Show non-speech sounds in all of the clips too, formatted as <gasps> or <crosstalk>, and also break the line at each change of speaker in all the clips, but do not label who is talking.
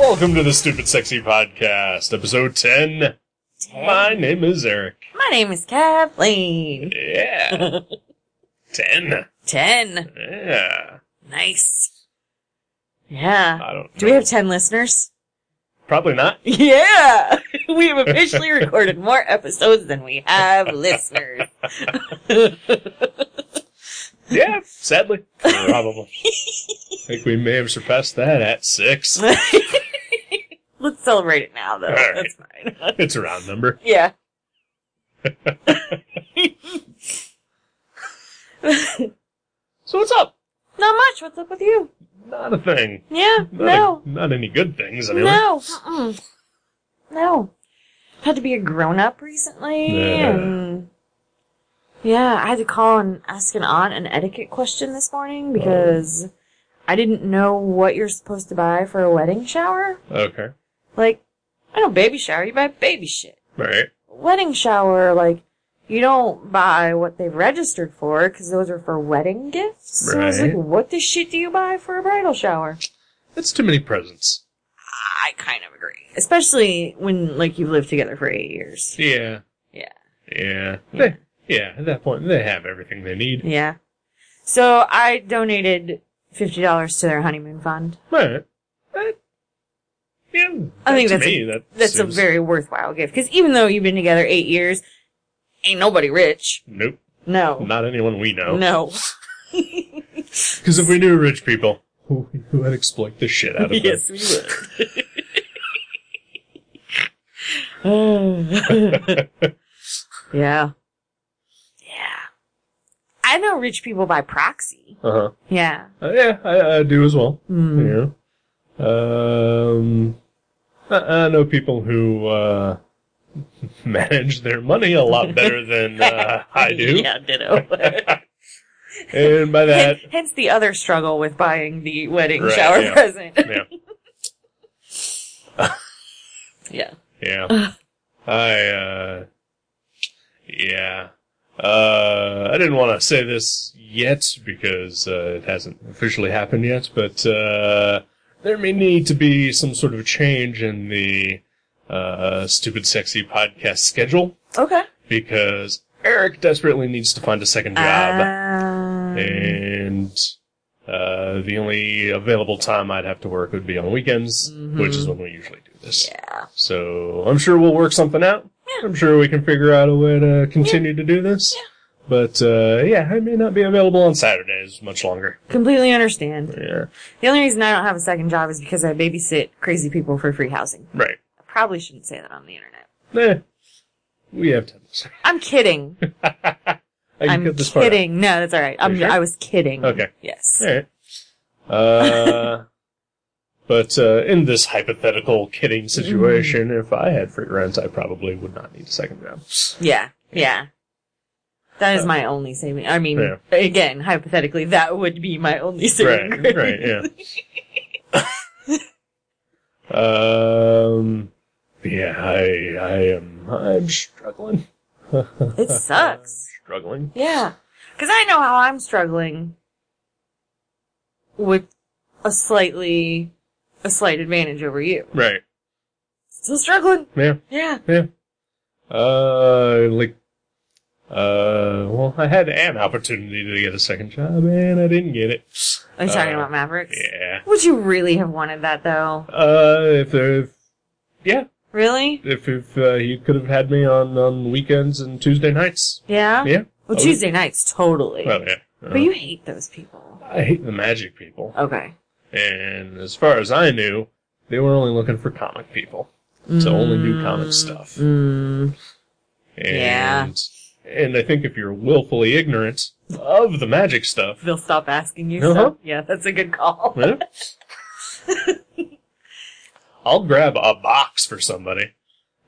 Welcome to the Stupid Sexy Podcast, episode 10. My name is Eric.
My name is Kathleen. <laughs>
Yeah. 10.
Ten.
Yeah.
Nice. Yeah.
I don't
Do we
know.
have ten listeners?
Probably not.
Yeah. <laughs> We have <laughs> officially recorded more episodes than we have listeners. <laughs>
Yeah, sadly. Probably.
<laughs>
I think we may have surpassed that at
<laughs>
6.
Let's celebrate it now, though.
All right.
That's fine. <laughs>
It's a round number.
Yeah.
So what's up?
Not much. What's up with you?
Not a thing.
Yeah.
Not,
No.
a- not any good things, anyway.
No. Mm-mm. No. Had to be a grown up recently.
Yeah.
And yeah, I had to call and ask an aunt an etiquette question this
Oh.
morning because I didn't know what you're supposed to buy for a wedding shower.
Okay.
Like, I know baby shower, you buy baby shit.
Alright.
Wedding shower, like, you don't buy what they've registered for because those are for wedding gifts. So I was like,
Right.
what the shit do you buy for a bridal shower?
That's too many presents.
I kind of agree. Especially when, like, you've lived together for eight years.
Yeah.
Yeah.
Yeah. They, yeah, at that point, they have everything they need.
Yeah. So I donated $50 to their honeymoon fund.
Alright. That, yeah,
I think
to
that's
me,
a,
that
that's
seems-
a very worthwhile gift. Because even though you've been together eight years, ain't nobody rich.
Nope,
No.
not anyone we know. <laughs>
No. <laughs>
Because if we knew rich people, who who would exploit the shit out of
<laughs>
them.
yes, we would. <sighs> yeah. Yeah. I know rich people by proxy.
<laughs> Uh-huh.
Yeah.
Uh, yeah, I, I do as well.
Mm.
You know, um, I, I know people who uh, <laughs> manage their money a lot better
<laughs>
than uh, I do,
Yeah, ditto.
<laughs> and by
<laughs>
that,
Hen- Hence the other struggle with buying the wedding
Right,
shower
yeah.
present. <laughs>
yeah,
yeah.
yeah, I, uh, yeah. Uh, I didn't want to say this yet because uh, it hasn't officially happened yet, but uh, there may need to be some sort of change in the uh, stupid sexy podcast schedule
Okay.
because Eric desperately needs to find a second job,
Um,
and uh, the only available time I'd have to work would be on weekends,
Mhm.
which is when we usually do this.
yeah.
So I'm sure we'll work something out. I'm sure we can figure out a way to continue to do this. But uh, yeah, I may not be available on Saturdays much longer.
Completely understand.
Yeah,
The only reason I don't have a second job is because I babysit crazy people for free housing.
right.
I probably shouldn't say that on the internet.
Eh, we have time. <laughs>
I'm kidding.
I can
I'm
cut this part out.
kidding. No, that's all right. I'm,
you sure?
I was kidding.
Okay.
Yes.
All right.
<laughs>
Uh, but uh, in this hypothetical kidding situation,
Mm-hmm.
if I had free rent, I probably would not need a second job.
Yeah. Yeah. That is my only saving. I mean,
Uh, Yeah.
again, hypothetically, that would be my only saving.
Right,
grace.
right, yeah. um, yeah, I, I am, I'm struggling,
<laughs> It sucks.
struggling.
Yeah. Because I know how I'm struggling with a slightly, a slight advantage over you.
Right,
Still struggling.
yeah,
Yeah.
yeah. Uh, like, uh, well, I had an opportunity to get a second job and I didn't get it.
Are you talking
Uh,
about Mavericks?
Yeah.
Would you really have wanted that though?
Uh, if, if yeah,
Really?
if, if, uh, you could have had me on, on weekends and Tuesday nights.
Yeah.
Yeah.
Well,
I would-
Tuesday nights, totally.
Well, yeah. Uh,
but you hate those people.
I hate the magic people.
Okay.
And as far as I knew, they were only looking for comic people to only do comic stuff. And,
Mm, Yeah.
And I think if you're willfully ignorant of the magic stuff,
they'll stop asking you.
Uh-huh.
So yeah, that's a good call.
<laughs> eh, I'll grab a box for somebody.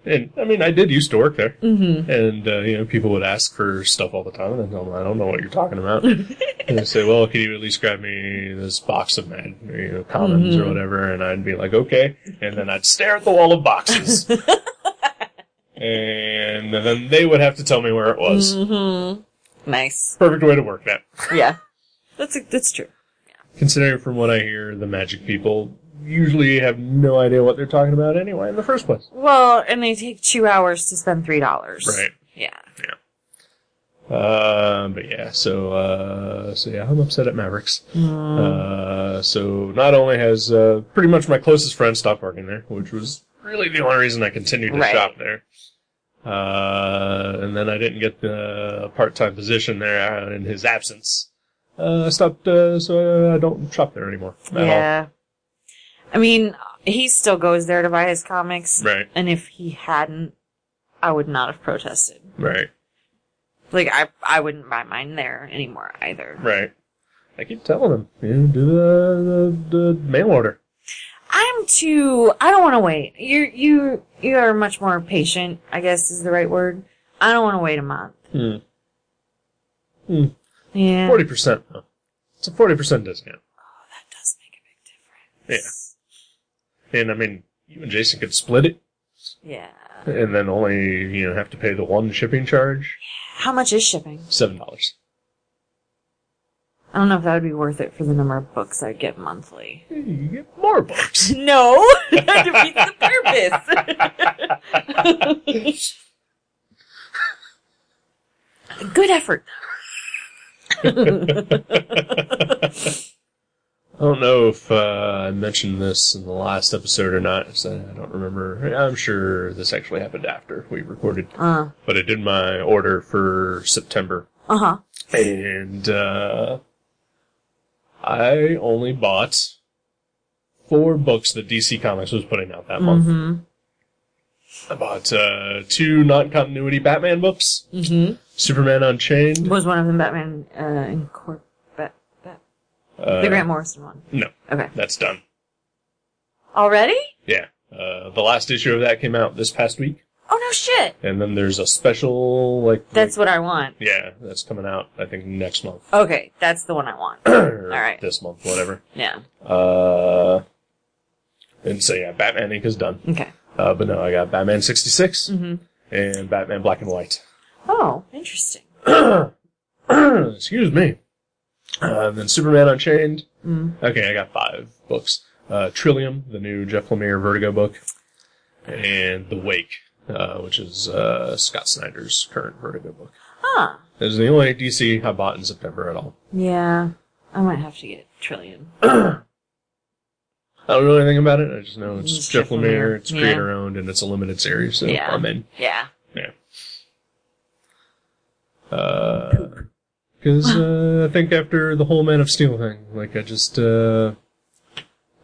And I mean, I did used to work there,
mm-hmm.
and uh, you know, people would ask for stuff all the time, and I'd tell them, I don't know what you're talking about. and they say, Well, can you at least grab me this box of mad, or, you know, commons or
Mhm.
whatever? And I'd be like, Okay, and then I'd stare at the wall of boxes, and then they would have to tell me where it
Mm.
was.
Mm-hmm. Nice.
Perfect way to work that.
Yeah. That's a, that's true.
considering from what I hear, the magic people usually have no idea what they're talking about anyway in the first place.
Well, and they take two hours to spend three dollars.
Right.
Yeah.
Uh, but yeah, so uh, so yeah, I'm upset at Mavericks.
Mm.
Uh, so not only has uh, pretty much my closest friend stopped working there, which was really the only reason I continued to
Right.
shop there. Uh, and then I didn't get the part-time position there in his absence. Uh, I stopped, uh, so I don't shop there anymore at
yeah. I mean, he still goes there to buy his comics,
all. Right,
and if he hadn't, I would not have protested.
right,
Like I, I wouldn't buy mine there anymore either.
right. I keep telling him, you know, do the, the, the mail order.
I'm too. I don't want to wait. You, you, you are much more patient. I guess is the right word. I don't want to wait a month.
Hmm.
Yeah, Oh,
Forty percent though. It's a forty percent discount.
that does make a big difference.
And I mean, you and Jason could split it,
Yeah. Yeah.
and then only you know have to pay the one shipping charge,
How much is shipping?
seven dollars.
I don't know if that would be worth it for the number of books I get monthly.
You get more books.
<laughs>
<laughs>
No, <laughs> that defeats the purpose. <laughs> Good effort.
I don't know if uh, I mentioned this in the last episode or not. So I don't remember. I'm sure this actually happened after we recorded,
Uh
but I did my order for September,
huh.
and uh, I only bought four books that DC Comics was putting out that month.
hmm
I bought uh, two non-continuity Batman books,
hmm
Superman Unchained.
Was one of them Batman uh, in Corp? Bat, Bat,
Uh,
the Grant Morrison one.
No,
Okay.
that's done.
Already?
Yeah, uh, the last issue of that came out this past week,
Oh no shit.
and then there's a special like.
That's what I want.
yeah, that's coming out. I think next month. <clears throat>
Okay, that's the one I want.
All
right.
This month, whatever.
Yeah.
Uh, and so yeah, Batman Inc. is done.
Okay.
Uh, but no, I got Batman '66
hmm
and Batman Black and White. <clears throat>
Oh, interesting.
Excuse me. Uh, and then Superman Unchained.
Mm.
Okay, I got five books. Uh, Trillium, the new Jeff Lemire Vertigo book, and The Wake, uh, which is uh, Scott Snyder's current Vertigo book.
Huh.
Those are the only DC I bought in September at all.
Yeah. I might have to get a trillion.
I don't know anything about it. I just know it's,
It's
Jeff
Jeff
Lemire,
Lemire.
it's
Yeah.
creator owned, and it's a limited series, so
Yeah.
I'm in.
Yeah.
Yeah. Because uh, I think after the whole Man of Steel thing, like I just, uh,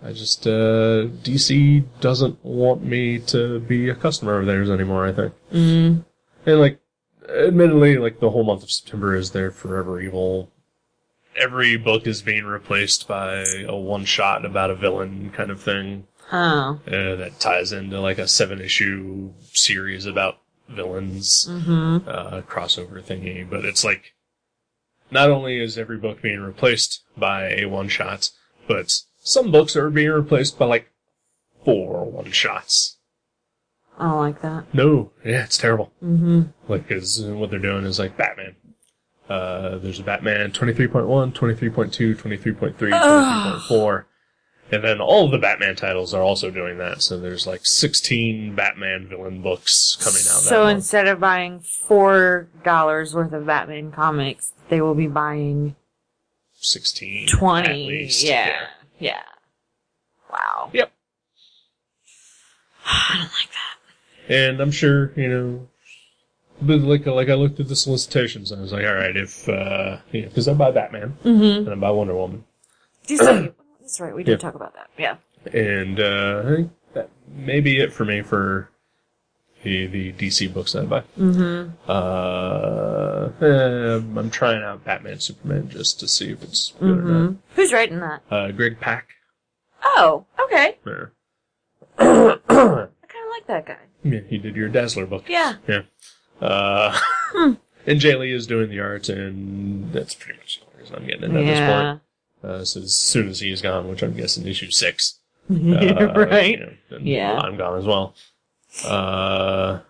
I just uh, DC doesn't want me to be a customer of theirs anymore. I think,
Mm.
and like, admittedly, like the whole month of September is their Forever Evil. Every book is being replaced by a one shot about a villain kind of thing
Oh.
uh, that ties into like a seven issue series about villains
Mm-hmm.
uh, crossover thingy, but it's like not only is every book being replaced by a one shot, but some books are being replaced by like four one shots.
I don't like that.
No, yeah, it's terrible.
Mm-hmm.
Like, cause what they're doing is like Batman. Uh, there's a Batman 23.1, 23.2, 23.3, 23.4. And then all of the Batman titles are also doing that. So there's like 16 Batman villain books coming out. that
So
month.
instead of buying four dollars worth of Batman comics, they will be buying
16. at
twenty.
least,
yeah. Yeah. Wow.
Yep.
<sighs> I don't like that.
And I'm sure, you know, but like like I looked at the solicitations and I was like, all right, if uh, you know, because I buy Batman
Mm-hmm.
and I buy Wonder Woman, <clears throat>
That's right. We did
Yeah.
talk about that. Yeah.
and uh, I think that may be it for me for the the DC books that I buy.
Mm-hmm.
Uh, eh, I'm trying out Batman Superman just to see if it's good or
Mm-hmm.
not.
Who's writing that?
Uh, Greg Pak.
Oh, okay.
Yeah.
I kind of like that guy.
<coughs> yeah, he did your Dazzler book.
Yeah.
Yeah. Uh, <laughs> and Jay Lee is doing the art, and that's pretty much the only reason I'm getting it at this
<laughs> yeah.
point. Uh, so as soon as he's gone, which I'm guessing issue six, uh,
<laughs> right.
you know, then
Yeah.
I'm gone as well. Uh,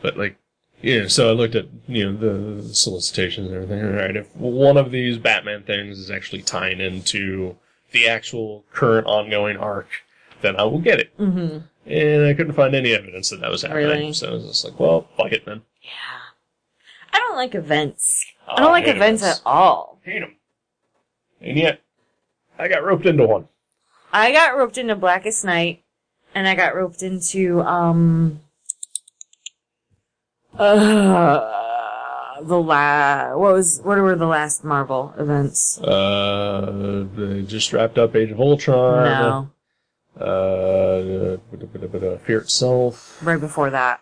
but like, Yeah, so I looked at you know the, the solicitations and everything. All right, if one of these Batman things is actually tying into the actual current ongoing arc, then I will get it.
Mm-hmm.
And I couldn't find any evidence that that was happening.
Really?
So I was just like, well, fuck it then.
Yeah. I don't like events. I
Oh,
don't like
hate
events at all.
Hate 'em. And yet, I got roped into one.
I got roped into Blackest Night, and I got roped into um, uh, the la what was what were the last Marvel events?
Uh, they just wrapped up Age of Ultron.
No,
Uh, Fear itself.
right before that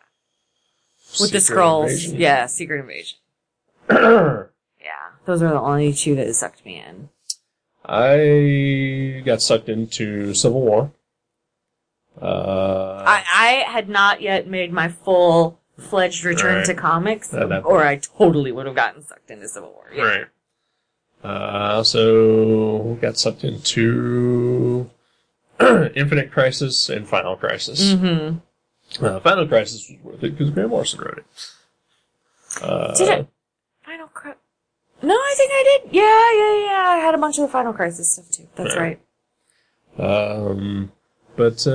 with
Secret
the scrolls.
Invasion.
Yeah, Secret Invasion. Yeah, those are the only two that sucked me in.
<clears throat> I got sucked into Civil War. Uh,
I, I had not yet made my full fledged return
Right.
to comics,
At that
or I totally would have gotten sucked into Civil War. Yeah.
right. Uh, I also got sucked into <clears throat> Infinite Crisis and Final Crisis.
Mm-hmm.
Uh, Final Crisis was worth it because Graham Morrison wrote it. Uh,
Did I? Final Crisis. No, I think I did. Yeah, yeah, yeah. I had a bunch of the Final Crisis stuff too. That's
Right.
right.
Um, but uh,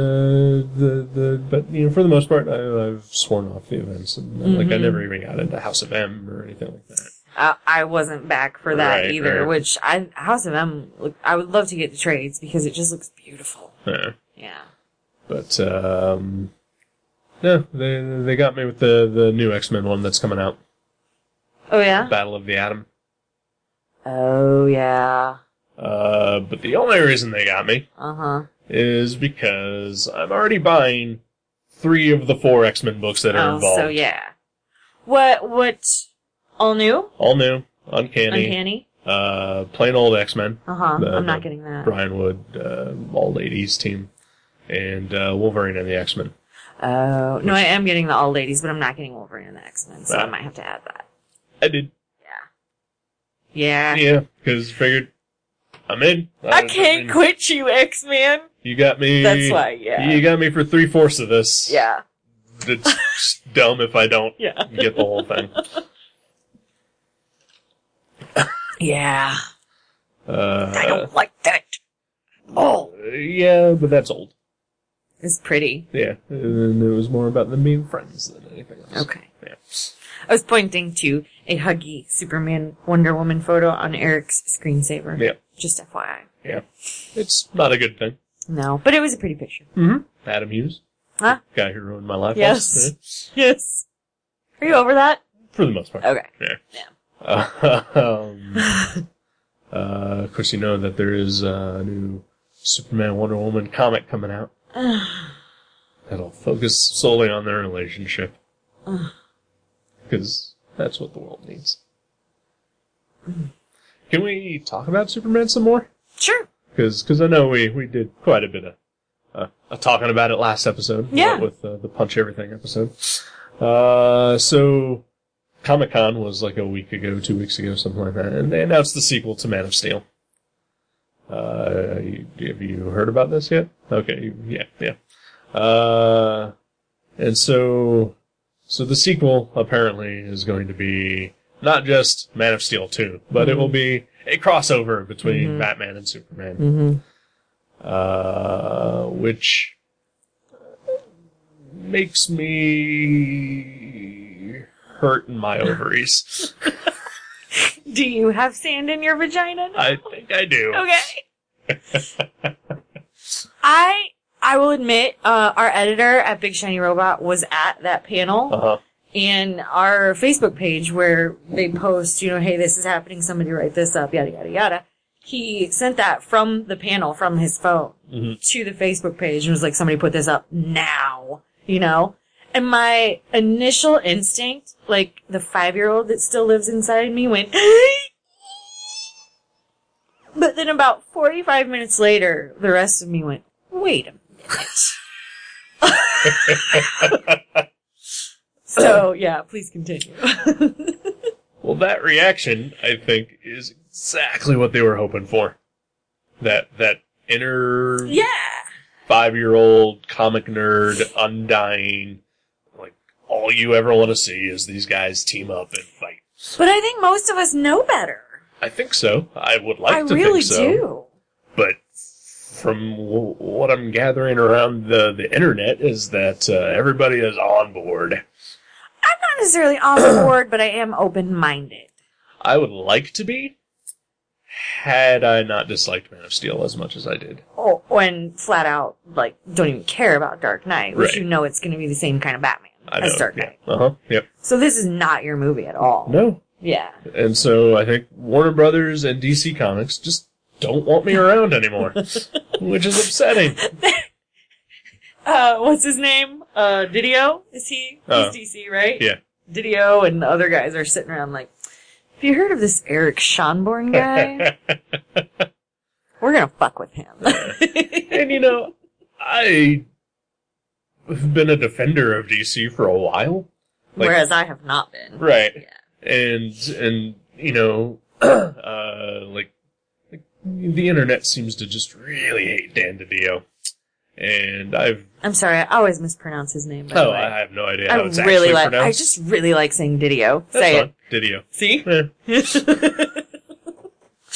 the the but you know for the most part I, I've sworn off the events and like I
Mhm.
never even got into House of M or anything like that.
Uh, I wasn't back for that
Right,
either.
right.
Which I House of M. Look, I would love to get the trades because it just looks beautiful.
Yeah.
Yeah.
But um, no, they they got me with the the new X Men one that's coming out,
Oh yeah.
Battle of the Atom.
Oh yeah.
Uh, but the only reason they got me
Uh huh.
is because I'm already buying three of the four X Men books that are
Oh,
involved.
so yeah. What? What? All new?
All new, uncanny,
Uncanny.
uh, plain old X Men.
Uh huh.
The-
I'm not
the
getting that.
Brian Wood, uh, all ladies team, and uh, Wolverine and the X Men.
Oh no, I am getting the all ladies, but I'm not getting Wolverine and the X Men, so I
Ah.
might have to add that.
I did,
Yeah.
yeah, because figured I'm in.
I
mean,
can't quit you, X Men.
You got me.
That's why. Yeah.
You got me for three fourths of this.
Yeah.
it's just <laughs> dumb if I don't
Yeah.
get the whole
<laughs>
thing.
Yeah. I
Uh,
don't like that. Oh,
yeah, but that's old.
it's pretty.
Yeah, and it was more about them being friends than anything else.
Okay.
Yeah.
I was pointing to a huggy Superman Wonder Woman photo on Eric's screensaver.
Yeah.
Just FYI.
It's not a good thing.
No, but it was a pretty picture.
Mm-hmm. Adam Hughes,
Huh?
guy who ruined my life.
Yes.
was,
Yes. Are you over that?
<laughs> for the most part.
Okay.
<laughs> Um, uh, of course, you know that there is uh, a new Superman Wonder Woman comic coming out that'll focus solely on their relationship.
Ugh.
Because that's what the world needs. Can we talk about Superman some more?
sure.
Because I know we, we did quite a bit of uh, uh, talking about it last episode.
Yeah.
uh, With uh, the Punch Everything episode. Uh, so, Comic Con was like a week ago, two weeks ago, something like that, and they announced the sequel to Man of Steel. Uh, you- have you heard about this yet? Okay, you- yeah, yeah. Uh, and so, so the sequel apparently is going to be not just Man of Steel 2, but it will be a crossover between Batman and Superman
Mm-hmm.
uh, which makes me hurt in my
<laughs>
ovaries.
Do you have sand in your vagina?
I think I do.
Okay.
<laughs>
I I will admit, uh, our editor at Big Shiny Robot was at that panel,
Uh-huh.
and our Facebook page where they post, you know, hey, this is happening. Somebody write this up, yada yada yada. He sent that from the panel from his phone
Mhm.
to the Facebook page and was like, somebody put this up now, you know. And my initial instinct, like the five year old that still lives inside me, went. <gasps> But then about 45 minutes later, the rest of me went, wait a minute. <laughs> so, yeah, please continue. <laughs>
Well, that reaction, I think, is exactly what they were hoping for. That that inner
yeah.
five-year-old comic nerd, undying, like, all you ever want to see is these guys team up and fight.
But I think most of us know better.
I think so. I would like
I
to
really
think so.
do.
But from w- what I'm gathering around the, the internet is that uh, everybody is on board.
I'm not necessarily on board, but I am open minded.
I would like to be had I not disliked Man of Steel as much as I did.
Oh, and flat out, like, don't even care about Dark Knight, which
Right.
you know it's going to be the same kind of Batman
I
as
know,
Dark
yeah.
Knight.
Uh-huh. Yep.
So this is not your movie at all.
No.
Yeah.
And so I think Warner Brothers and DC Comics just don't want me around anymore, which is upsetting.
Uh, what's his name? Uh, Didio? Is he?
Uh,
He's DC, right?
yeah.
Didio and the other guys are sitting around like, have you heard of this Eric Schonborn
<laughs>
guy? We're gonna fuck with him. <laughs>
And you know, I have been a defender of DC for a while. Like-
Whereas I have not been.
Right.
Yeah.
And and you know, <clears throat> uh, like, like the internet seems to just really hate Dan DiDio, and I've
I'm sorry, I always mispronounce his name, by the
oh
way.
I have no idea
I
how it's
really
actually
like, I
pronounced.
just really like saying Didio.
That's
Say
fine. DiDio.
it.
Eh.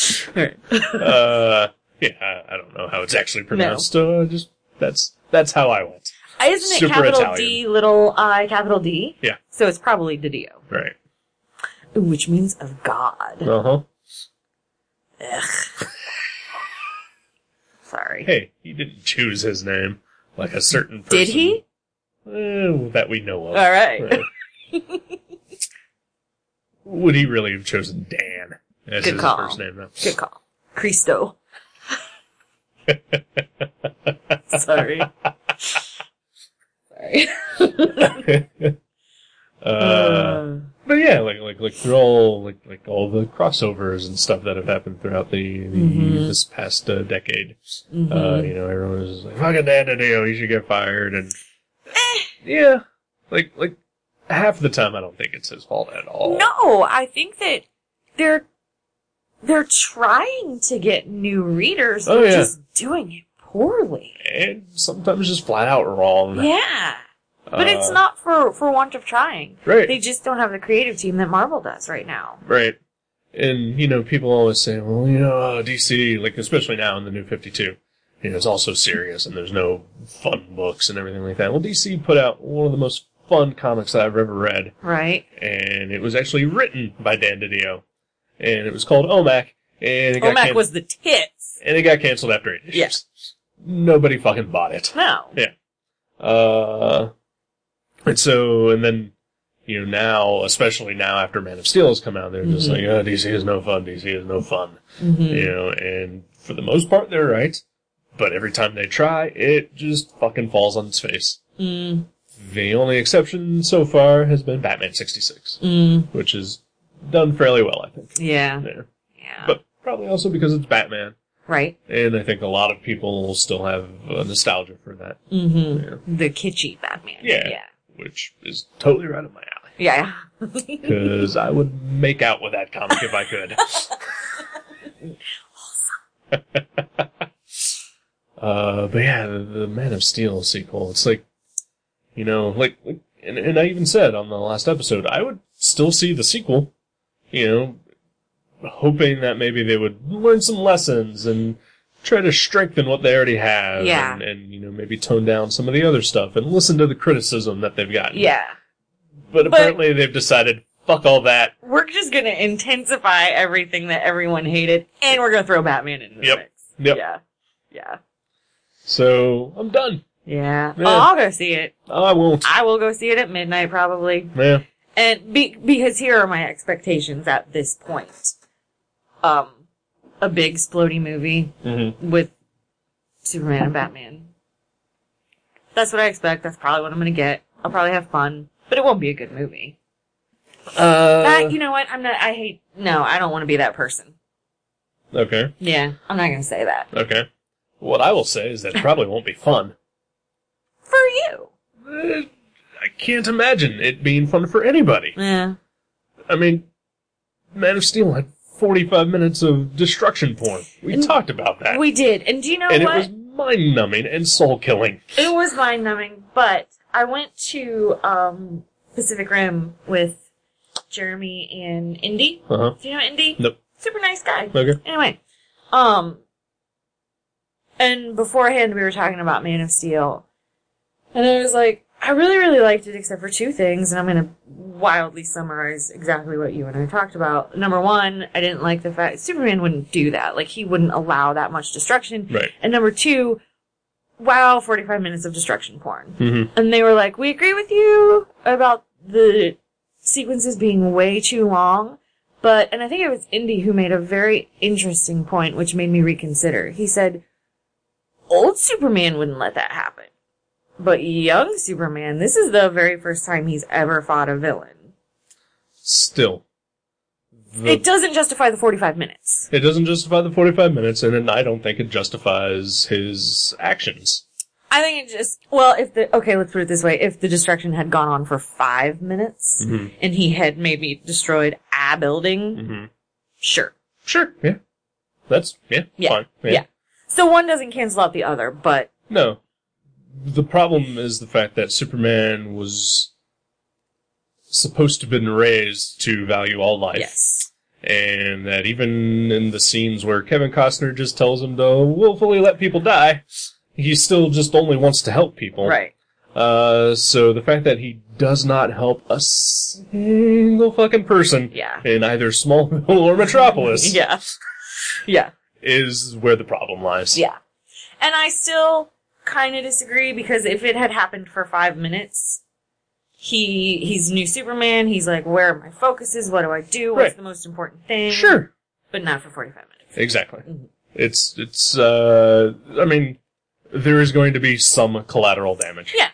See?
<laughs>
Alright.
uh, yeah, I, I don't know how it's actually pronounced. Uh, just that's that's how I went.
Isn't it
Super
capital
Italian.
D, little I, capital D?
Yeah.
So it's probably Didio.
Right.
Which means of God.
Uh huh. <laughs>
Sorry.
Hey, he didn't choose his name like a certain person.
Did he?
Eh, that we know of.
All right.
Right. Would he really have chosen Dan as
Good
his
call.
first name? Though?
Good call. Cristo. <laughs> Sorry. Sorry.
<laughs>
<laughs>
Uh, but yeah, like like like through all like like all the crossovers and stuff that have happened throughout the, the
Mhm.
this past uh, decade.
Mhm.
Uh, you know, everyone was just like, "Fucking Dan DiDio, he should get fired." And
Eh.
yeah, like like half the time, I don't think it's his fault at all.
no, I think that they're they're trying to get new readers.
Oh,
they're
yeah.
just doing it poorly.
and sometimes just flat out wrong.
Yeah. But it's
Uh,
not for, for want of trying.
right.
They just don't have the creative team that Marvel does right now.
Right. And, you know, people always say, well, you know, DC, like, especially now in the new 52, you know, it's all so serious and there's no fun books and everything like that. Well, DC put out one of the most fun comics that I've ever read,
Right?
and it was actually written by Dan DiDio, and it was called OMAC, and it got,
Olmec
can-
was the tits.
and it got canceled after eight issues.
Yeah.
Nobody fucking bought it.
No.
Uh, and so, and then, you know, now, especially now after Man of Steel has come out, they're just
Mhm.
like, oh, DC is no fun, DC is no fun.
Mm-hmm.
You know, and for the most part, they're right. But every time they try, it just fucking falls on its face.
Mm,
The only exception so far has been Batman 66,
mm,
which is done fairly well, I think.
yeah.
There.
Yeah.
But probably also because it's Batman.
right.
And I think a lot of people still have uh, nostalgia for that,
Mm-hmm.
you know,
The kitschy Batman.
Yeah.
Yeah.
which is totally right up my alley.
Yeah. <laughs>
because I would make out with that comic if I could. uh, but yeah, the, the Man of Steel sequel. It's like, you know, like, like- and, and I even said on the last episode, I would still see the sequel, you know, hoping that maybe they would learn some lessons and try to strengthen what they already have
Yeah.
and, and you know maybe tone down some of the other stuff and listen to the criticism that they've gotten
yeah.
but
But-
apparently they've decided fuck all that
We're just going to intensify everything that everyone hated, and we're going to throw Batman into the
Yep.
mix.
Yep.
Yeah. Yeah.
So I'm done.
Yeah.
Yeah.
Oh, I'll go see it.
I won't.
I will go see it at midnight, probably.
Yeah.
And be- because here are my expectations at this point. Um, a big splody movie
Mm-hmm.
with Superman and Batman. That's what I expect. That's probably what I'm gonna get. I'll probably have fun, but it won't be a good movie.
Uh,
That- you know what? I'm not. I hate. No, I don't want to be that person.
okay.
Yeah, I'm not gonna say that
Okay. What I will say is that it probably won't be fun.
for you.
Eh, I can't imagine it being fun for anybody.
Yeah.
I mean, Man of Steel had 45 minutes of destruction porn. We
And-
talked about that.
We did, and do Mm. you know
and
what?
it was mind numbing and soul killing.
It was mind numbing, but I went to um Pacific Rim with Jeremy and Indy.
Uh huh.
Do you know Indy?
Nope.
Super nice guy.
Okay.
Anyway, um, and beforehand we were talking about Man of Steel, and I was like, I really, really liked it except for two things, and I'm gonna wildly summarize exactly what you and I talked about. Number one, I didn't like the fact Superman wouldn't do that; like he wouldn't allow that much destruction.
Right.
And number two, wow, 45 minutes of destruction porn.
Mm-hmm.
And they were like, we agree with you about the sequences being way too long. But, and I think it was Indy who made a very interesting point, which made me reconsider. He said, old Superman wouldn't let that happen. But young Superman, this is the very first time he's ever fought a villain.
Still, the,
it doesn't justify the 45 minutes.
it doesn't justify the 45 minutes, and then I don't think it justifies his actions.
I think it just, well, if the, okay, let's put it this way. If the destruction had gone on for five minutes
Mhm.
and he had maybe destroyed a building,
Mm-hmm.
sure.
Sure. Yeah. That's yeah.
Yeah.
Fine.
Yeah. So one doesn't cancel out the other, but
No. The problem is the fact that Superman was supposed to have been raised to value all life.
yes.
And that even in the scenes where Kevin Costner just tells him to willfully let people die, he still just only wants to help people.
Right.
Uh, so the fact that he does not help a single fucking person
Yeah.
in either Smallville <laughs> or Metropolis
<laughs> Yeah. yeah.
is where the problem lies.
Yeah. And I still kind of disagree because if it had happened for five minutes, he, he's new Superman. He's like, where are my focuses? What do I do? What's
Right.
the most important thing?
Sure.
But not for 45 minutes.
Exactly.
Mhm.
It's it's uh I mean there is going to be some collateral damage.
Yeah.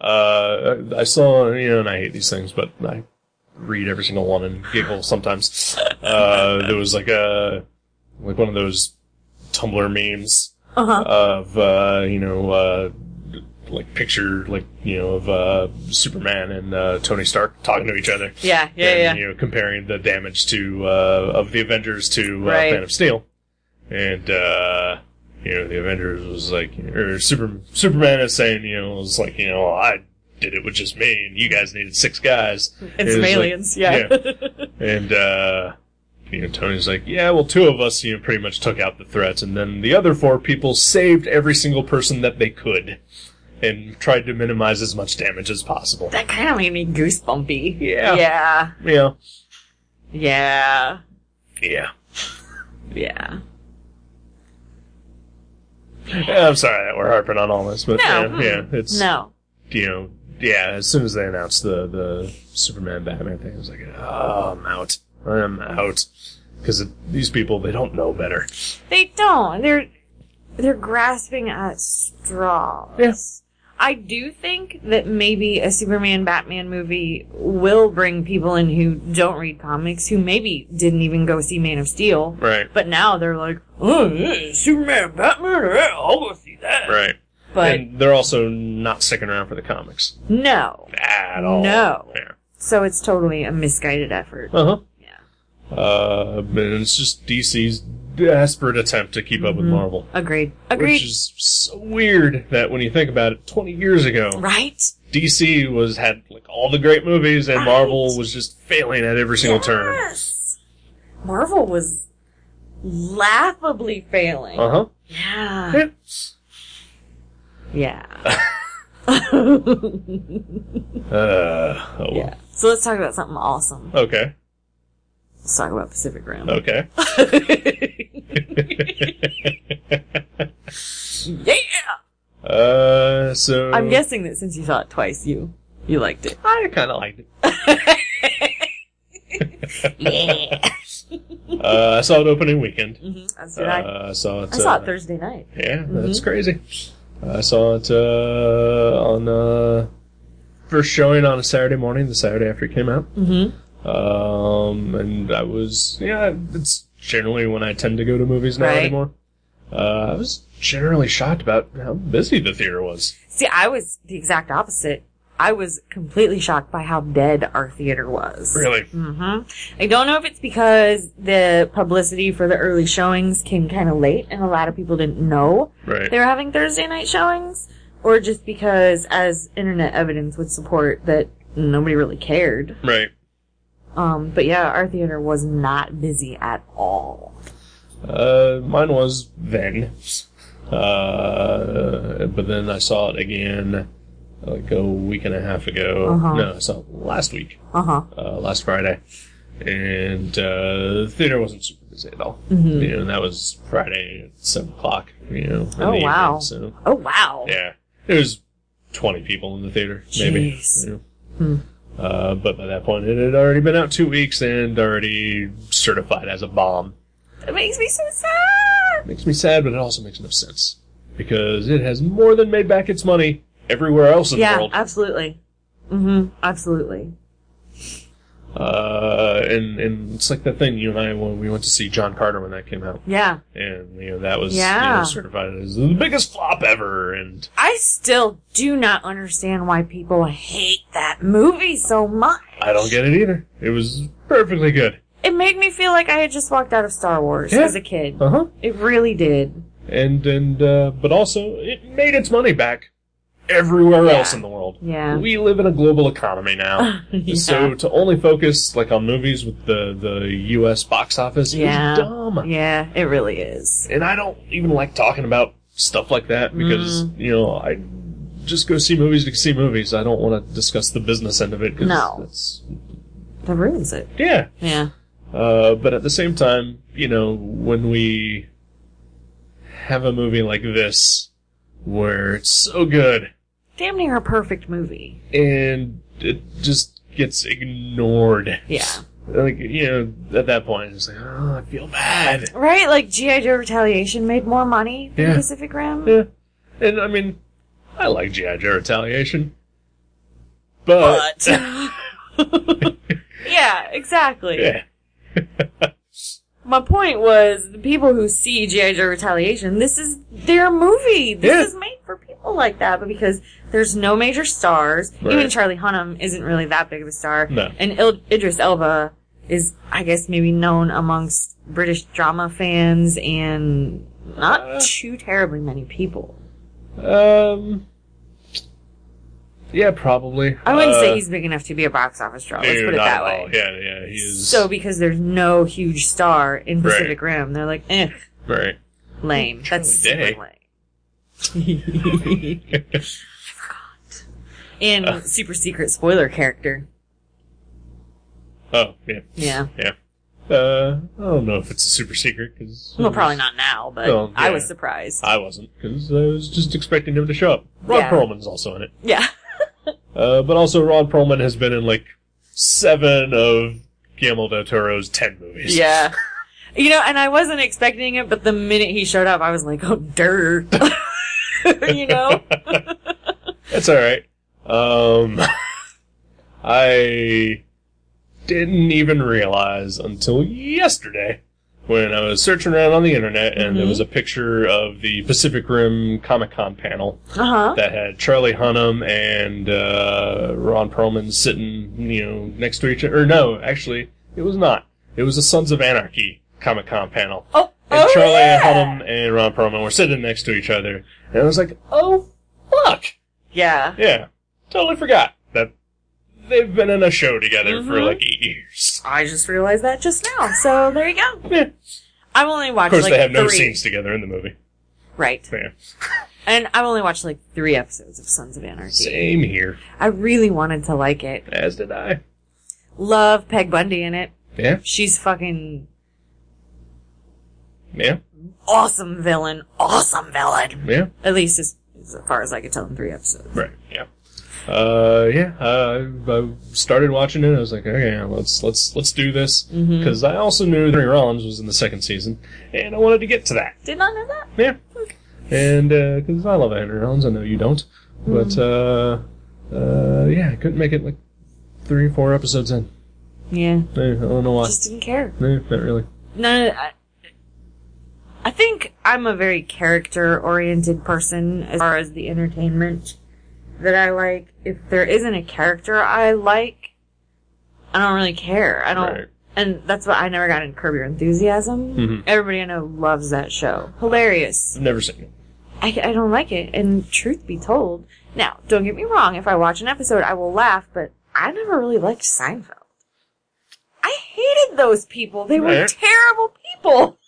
Uh I I saw you know and I hate these things but I read every single one and giggle sometimes. Uh there was like a like one of those Tumblr memes
Uh huh.
of uh you know uh like picture like you know of uh Superman and uh Tony Stark talking to each other
Yeah.
and,
Yeah. Yeah.
you know, comparing the damage to uh, of the Avengers to uh,
Right.
Man of Steel, and uh, you know, the Avengers was like, or Super, Superman is saying, you know, was like, you know, I did it with just me, and you guys needed six guys,
And
It was
some
like-
aliens. yeah.
and uh, you know, Tony's like, yeah, well, two of us, you know, pretty much took out the threats, and then the other four people saved every single person that they could, and tried to minimize as much damage as possible.
<laughs> That kind of made me goosebumpy.
Yeah.
Yeah.
You know,
Yeah.
yeah.
Yeah.
Yeah, I'm sorry that we're harping on all this, but
No.
yeah, yeah, it's
No.
you know, yeah. As soon as they announced the the Superman Batman thing, I was like, oh, I'm out, I'm out, because these people they don't know better.
They don't. They're they're grasping at straws.
Yes.
I do think that maybe a Superman Batman movie will bring people in who don't read comics, who maybe didn't even go see Man of Steel,
Right,
but now they're like, oh, yeah, Superman Batman, yeah, I'll go see that.
right.
But
and they're also not sticking around for the comics
no,
at all.
No.
Yeah.
so it's totally a misguided effort.
Uh huh.
Yeah,
Uh, and it's just DC's desperate attempt to keep up with
Mhm.
Marvel,
agreed. Agreed.
which is so weird that when you think about it, 20 years ago,
right?
DC was had like all the great movies, and Marvel
Right.
was just failing at every single turn.
Yes. Marvel was laughably failing.
Uh huh.
Yeah.
Yeah. <laughs>
Yeah.
Uh, oh,
yeah.
well.
So let's talk about something awesome.
Okay.
Let's talk about Pacific Rim.
Okay.
<laughs> yeah.
uh, so
I'm guessing that since you saw it twice, you you
<laughs>
liked it.
I kind of liked it.
Yeah.
Uh, I saw it opening weekend.
hmm That's
Uh,
what I.
I saw it.
I saw
uh,
it Mm-hmm. Thursday night.
Yeah, that's crazy. I saw it uh, on uh, first showing on a Saturday morning, the Saturday after it came out.
Mm-hmm.
Um, and I was, yeah, it's generally when I tend to go to movies now
Right.
anymore. Uh, I was generally shocked about how busy the theater was.
See, I was the exact opposite. I was completely shocked by how dead our theater was.
Really?
hmm I don't know if it's because the publicity for the early showings came kind of late and a lot of people didn't know
Right.
they were having Thursday night showings, or just because, as internet evidence would support, that nobody really cared.
Right.
Um, but yeah, our theater was not busy at all.
Uh, mine was then. Uh, but then I saw it again like a week and a half ago.
Uh-huh.
No, I saw it last week,
Uh huh.
uh, last Friday. And uh, the theater wasn't super busy at all.
Mhm.
You know, and that was Friday at 7 o'clock, you know. in the
Oh,
evening,
wow.
so,
Oh wow.
yeah. There was 20 people in the theater, maybe.
Jeez.
you know.
Hmm.
Uh, but by that point, it had already been out two weeks and already certified as a bomb.
It makes me so sad.
Makes me sad, but it also makes no sense because it has more than made back its money everywhere else in the
Yeah,
world.
absolutely. Mm-hmm. Absolutely.
Uh, and and it's like that thing you and I when we went to see John Carter when that came out,
Yeah.
and you know that was you
Yeah.
know, certified as the biggest flop ever, and
I still do not understand why people hate that movie so much.
I don't get it either. It was perfectly good.
It made me feel like I had just walked out of Star Wars
Yeah.
as a kid.
Uh huh.
It really did.
And and uh, but also it made its money back everywhere
Yeah.
else in the world.
Yeah.
We live in a global economy now.
<laughs> Yeah.
So to only focus like on movies with the, the U.S. box office
Yeah.
is dumb.
Yeah, Mm. it really is.
And I don't even like talking about stuff like that because you know I just go see movies to see movies. I don't want to discuss the business end of it. 'cause
No.
that's-
That ruins it.
yeah.
Yeah.
Uh, but at the same time, you know, when we have a movie like this where it's so good
Damn near a perfect movie.
and it just gets ignored.
Yeah.
Like, you know, at that point, it's like, oh, I feel bad.
Right? Like G.I. Joe Retaliation made more money than
Yeah.
Pacific Rim?
Yeah. And I mean, I like G.I. Joe Retaliation. But. <laughs>
<laughs> yeah, exactly.
yeah. <laughs>
My point was the people who see G.I. Joe Retaliation, this is their movie. This
Yeah.
is made for people like that, but because there's no major stars, even
Right.
Charlie Hunnam isn't really that big of a star.
No.
And Il- Idris Elba is, I guess, maybe known amongst British drama fans and not
Uh.
too terribly many people.
Um. Yeah, probably.
I wouldn't
Uh,
say he's big enough to be a box office draw. Let's
no,
put it
not
that
at
way.
all. Yeah, yeah, he is. <laughs>
So because there's no huge star in
Right.
Pacific Rim, they're like, eh, <laughs>
right.
lame. That's super
Day.
lame. and
Uh.
super secret spoiler character.
oh yeah,
Yeah.
yeah. Uh, I don't know if it's a super secret because
Well, probably not now, but
Oh,
I
yeah.
was surprised.
I wasn't because I was just expecting him to show up. Rod
Yeah.
Perlman's also in it, <laughs>
yeah.
uh, but also Rod Perlman has been in like seven of Guillermo del Toro's ten movies. <laughs>
Yeah. You know, and I wasn't expecting it, but the minute he showed up, I was like, oh, dirt. <laughs>
<laughs>
you know?
That's all right. Um, <laughs> I didn't even realize until yesterday when I was searching around on the internet and there
Mhm.
was a picture of the Pacific Rim Comic Con panel
Uh huh.
that had Charlie Hunnam and uh, Ron Perlman sitting, you know, next to each other. Or no, actually, it was not. It was a Sons of Anarchy Comic Con panel.
Oh,
And
oh,
Charlie
yeah.
Hunnam and Ron Perlman were sitting next to each other. And I was like, oh, fuck.
Yeah.
Yeah. Totally forgot that they've been in a show together for
Mhm.
like eight years.
I just realized that just now. So there you go.
Yeah. Of
I've only watched
course,
like
they have
three.
no scenes together in the movie.
Right.
Yeah.
And I've only watched like three episodes of Sons of Anarchy.
Same here,
I really wanted to like it.
as did I.
Love Peg Bundy in it.
Yeah,
She's fucking
yeah,
awesome villain. Awesome villain.
yeah.
At least as, as far as I could tell in three episodes.
Right. Yeah. Uh, yeah. Uh, I started watching it. I was like, okay, let's let's let's do this
Mm-hmm.
because I also knew Henry Rollins was in the second season, and I wanted to get to that.
Did not know that.
Yeah. And because I love Henry Rollins, I know you don't, but uh, uh, yeah, I couldn't make it like three, four episodes in.
Yeah.
No, I don't know why.
Just didn't care.
No, not really.
No, I, I think I'm a very character oriented person as far as the entertainment that I like. If there isn't a character I like, I don't really care. I don't.
Right.
And that's what I never got in Curb Your Enthusiasm.
Mhm.
Everybody I know loves that show. Hilarious.
I've never seen it.
I, I don't like it. And truth be told, now, don't get me wrong, if I watch an episode, I will laugh, but I never really liked Seinfeld. I hated those people. They were
Right.
terrible people.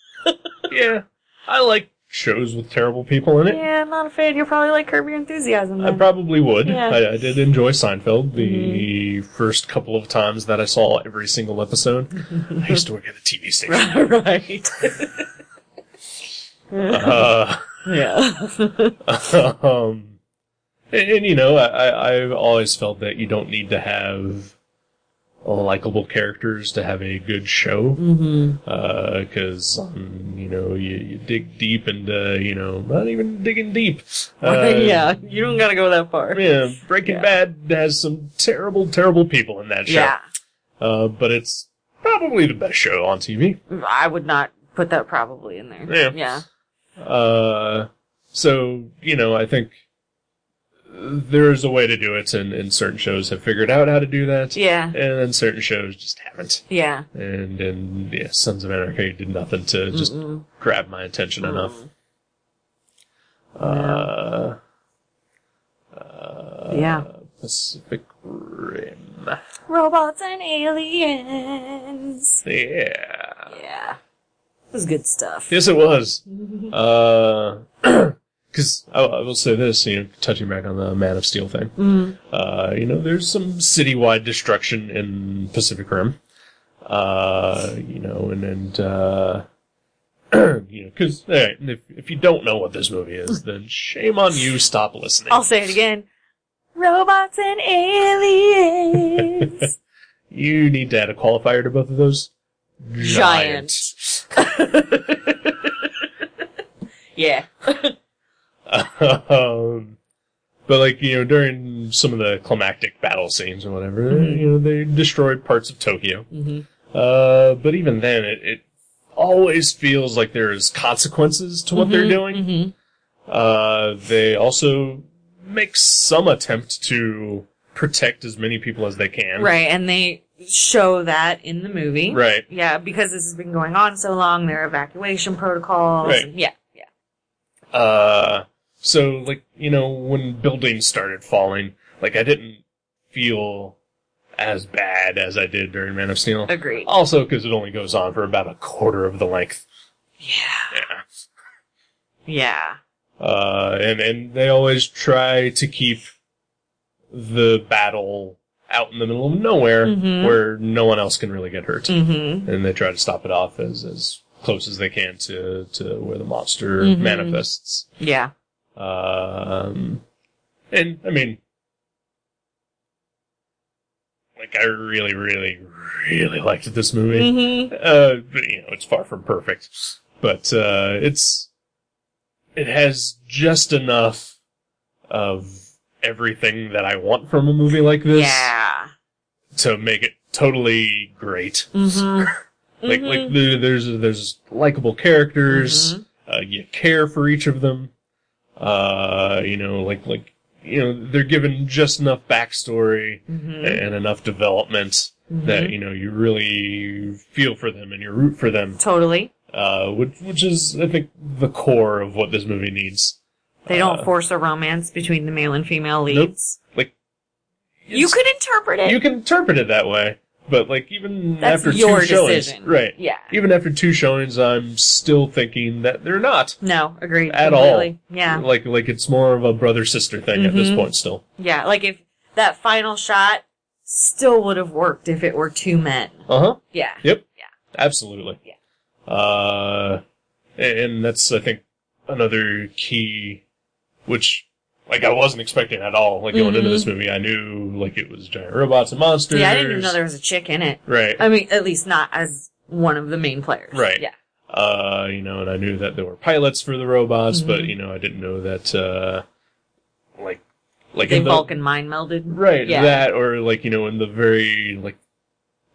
yeah, I like shows with terrible people in it.
Yeah, I'm not a fan. You'll probably like Curb Your Enthusiasm.
Eh? I <laughs>
<laughs> Then.
probably would.
Yeah. Mm-hmm.
I, I did enjoy Seinfeld the first couple of times that I saw every single episode.
<laughs>
I used to work at a TV station.
right.
uh,
yeah.
<laughs> um, and, and, you know, I, I, I've always felt that you don't need to have likable characters to have a good show.
mm-hmm.
because um, you know you, you dig deep and uh, you know not even digging
<laughs>
deep. Uh,
yeah, you don't gotta go that far.
yeah, Breaking
Yeah.
Bad has some terrible, terrible people in that show.
Yeah.
Uh, but it's probably the best show on TV.
I would not put that probably in there.
Yeah.
Yeah.
Uh, so you know, I think there is a way to do it, and, and certain shows have figured out how to do that,
Yeah.
and then certain shows just haven't.
Yeah.
And and yeah, Sons of Anarchy did nothing to just
Mm-mm.
grab my attention enough.
Mm.
Uh, uh,
Yeah.
Pacific Rim.
Robots and aliens.
Yeah.
Yeah. This is good stuff.
Yes, it
<laughs>
was.
Mhm.
Uh, <clears throat> because I, I will say this, you know, touching back on the Man of Steel thing.
Mm.
Uh, you know, there's some citywide destruction in Pacific Rim. Uh, you know, and and uh, <clears throat> you know, because if if you don't know what this movie is, then shame on you. Stop listening.
Mm. I'll say it again. Robots and
<laughs>
aliens.
You need to add a qualifier to both of those.
Giant. yeah.
Giant. <laughs> um, but like you know, during some of the climactic battle scenes or whatever,
Mhm.
you know, they destroyed parts of Tokyo.
Mm-hmm.
Uh, but even then, it, it always feels like there is consequences to what they're doing.
Mm-hmm.
Uh, they also make some attempt to protect as many people as they can.
Right, and they show that in the movie.
Right.
Yeah, because this has been going on so long, there are evacuation protocols.
Right.
and- yeah, yeah.
Uh, so like you know when buildings started falling, like I didn't feel as bad as I did during Man of Steel.
Agreed.
Also, because it only goes on for about a quarter of the length.
Yeah.
Yeah.
Yeah.
Uh, and and they always try to keep the battle out in the middle of nowhere
Mhm.
where no one else can really get hurt,
Mm-hmm.
and they try to stop it off as as close as they can to to where the monster
Mhm.
manifests.
Yeah.
Um, and I mean, like I really, really, really liked this movie.
Mm-hmm.
Uh, but, you know, it's far from perfect, but uh, it's it has just enough of everything that I want from a movie like this
Yeah.
to make it totally great.
Mm-hmm.
<laughs> Like, like the, there's there's likable characters.
Mhm.
Uh, you care for each of them. Uh, you know, like like you know, they're given just enough backstory
Mhm.
and enough development Mm-hmm. that
Mhm.
you know you really feel for them and you root for them.
totally.
Uh, which which is I think the core of what this movie needs.
They don't
Uh,
force a romance between the male and female leads.
Like
You
it's-
could interpret it.
you can interpret it that way, but like even
That's
after
your
two showings,
decision.
right?
Yeah.
Even after two showings, I'm still thinking that they're not.
No, agreed.
At all.
completely. Yeah.
Like like it's more of a brother sister thing at this
Mhm.
point still.
Yeah. Like if that final shot still would have worked if it were two men.
Uh huh.
Yeah.
Yep.
Yeah.
Absolutely. Yeah. Uh, a- and that's I think another key, which like I wasn't expecting at all. Like going into
Mhm.
this movie, I knew like it was giant robots and monsters.
Yeah, I didn't even know there was a chick in it.
Right.
I mean, at least not as one of the main players.
Right.
Yeah.
Uh, you know, and I knew that there were pilots for the robots, but
Mhm.
you know, I didn't know that uh, like like
They
in the-
Vulcan mind melded.
Right,
Yeah.
that or like you know in the very like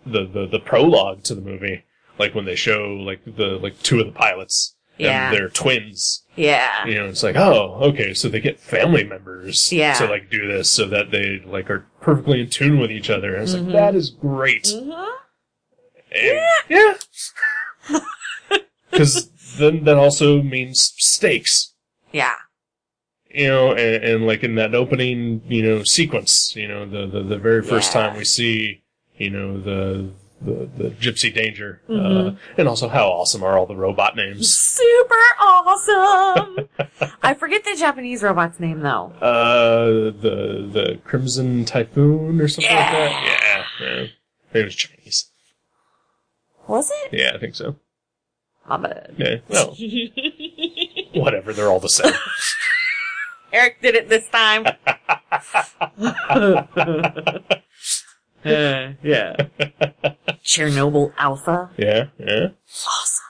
the, the the prologue to the movie, like when they show like the like two of the pilots
Yeah.
and they're twins.
Yeah.
You know, it's like oh okay, so they get family members
Yeah.
to like do this so that they like are perfectly in tune with each other. And it's
Mhm.
like that is great.
Mhm.
And- yeah, because then that also means stakes.
Yeah.
you know, and, and like in that opening, you know, sequence, you know, the the, the very first
Yeah.
time we see, you know, the the, the gypsy danger, uh,
Mhm.
and also how awesome are all the robot names?
Super
<laughs>
awesome! I forget the Japanese robot's name though.
Uh, the the Crimson Typhoon or something like that. Yeah, yeah. I think it was Chinese.
Was it?
Yeah, I think so.
My bad.
Yeah, <laughs> well, whatever. They're all the same.
Eric did it this
<laughs>
<laughs> time.
yeah, yeah,
Chernobyl Alpha.
yeah.
Awesome.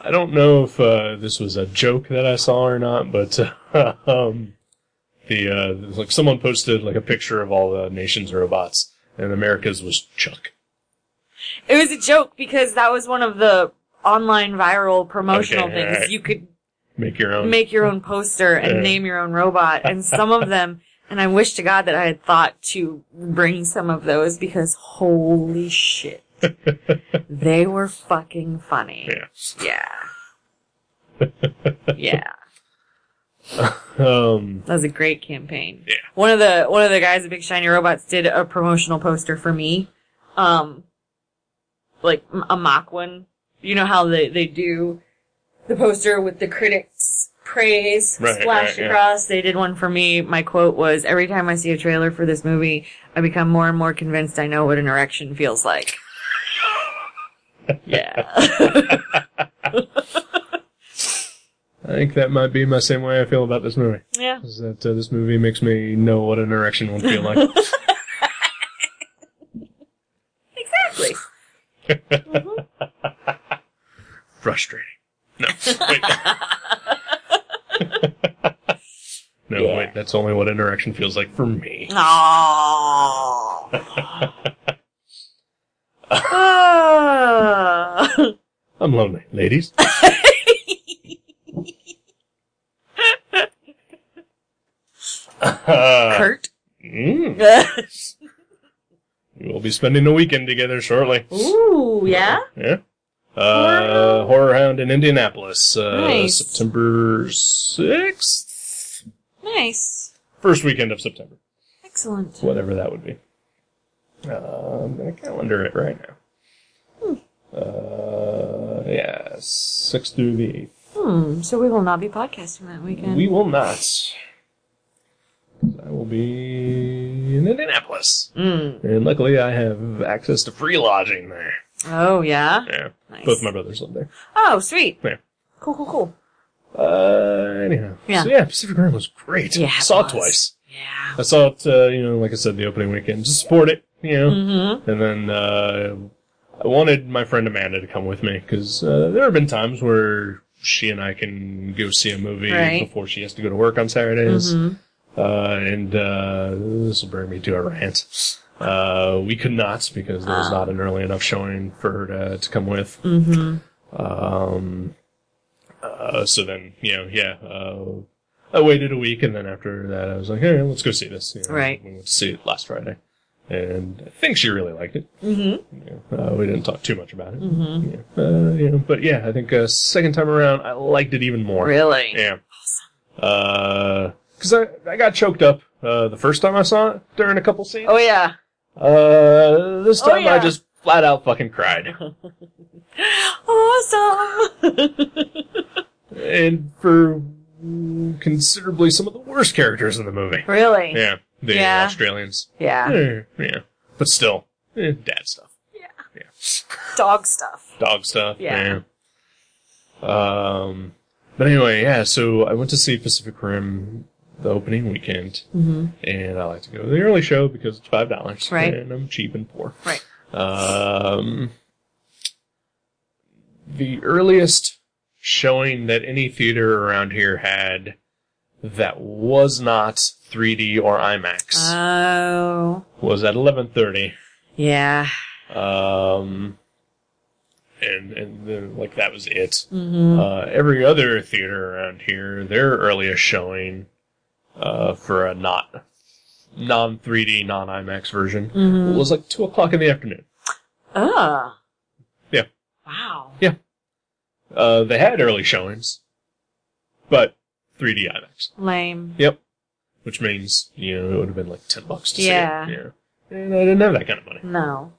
I don't know if uh, this was a joke that I saw or not, but <laughs> uh, um, the uh, there's, like someone posted like a picture of all the nation's robots, and America's was Chuck.
It was a joke because that was one of the online viral promotional
Okay,
things.
alright.
You could
Make your own.
make your own poster and
Yeah.
name your own robot. And some of them, and I wish to God that I had thought to bring some of those because
<laughs>
holy shit. they were fucking funny.
yeah.
Yeah.
<laughs>
yeah.
Um.
That was a great campaign.
Yeah.
One of the one of the guys at Big Shiny Robots did a promotional poster for me. Um like m- a mock one. You know how they they do the poster with the critics praise
Right,
splashed
right, yeah.
across. They did one for me. My quote was every time I see a trailer for this movie, I become more and more convinced I know what an erection feels like. <laughs> yeah. <laughs>
I think that might be my same way I feel about this movie.
yeah.
Is that uh, this movie makes me know what an erection would feel like?
Exactly. Mhm.
Frustrating. No, wait. <laughs> no,
Yeah.
wait. That's only what an erection feels like for me.
Aww.
<laughs>
Ah.
I'm lonely, ladies. Uh,
Kurt.
mm, we'll be spending the weekend together shortly.
<laughs> Ooh, yeah.
Yeah. Uh,
Horror Hound.
Horror Hound in Indianapolis, uh,
Nice.
September 6th?
Nice.
First weekend of September.
Excellent.
whatever that would be. Uh, I'm gonna calendar it right now. Uh, yeah, six through the eighth.
Hmm. So we will not be podcasting that weekend.
We will not. I will be in Indianapolis,
Mm.
and luckily I have access to free lodging there.
Oh yeah.
Yeah,
Nice.
both my brothers live there.
oh sweet.
Yeah.
Cool, cool, cool.
Uh, anyhow,
Yeah.
so yeah, Pacific Rim was great.
Yeah, it
saw
was.
it twice.
Yeah.
I saw it, uh, you know, like I said, the opening weekend. Just support it, you know.
Mm-hmm.
And then uh, I wanted my friend Amanda to come with me because uh, there have been times where she and I can go see a movie
Right.
before she has to go to work on Saturdays.
hmm
Uh, and uh, this will bring me to a rant. Uh, we could not because there was
Ah.
not an early enough showing for her to, to come with.
hmm
Um, uh, so then, you know, yeah, uh, I waited a week and then after that I was like, hey, let's go see this. You know,
Right.
We went to see it last Friday. And I think she really liked it.
hmm
You know, uh, we didn't talk too much about it.
hmm
Yeah. Uh, you know, but yeah, I think uh, second time around, I liked it even more.
Really.
Yeah. Because Uh, I, I got choked up uh, the first time I saw it during a couple scenes.
Oh yeah.
Uh, this
Oh,
time I
yeah.
just flat out fucking cried.
Awesome.
and for considerably some of the worst characters in the movie.
<laughs> really.
Yeah. The
Yeah.
Australians.
Yeah.
Eh, yeah. But still, eh, dad stuff.
Dog stuff.
dog stuff.
Yeah.
yeah. Um, but anyway, yeah. So I went to see Pacific Rim the opening weekend,
Mm-hmm.
and I like to go to the early show because it's five dollars,
Right.
And I'm cheap and poor,
Right.
Um, the earliest showing that any theater around here had that was not 3D or IMAX
Uh. Oh.
was at 11:30.
Yeah.
Um, and and then, like that was it.
Mm-hmm.
Uh, every other theater around here, their earliest showing uh, for a not non 3D, non IMAX version
mm-hmm.
was like two o'clock in the afternoon.
Ugh.
Yeah.
uh. Wow.
Uh, they had early showings, but 3D IMAX.
Lame.
Yep. Which means, you know, it would have been like 10 bucks to
Yeah.
see it. Yeah. And I didn't have that kind of money.
No.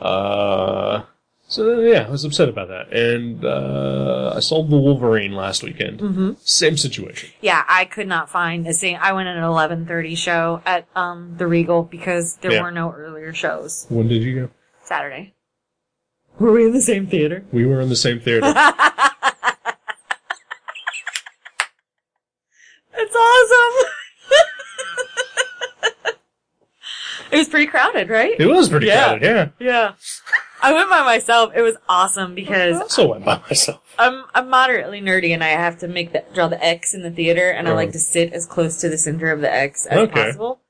Uh, so yeah, I was upset about that. And, uh, I saw The Wolverine last weekend.
hmm
Same situation.
Yeah, I could not find a sing. I went at an eleven thirty show at um the Regal because there
Yeah.
were no earlier shows.
When did you go?
Saturday. Were we in the same theater?
We were in the same theater.
That's awesome. <laughs> it was pretty crowded, right?
it was pretty
Yeah.
crowded, yeah.
Yeah. Uh-huh. I went by myself. It was awesome because
I also went by <laughs> myself.
I'm I'm moderately nerdy and I have to make the draw the X in the theater and I
Oh.
like to sit as close to the center of the X as
Okay.
possible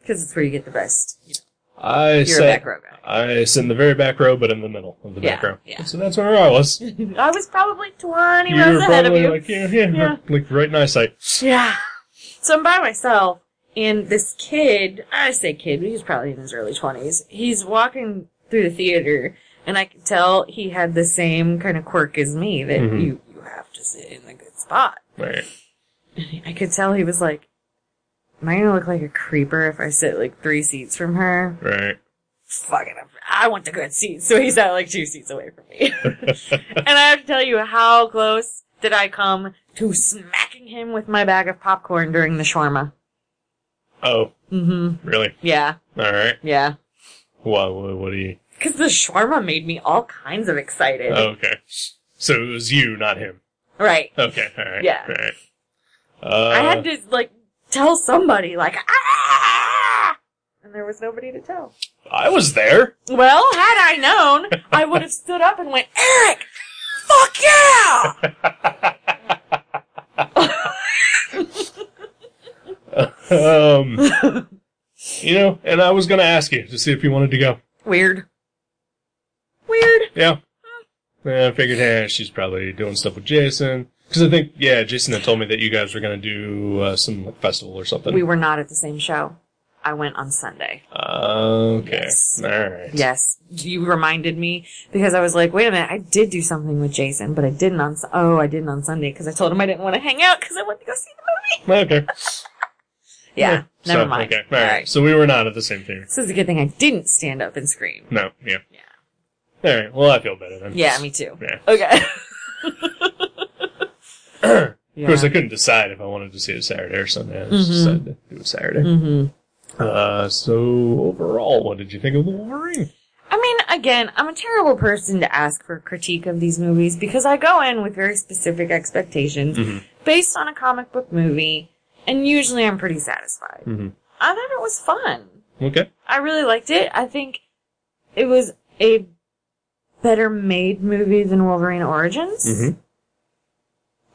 because it's where you get the best. You
I
are a
sat,
back row guy. <laughs>
I sit in the very back row, but in the middle of the back
Yeah,
row.
yeah.
So that's where I was. You
I was probably 20 rows
were
ahead of
probably
you.
like, yeah, yeah,
Yeah.
like right in eyesight.
Yeah. So I'm by myself, and this kid, I say kid, but he's probably in his early 20s, he's walking through the theater, and I could tell he had the same kind of quirk as me that
Mhm.
you, you have to sit in a good spot.
Right.
I could tell he was like, Am I gonna look like a creeper if I sit like three seats from her?
Right. <laughs>
Fucking, I want the good seats. So he sat like two seats away from
<laughs>
me. <laughs> and I have to tell you, how close did I come to smacking him with my bag of popcorn during the shawarma?
Oh,
Mm-hmm.
really?
Yeah,
All right.
yeah.
What? What, what do you?
Because the shawarma made me all kinds of excited.
Oh, okay. So it was you, not him.
Right.
Okay. All right.
Yeah.
All right. Uh,
I had to, like, tell somebody, like, ah! And there was nobody to tell.
I was there.
Well, had I known, I would have stood up and went, Eric! Fuck yeah!
um, you know, and I was going to ask you to see if you wanted to go.
Weird. Weird.
Yeah. Yeah, I figured, hey, she's probably doing stuff with Jason. Because I think, yeah, Jason had told me that you guys were going to do uh, some like, festival or something.
We were not at the same show. I went on Sunday.
Uh, Okay.
Yes.
All right.
Yes. You reminded me because I was like, wait a minute, I did do something with Jason, but I didn't on, oh, I didn't on Sunday because I told him I didn't want to hang out because I wanted to go see the movie.
Okay.
Yeah,
So,
never mind.
Okay. All right. So we were not at the same theater.
So it's a good thing I didn't stand up and scream.
No. Yeah.
Yeah.
All right. Well, I feel better then.
Yeah, me too.
Yeah.
Okay.
<clears throat> Of course, I couldn't decide if I wanted to see it Saturday or Sunday. I just
Mhm.
decided to do it Saturday.
hmm
Uh, so overall, what did you think of the Wolverine?
I mean, again, I'm a terrible person to ask for critique of these movies because I go in with very specific expectations
Mhm.
based on a comic book movie, and usually I'm pretty satisfied.
Mhm.
I thought it was fun.
Okay.
I really liked it. I think it was a better made movie than Wolverine Origins.
Mhm.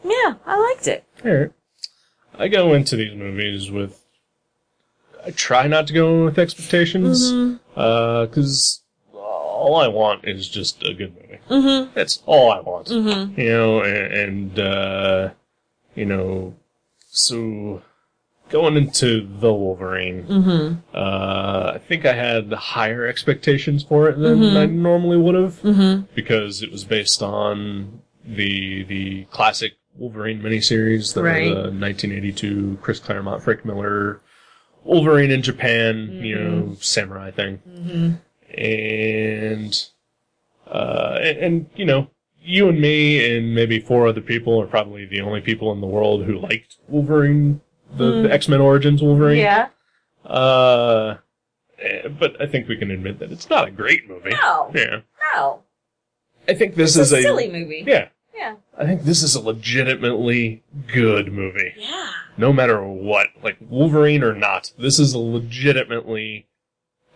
Yeah, I liked it.
All right. I go into these movies with. I try not to go in with expectations,
Mhm.
because all I want is just a good movie.
Mm-hmm.
That's all I want.
Mm-hmm.
you know, and, and uh, you know, so going into the Wolverine,
Mm-hmm.
uh, I think I had higher expectations for it than I normally would have
Mm-hmm.
because it was based on the the classic Wolverine miniseries, the,
Right.
the 1982 Chris Claremont, Frank Miller Wolverine in Japan, you know, samurai thing
Mm-hmm.
and uh, and, and you know, you and me and maybe four other people are probably the only people in the world who liked Wolverine, the, the X Men Origins Wolverine.
Yeah.
Uh, eh, but I think we can admit that it's not a great movie.
No.
Yeah.
No.
I think this
It's
is
a silly movie.
yeah.
Yeah.
I think this is a legitimately good movie.
Yeah.
No matter what, like Wolverine or not, this is a legitimately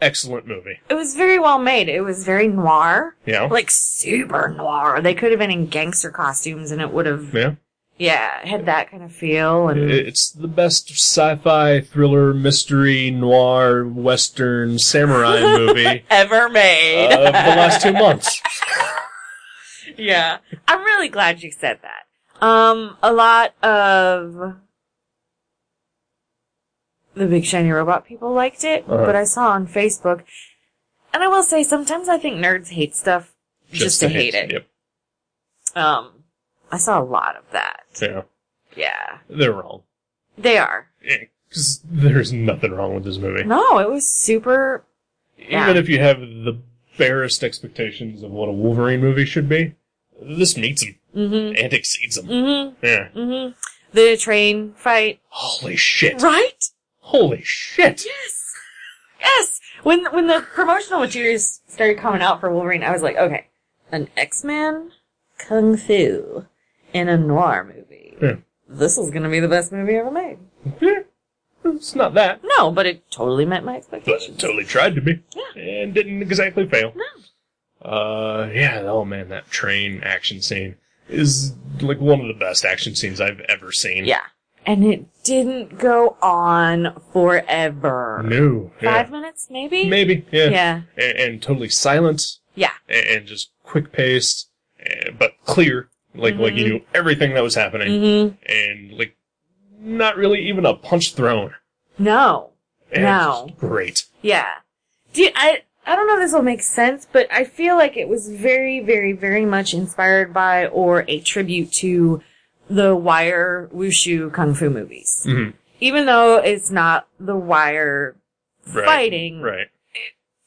excellent movie.
It was very well made. It was very noir.
You know?
Like super noir. They could have been in gangster costumes and it would have
yeah.
yeah, had that kind of feel and
It's the best sci-fi thriller mystery noir western
<laughs>
samurai movie
ever
uh,
made.
of the last two months.
<laughs> yeah. I'm really glad you said that. Um, a lot of the big shiny robot people liked it,
Uh-huh.
but I saw on Facebook, and I will say sometimes I think nerds hate stuff just, to hate it.
Yep.
Um, I saw a lot of that.
Yeah.
Yeah.
They're wrong.
They are.
Because there's nothing wrong with this movie.
No, it was super. Yeah.
Even if you have the barest expectations of what a Wolverine movie should be, this meets them
Mm
and exceeds
hmm.
them.
Mm
Yeah.
hmm. Mm hmm. The train fight.
Holy shit.
Right?
Holy shit.
Yes. Yes. When when the promotional materials started coming out for Wolverine, I was like, okay, an X Men, Kung Fu, and a noir movie.
Yeah.
This is gonna be the best movie ever made.
Yeah. It's not that.
No, but it totally met my
But
expectations.
it totally tried to be.
Yeah.
And didn't exactly fail.
No.
Uh, yeah, oh man, that train action scene is like one of the best action scenes I've ever seen.
Yeah. And it didn't go on forever.
No. Yeah.
Five minutes, maybe.
Maybe. Yeah.
Yeah.
And, and totally silent.
Yeah.
and, and just quick paced, eh, but clear. Like like you knew everything that was happening,
Mm-hmm.
and like not really even a punch thrown.
No.
And
No.
just great.
Yeah. Do you, I I don't know if this will make sense, but I feel like it was very, very, very much inspired by or a tribute to the Wire wushu kung fu movies.
Mhm.
Even though it's not the Wire
Right.
fighting,
Right.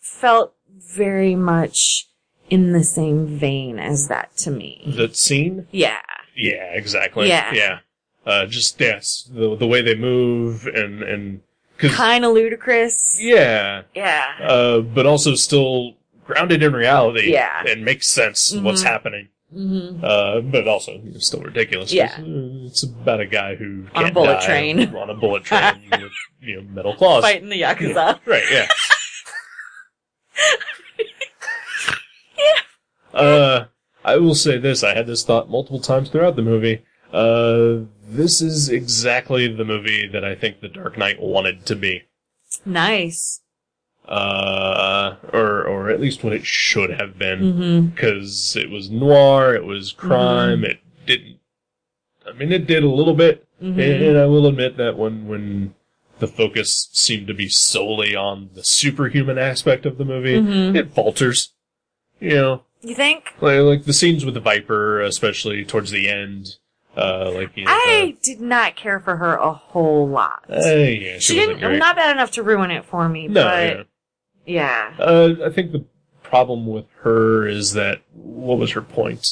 felt very much in the same vein as that to me.
The scene.
yeah.
Yeah. Exactly.
Yeah.
Yeah. Uh, just yes, the the way they move and and because
Kind of ludicrous.
yeah,
Yeah.
uh, but also still grounded in reality.
Yeah.
And makes sense what's
Mhm.
happening.
hmm
Uh, but also you know, still ridiculous. 'cause,
Yeah.
uh, It's about a guy who
On a
can't
bullet
die
train.
on a bullet
<laughs>
train with you know metal claws.
Fighting the Yakuza.
Right.
<laughs>
Yeah. Uh, I will say this: I had this thought multiple times throughout the movie. Uh, this is exactly the movie that I think The Dark Knight wanted to be.
Nice.
Uh, or or at least what it should have been
hmm
because it was noir, it was
Mm-hmm.
crime, it didn't. I mean, it did a little bit,
hmm
and, and I will admit that when when the focus seemed to be solely on the superhuman aspect of the movie,
Mhm.
it falters. You know,
You think?
like, like the scenes with the Viper, especially towards the end, uh, like you know,
I did not care for her a whole lot.
uh, yeah, she,
she
wasn't
didn't,
great.
not bad enough to ruin it for me,
no,
but
yeah.
yeah.
Uh, I think the problem with her is that what was her point?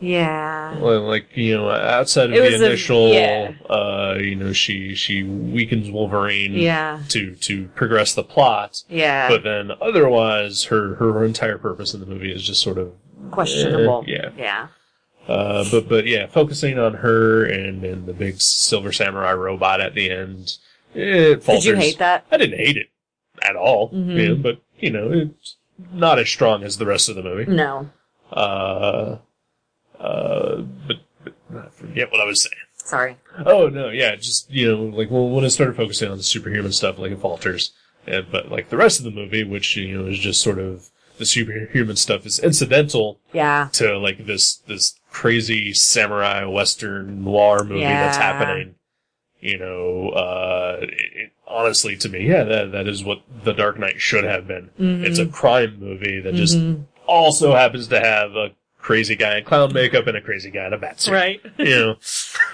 Yeah.
Well, like you know, outside of
It
the
was a-
initial,
yeah.
uh, you know, she she weakens Wolverine
Yeah.
to to progress the plot,
Yeah.
Mm. but then otherwise, her her entire purpose in the movie is just sort of,
Questionable.
Eh, yeah.
Yeah.
uh, but but yeah, focusing on her and and the big silver samurai robot at the end, it falters.
Did you hate that?
I didn't hate it at all,
Mhm.
you know, but you know, it's not as strong as the rest of the movie.
No.
Uh, uh, but, but I forget what I was saying.
Sorry.
Oh no, yeah, just you know, like well, when it started focusing on the superhuman stuff, like it falters. Uh, but like the rest of the movie, which you know is just sort of the superhuman stuff is incidental
Yeah.
to like this this crazy samurai western noir movie that's
Yeah.
happening. You know, uh, it, it, honestly, to me, yeah, that that is what The Dark Knight should have been.
Mhm.
It's a crime movie that just
Mhm.
<laughs> also happens to have a crazy guy in clown makeup and a crazy guy in a bat suit.
Right.
You know,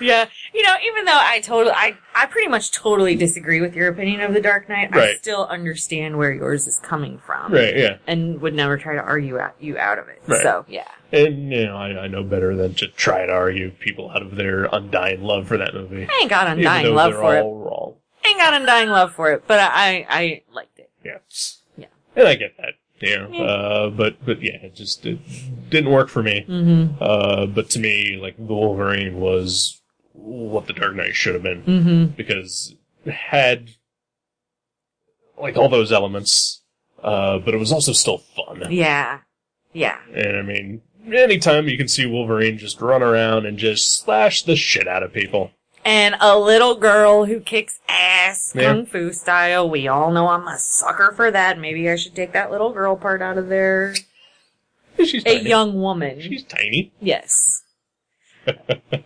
Yeah. You know, even though I totally, I, I pretty much totally disagree with your opinion of The Dark Knight, I
Right.
still understand where yours is coming from.
right? Yeah.
And would never try to argue at you out of it.
Right.
So, yeah.
And you know, I, I know better than to try to argue people out of their undying love for that movie.
I ain't got
even
undying
though
love
they're
for it.
all wrong.
ain't got undying love for it, but I I, I liked it.
Yeah.
Yeah.
And I get that. You know.
Yeah.
Uh but but yeah, it just it didn't work for me.
Mm-hmm.
Uh but to me, like the Wolverine was what the Dark Knight should have been.
Mm-hmm.
Because it had like all those elements, uh, but it was also still fun.
Yeah. Yeah.
And I mean, anytime you can see Wolverine just run around and just slash the shit out of people.
And a little girl who kicks ass,
Yeah.
kung fu style. We all know I'm a sucker for that. Maybe I should take that little girl part out of there.
She's
A
tiny.
young woman.
She's tiny.
yes.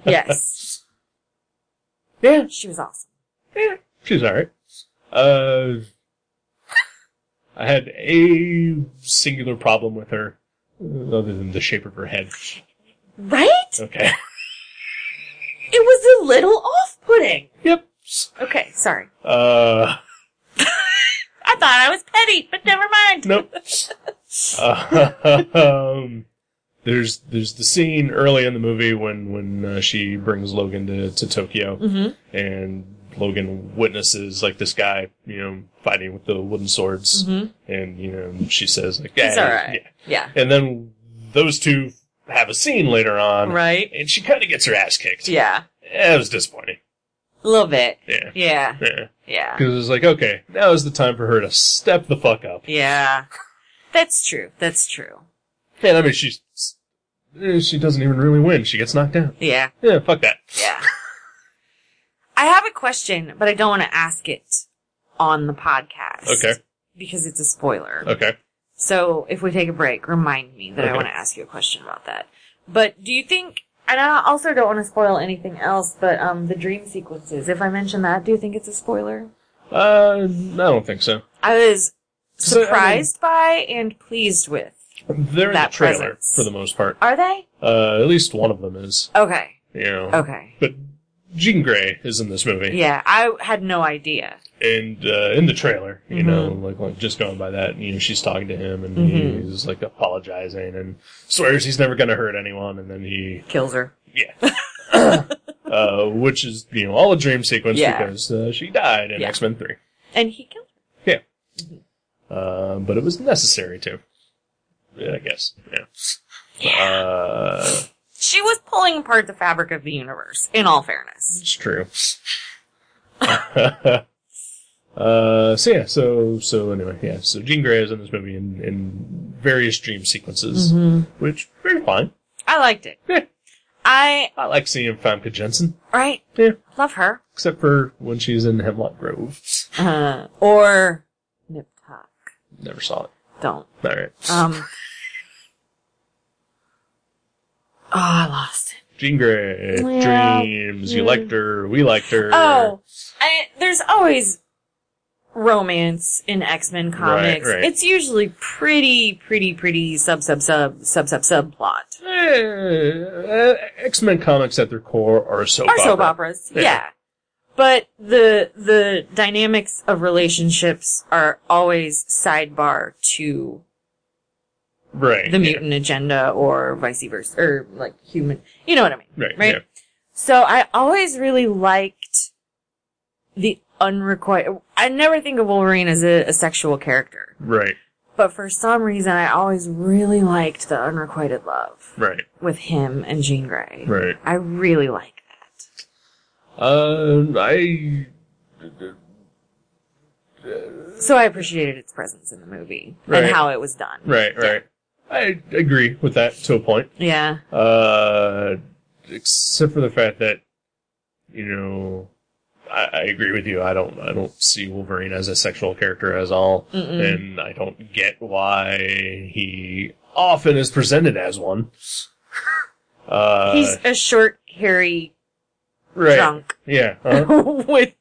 yes.
Yeah.
She was awesome.
Yeah. She's alright. Uh, <laughs> I had a singular problem with her, uh, other than the shape of her head.
Right?
Okay.
It was a little off-putting.
<laughs> Yep.
Okay, sorry.
Uh,
I thought I was petty, but never mind.
nope. Uh, <laughs> um, there's there's the scene early in the movie when when uh, she brings Logan to to Tokyo
<laughs> Mm-hmm.
and Logan witnesses like this guy you know fighting with the wooden swords
Mm-hmm.
and you know she says like
He's
"Yeah,
all
yeah."
right. Yeah.
and then those two have a scene later on
Right.
and she kind of gets her ass kicked
Yeah.
yeah, it was disappointing
A little bit.
yeah
Yeah.
yeah
Yeah.
because it was like okay now is the time for her to step the fuck up
Yeah. That's true. That's true.
And I mean, she's eh, she doesn't even really win. She gets knocked down.
Yeah.
Yeah, fuck that.
Yeah. I have a question, but I don't want to ask it on the podcast.
Okay.
Because it's a spoiler.
Okay.
So if we take a break, remind me that I
Okay.
want to ask you a question about that. But do you think, and I also don't want to spoil anything else, but um, the dream sequences, if I mention that, do you think it's a spoiler?
Uh, I don't think so.
I was
So, I mean-
surprised by and pleased with.
They're in
That
the trailer
presence.
for the most part.
Are they?
Uh, at least one of them is.
Okay.
You know.
Okay.
But Jean Grey is in this movie,
Yeah, I had no idea.
and uh, in the trailer, you
Mhm.
know, like, like just going by that, you know, she's talking to him, and
Mhm.
he's like apologizing and swears he's never gonna hurt anyone, and then he
Kills her.
Yeah. <laughs>
<laughs>
uh, which is, you know, all a dream sequence
Yeah.
because uh, she died in
Yeah.
X Men 3.
And he killed her.
Uh, but it was necessary to. Yeah, I guess. Yeah. Uh,
She was pulling apart the fabric of the universe, in all fairness.
it's <laughs> true. uh, so yeah, so, so anyway, yeah, so Jean Grey is in this movie in, in various dream sequences,
Mm-hmm.
which, very fine.
I liked it.
Yeah.
<laughs> I,
I like seeing Famke Jensen.
right?
Yeah.
Love her.
Except for when she's in Hemlock Grove.
Uh, or Nip Tuck.
Never saw it.
Don't.
Alright.
Um. <laughs> oh, Oh, I lost it.
Jean Grey,
Yeah.
dreams.
Yeah.
You liked her. We liked her.
hmm. Oh, I, there's always romance in X Men comics.
right.
It's usually pretty, pretty, pretty sub, sub, sub, sub, sub, subplot.
X Men Eh, comics at their core are a soap
Or soap
opera.
operas,
Yeah.
yeah. But the the dynamics of relationships are always sidebar to
Right.
the
yeah,
mutant agenda, or vice versa, or like human. You know what I mean?
Right.
right?
yeah.
So I always really liked the unrequited. I never think of Wolverine as a, a sexual character,
Right.
but for some reason, I always really liked the unrequited love
Right.
with him and Jean Grey.
Right.
I really like that.
Uh, I.
So I appreciated its presence in the movie
Right.
and how it was done.
Right. Right. I agree with that to a point.
Yeah.
Uh, except for the fact that, you know, I, I agree with you. I don't. I don't see Wolverine as a sexual character as all,
Mm-mm.
and I don't get why he often is presented as one. Uh,
<laughs> He's a short, hairy
right.
drunk
Yeah. uh-huh.
<laughs> with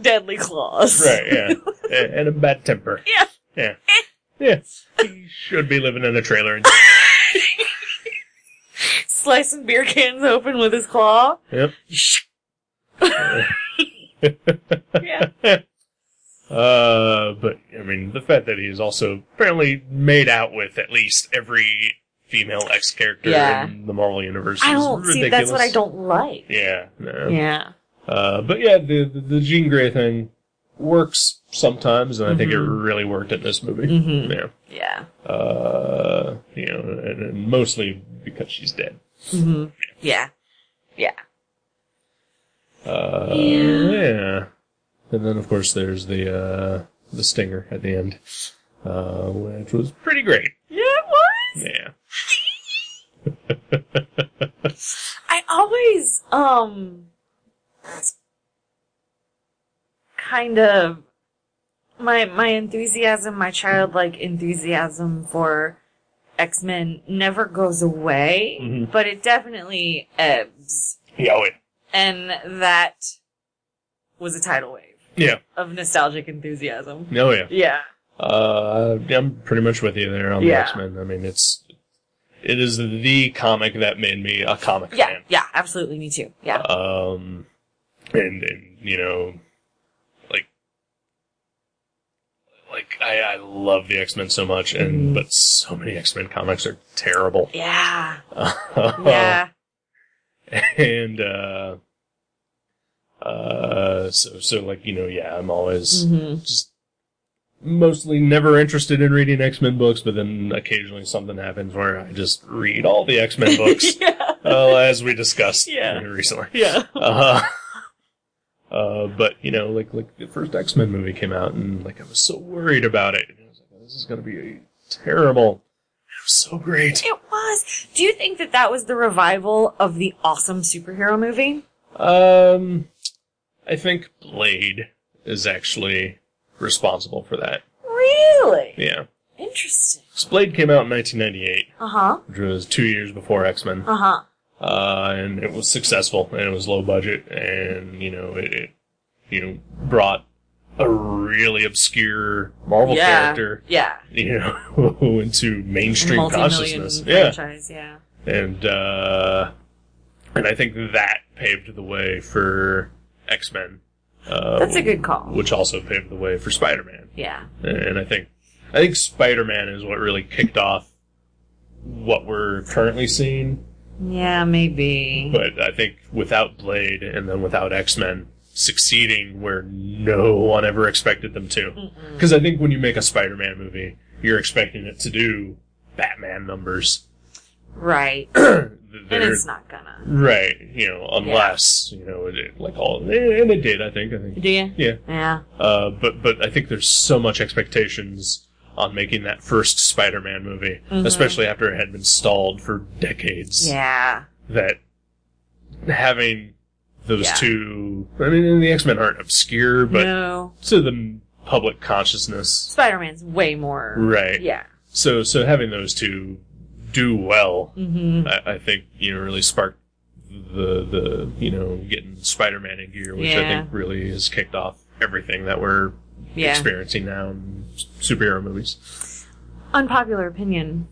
deadly claws.
Right, yeah. and, and a bad temper.
Yeah.
Yeah. Yeah. He should be living in a trailer. And,
Slicing beer cans open with his claw. <laughs>
yep. <laughs>
yeah.
Uh, but, I mean, the fact that he's also apparently made out with at least every female X character
Yeah.
in the Marvel Universe
I
is
don't
ridiculous.
see. That's what I don't like.
Yeah, no.
Yeah.
Uh, but yeah, the, the, the Jean Grey thing works sometimes, and I think it
Mhm.
really worked in this movie. <laughs>
Mm-hmm.
Yeah.
Yeah.
Uh, you know, and, and mostly because she's dead.
hmm Yeah. Yeah.
Uh,
Yeah.
yeah. And then, of course, there's the uh, the stinger at the end, uh, which was pretty great.
Yeah. It was.
Yeah.
<laughs> I always um kind of my my enthusiasm, my childlike enthusiasm for X Men never goes away,
Mhm.
but it definitely ebbs,
Yeah. Wait.
and that was a tidal wave
Yeah.
of nostalgic enthusiasm.
No. Yeah.
Yeah.
Uh, I'm pretty much with you there on the
Yeah.
X Men. I mean, it's it is the comic that made me a comic
Yeah,
fan.
yeah, absolutely. Me too. Yeah.
Um, and and you know, like, like I, I love the X Men so much, and
Mhm.
but so many X Men comics are terrible. <laughs>
yeah.
Oh.
Yeah.
and uh, uh, so so like you know, yeah, I'm always
Mhm.
just mostly never interested in reading X Men books, but then occasionally something happens where I just read all the X Men
<laughs>
books,
yeah.
uh, as we discussed
Yeah.
recently.
Yeah.
Uh, uh, but you know, like like the first X Men movie came out, and like I was so worried about it. And I was like, this is gonna be terrible. It was so great.
<laughs> It was. Do you think that that was the revival of the awesome superhero movie?
Um, I think Blade is actually responsible for that.
Really?
Yeah,
Interesting.
'Cause Blade came out in 1998,
Uh huh.
which was two years before X Men.
Uh huh.
uh, and it was successful and it was low budget and you know it, it you know brought a really obscure Marvel
Yeah.
character
Yeah.
you know <laughs> into mainstream
Multi-million
consciousness yeah
franchise. Yeah.
and uh, and I think that paved the way for X Men uh,
That's a good call.
which also paved the way for Spider Man
yeah.
and I think I think Spider Man is what really kicked off what we're currently seeing
Yeah, maybe.
But I think without Blade and then without X Men succeeding where no one ever expected them to.
Mm-mm.
Because I think when you make a Spider Man movie, you're expecting it to do Batman numbers. <clears throat>
Right. and
They're-
it's not gonna.
right, you know, unless, you know, it, it- like all, and it did, I think, I think.
Do you?
Yeah.
Yeah.
Uh, but, but I think there's so much expectations on making that first Spider Man movie,
Mhm.
especially after it had been stalled for decades.
Yeah.
that having those
Yeah.
two I mean and the X Men aren't obscure, but
no.
to the public consciousness.
Spider Man's way more.
Right.
Yeah.
So so having those two do well
Mm-hmm.
I, I think, you know, really sparked the the you know, getting Spider Man in gear, which I
Yeah.
think really has kicked off everything that we're
Yeah.
experiencing now in s- superhero movies.
Unpopular opinion.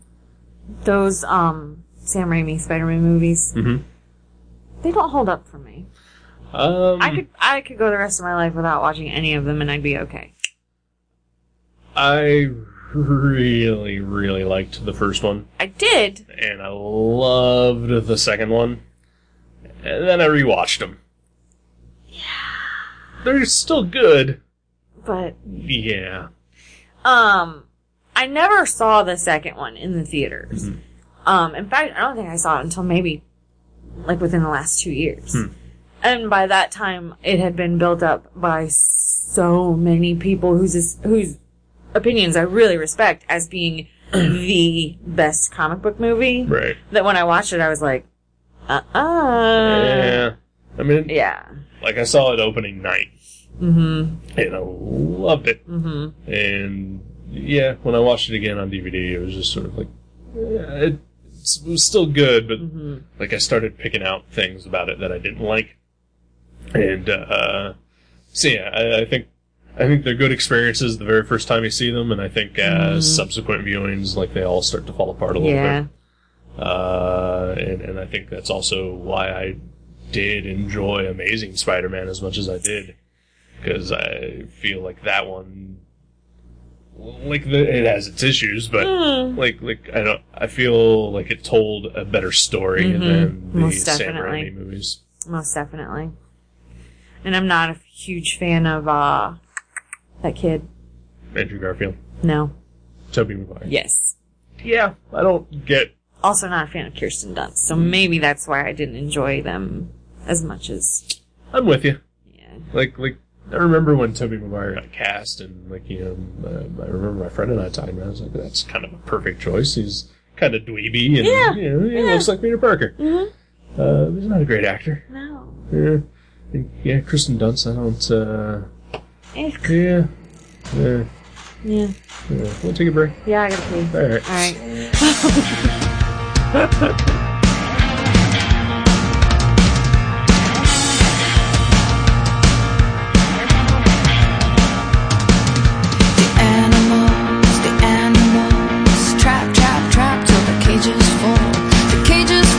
Those um Sam Raimi Spider Man movies,
Mm-hmm.
they don't hold up for me.
Um,
I could I could go the rest of my life without watching any of them and I'd be okay.
I really, really liked the first one.
I did.
and I loved the second one. And then I rewatched them. Yeah. They're still good.
But
Yeah.
um I never saw the second one in the theaters.
Mhm.
Um in fact I don't think I saw it until maybe like within the last two years.
Hmm.
And by that time it had been built up by so many people whose whose opinions I really respect
<clears throat>
as being the best comic book movie.
Right.
that when I watched it, I was like, uh uh
yeah. I mean,
Yeah.
like I saw it opening night,
Mm
and I loved it.
hmm. Mm hmm.
And yeah, when I watched it again on DVD, it was just sort of like, yeah, it, it's- it was still good, but
Mm hmm.
like I started picking out things about it that I didn't like, and uh, so yeah, I, I think I think they're good experiences the very first time you see them, and I think uh,
Mhm.
subsequent viewings like they all start to fall apart a little
Yeah.
bit, uh, and and I think that's also why I did enjoy Amazing Spider-Man as much as I did because I feel like that one like the, it has its issues, but
Mm.
like like I don't I feel like it told a better story
Mhm.
than the
Most
Sam
definitely.
Raimi movies.
Most definitely. And I'm not a huge fan of uh that kid.
Andrew Garfield,
No.
Tobey Maguire.
Yes.
Yeah, I don't get.
Also not a fan of Kirsten Dunst, so maybe that's why I didn't enjoy them as much as
I'm with you.
yeah.
Like like I remember when Tobey Maguire got cast, and like you know, uh, I remember my friend and I talking about. It. I was like, that's kind of a perfect choice. He's kind of dweeby, and
Yeah,
you know, he
yeah.
looks like Peter Parker.
Mm-hmm.
Uh, he's not a great actor.
No.
Yeah, And, yeah, Kristen Dunst. I don't. Uh,
Eh.
yeah, yeah,
Yeah.
yeah. We'll take a break.
Yeah, I gotta pee.
All right.
Alright.
The animals, the animals, trap, trap, trap till the cages fall.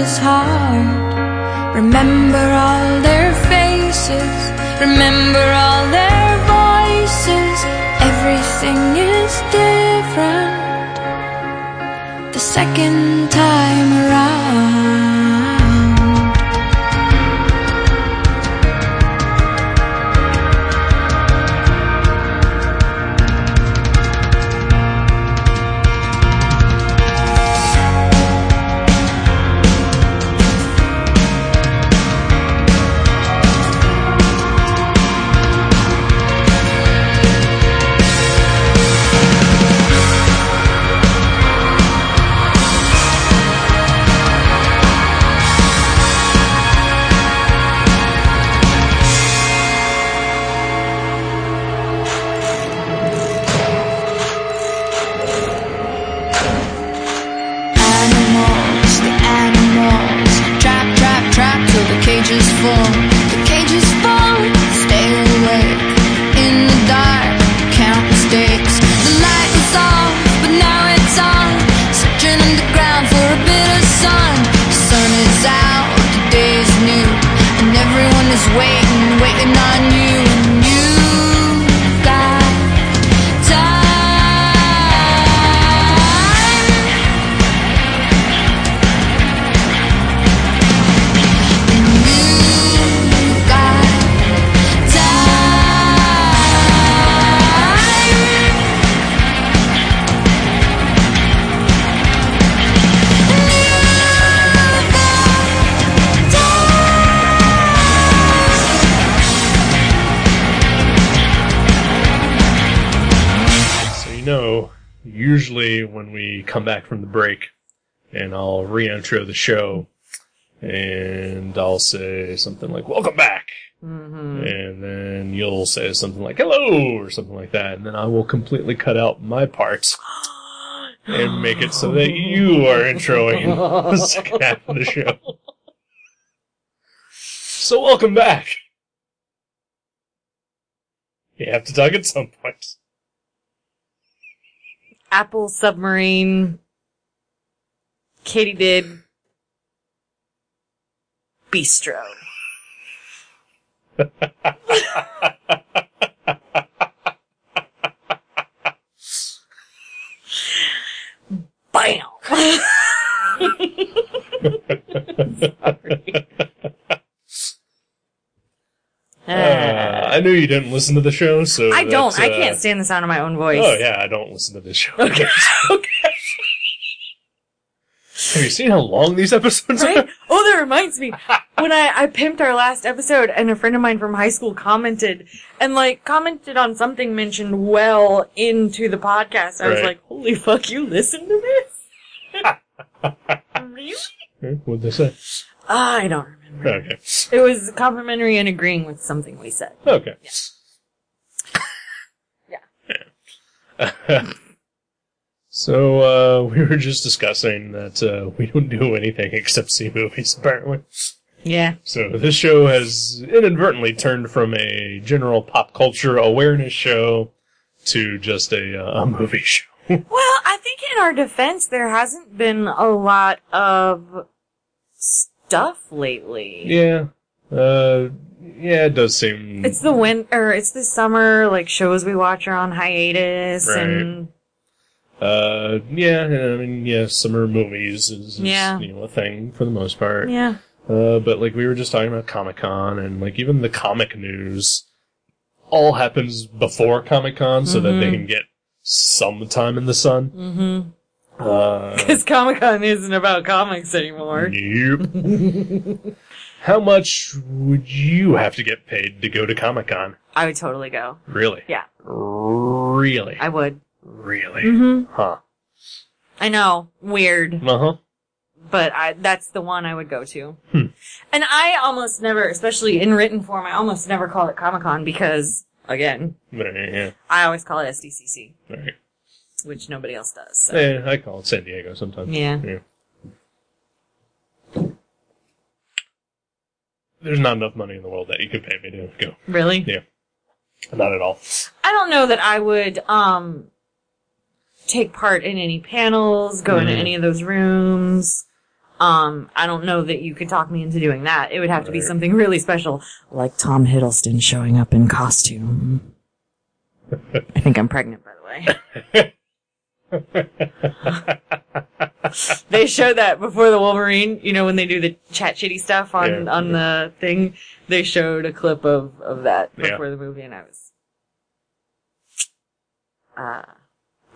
is hard. Remember all their faces, remember all their voices. Everything is different the second time around. Animals, the animals, trap, trap, trap till the cages fall. The cages fall, stay awake in the dark, count mistakes. The light is off, but now it's on. Searching underground for a bit of sun. The sun is out, the day is new, and everyone is waiting, waiting on you. And you've got time.
So you know, usually when we come back from the break, and I'll re-intro the show, and I'll say something like "Welcome back,"
Mm-hmm.
and then you'll say something like "Hello" or something like that, and then I will completely cut out my parts and make it so that you are introing <laughs> the second half of the show. So welcome back. You have to talk at some point.
Apple submarine. Katie did. Bistro. Bam. <laughs> Sorry.
Uh, I knew you didn't listen to the show, so
I don't.
that's,
I
uh,
can't stand the sound of my own voice.
Oh yeah, I don't listen to this show.
Okay. <laughs> okay.
Have you seen how long these episodes
<laughs> Right?
are?
Oh, that reminds me. When I, I pimped our last episode and a friend of mine from high school commented and like commented on something mentioned well into the podcast. I was
Right.
like, holy fuck, you listen to this? really? Ah,
What'd they say?
I don't remember.
Okay.
It was complimentary and agreeing with something we said.
Okay.
<laughs> Yeah.
<laughs> so uh, we were just discussing that uh, we don't do anything <laughs> except see movies, apparently.
Yeah.
So this show has inadvertently turned from a general pop culture awareness show to just a, uh, a movie show.
Well, I think in our defense, there hasn't been a lot of stuff lately.
Yeah. Uh, yeah, it does seem.
It's the winter, it's the summer, like shows we watch are on hiatus and
Uh, yeah, I mean, yeah, summer movies is, is,
Yeah.
you know a thing for the most part.
yeah.
Uh, but like we were just talking about Comic Con and like even the comic news all happens before Comic Con so that they can get some time in the sun.
Mm-hmm.
Uh,
Because Comic Con isn't about comics anymore.
nope.
<laughs>
How much would you have to get paid to go to Comic Con?
I would totally go.
Really?
Yeah.
Really?
I would.
really?
hmm
Huh.
I know. Weird.
Uh huh.
But I, that's the one I would go to.
Hmm.
And I almost never, especially in written form, I almost never call it Comic Con because, again,
uh, Yeah.
I always call it SDCC,
All right.
which nobody else does. So.
Yeah, I call it San Diego sometimes.
Yeah.
There's not enough money in the world that you could pay me to go.
Really?
Yeah. Not at all.
I don't know that I would um take part in any panels, go into
Mhm.
any of those rooms. Um, I don't know that you could talk me into doing that. It would have to be
Right.
something really special, like Tom Hiddleston showing up in costume. I think I'm pregnant, by the way.
<laughs>
they show that before the Wolverine, you know, when they do the chat shitty stuff on,
Yeah,
on
yeah.
the thing, they showed a clip of, of that
Yeah.
before the movie and I was, uh,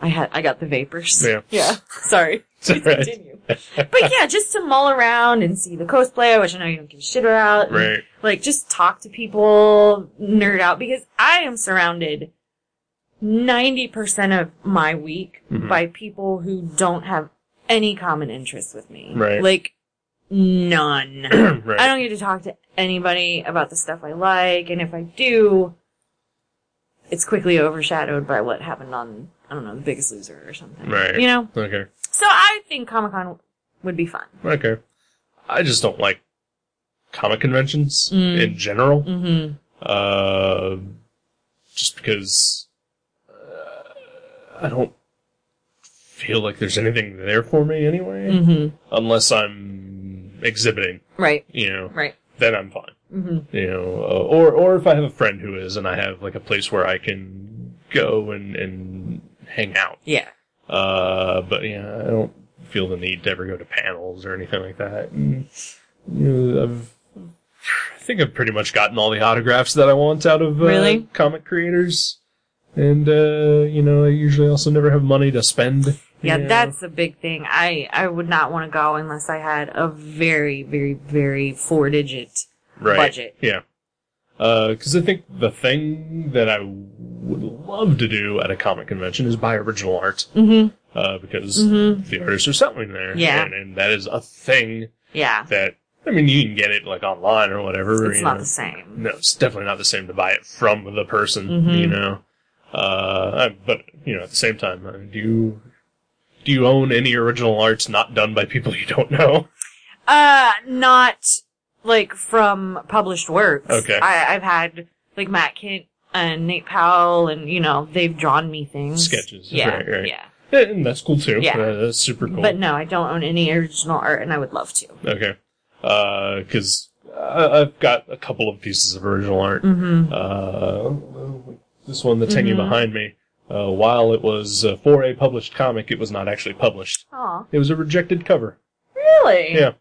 I had, I got the vapors.
Yeah.
<laughs> Yeah. Sorry.
<laughs> It's all
Please
right.
continue. but yeah, just to mull around and see the cosplay, which I know you don't give a shit about. and,
Right.
Like, just talk to people, nerd out, because I am surrounded 90% of my week
Mhm.
by people who don't have any common interests with me.
Right.
Like, none.
<clears throat> right.
I don't get to talk to anybody about the stuff I like, and if I do, it's quickly overshadowed by what happened on, I don't know, The Biggest Loser or something.
Right.
You know?
Okay.
So I think Comic Con would be fun.
Okay. I just don't like comic conventions
Mm.
in general.
Mm-hmm.
Uh, just because uh, I don't feel like there's anything there for me anyway,
Mm-hmm.
unless I'm exhibiting.
Right.
You know,
Right.
then I'm fine.
Mm-hmm.
You know, uh, or or if I have a friend who is, and I have like a place where I can go and and hang out.
Yeah.
Uh, but yeah, I don't feel the need to ever go to panels or anything like that. And, you know, I've, I think I've pretty much gotten all the autographs that I want out of uh,
Really?
comic creators. And, uh, you know, I usually also never have money to spend. you
Yeah,
know.
that's the big thing. I, I would not want to go unless I had a very, very, very four digit.
right.
budget.
Yeah. Because I think the thing that I would love to do at a comic convention is buy original art.
Mm-hmm.
Uh, because
Mhm.
the artists are selling there.
Yeah.
And, and that is a thing
Yeah.
that I mean, you can get it like online or whatever.
It's
you
not
know.
the same.
No, it's definitely not the same to buy it from the person.
Mhm.
You know, uh, I- but you know, at the same time, uh, do you do you own any original arts not done by people you don't know? <laughs>
Uh, not like from published works.
Okay.
I, I've had like Matt Kent and Nate Powell and, you know, they've drawn me things.
Sketches,
Yeah.
right, right.
Yeah.
Eh, And that's cool too.
Yeah.
Uh, that's super cool.
But no, I don't own any original art and I would love to.
okay, because I I've got a couple of pieces of original art.
Mm-hmm.
Uh, this one that's hanging
Mhm.
behind me. Uh, while it was uh, for a published comic, it was not actually published.
Aw.
It was a rejected cover.
Really?
Yeah.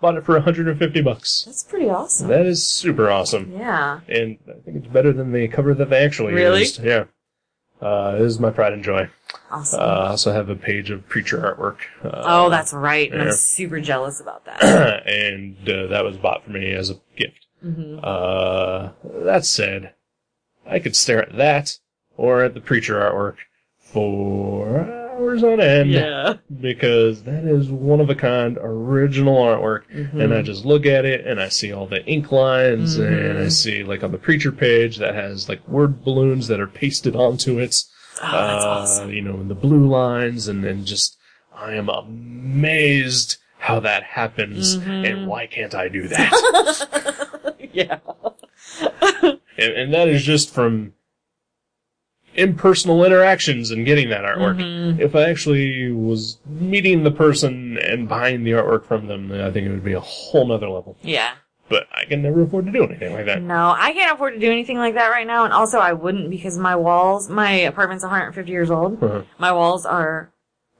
Bought it for 150 bucks.
That's pretty awesome.
That is super awesome.
yeah.
And I think it's better than the cover that they actually
Really?
used. Yeah. Uh, this is my pride and joy. Uh,
Awesome.
I also have a page of Preacher artwork. Uh,
oh, that's right. And
yeah.
I'm super jealous
<coughs>
about
<clears throat>
that.
and uh, that was bought for me as a gift.
hmm
Uh, that said, I could stare at that or at the Preacher artwork for hours on end
Yeah.
because that is one of a kind original artwork
Mm-hmm.
and I just look at it and I see all the ink lines and I
Mhm.
see like on the preacher page that has like word balloons that are pasted onto it. Uh,
oh, that's awesome. <laughs>
You know, and the blue lines and then just I am amazed how that happens
Mhm.
and why can't I do that? <laughs>
yeah.
and, and that is just from impersonal interactions and getting that artwork.
Mhm.
If I actually was meeting the person and buying the artwork from them, then I think it would be a whole nother level.
Yeah.
but I can never afford to do anything like that.
No, I can't afford to do anything like that right now. And also, I wouldn't because my walls, my apartment's 150 years old.
Uh-huh.
My walls are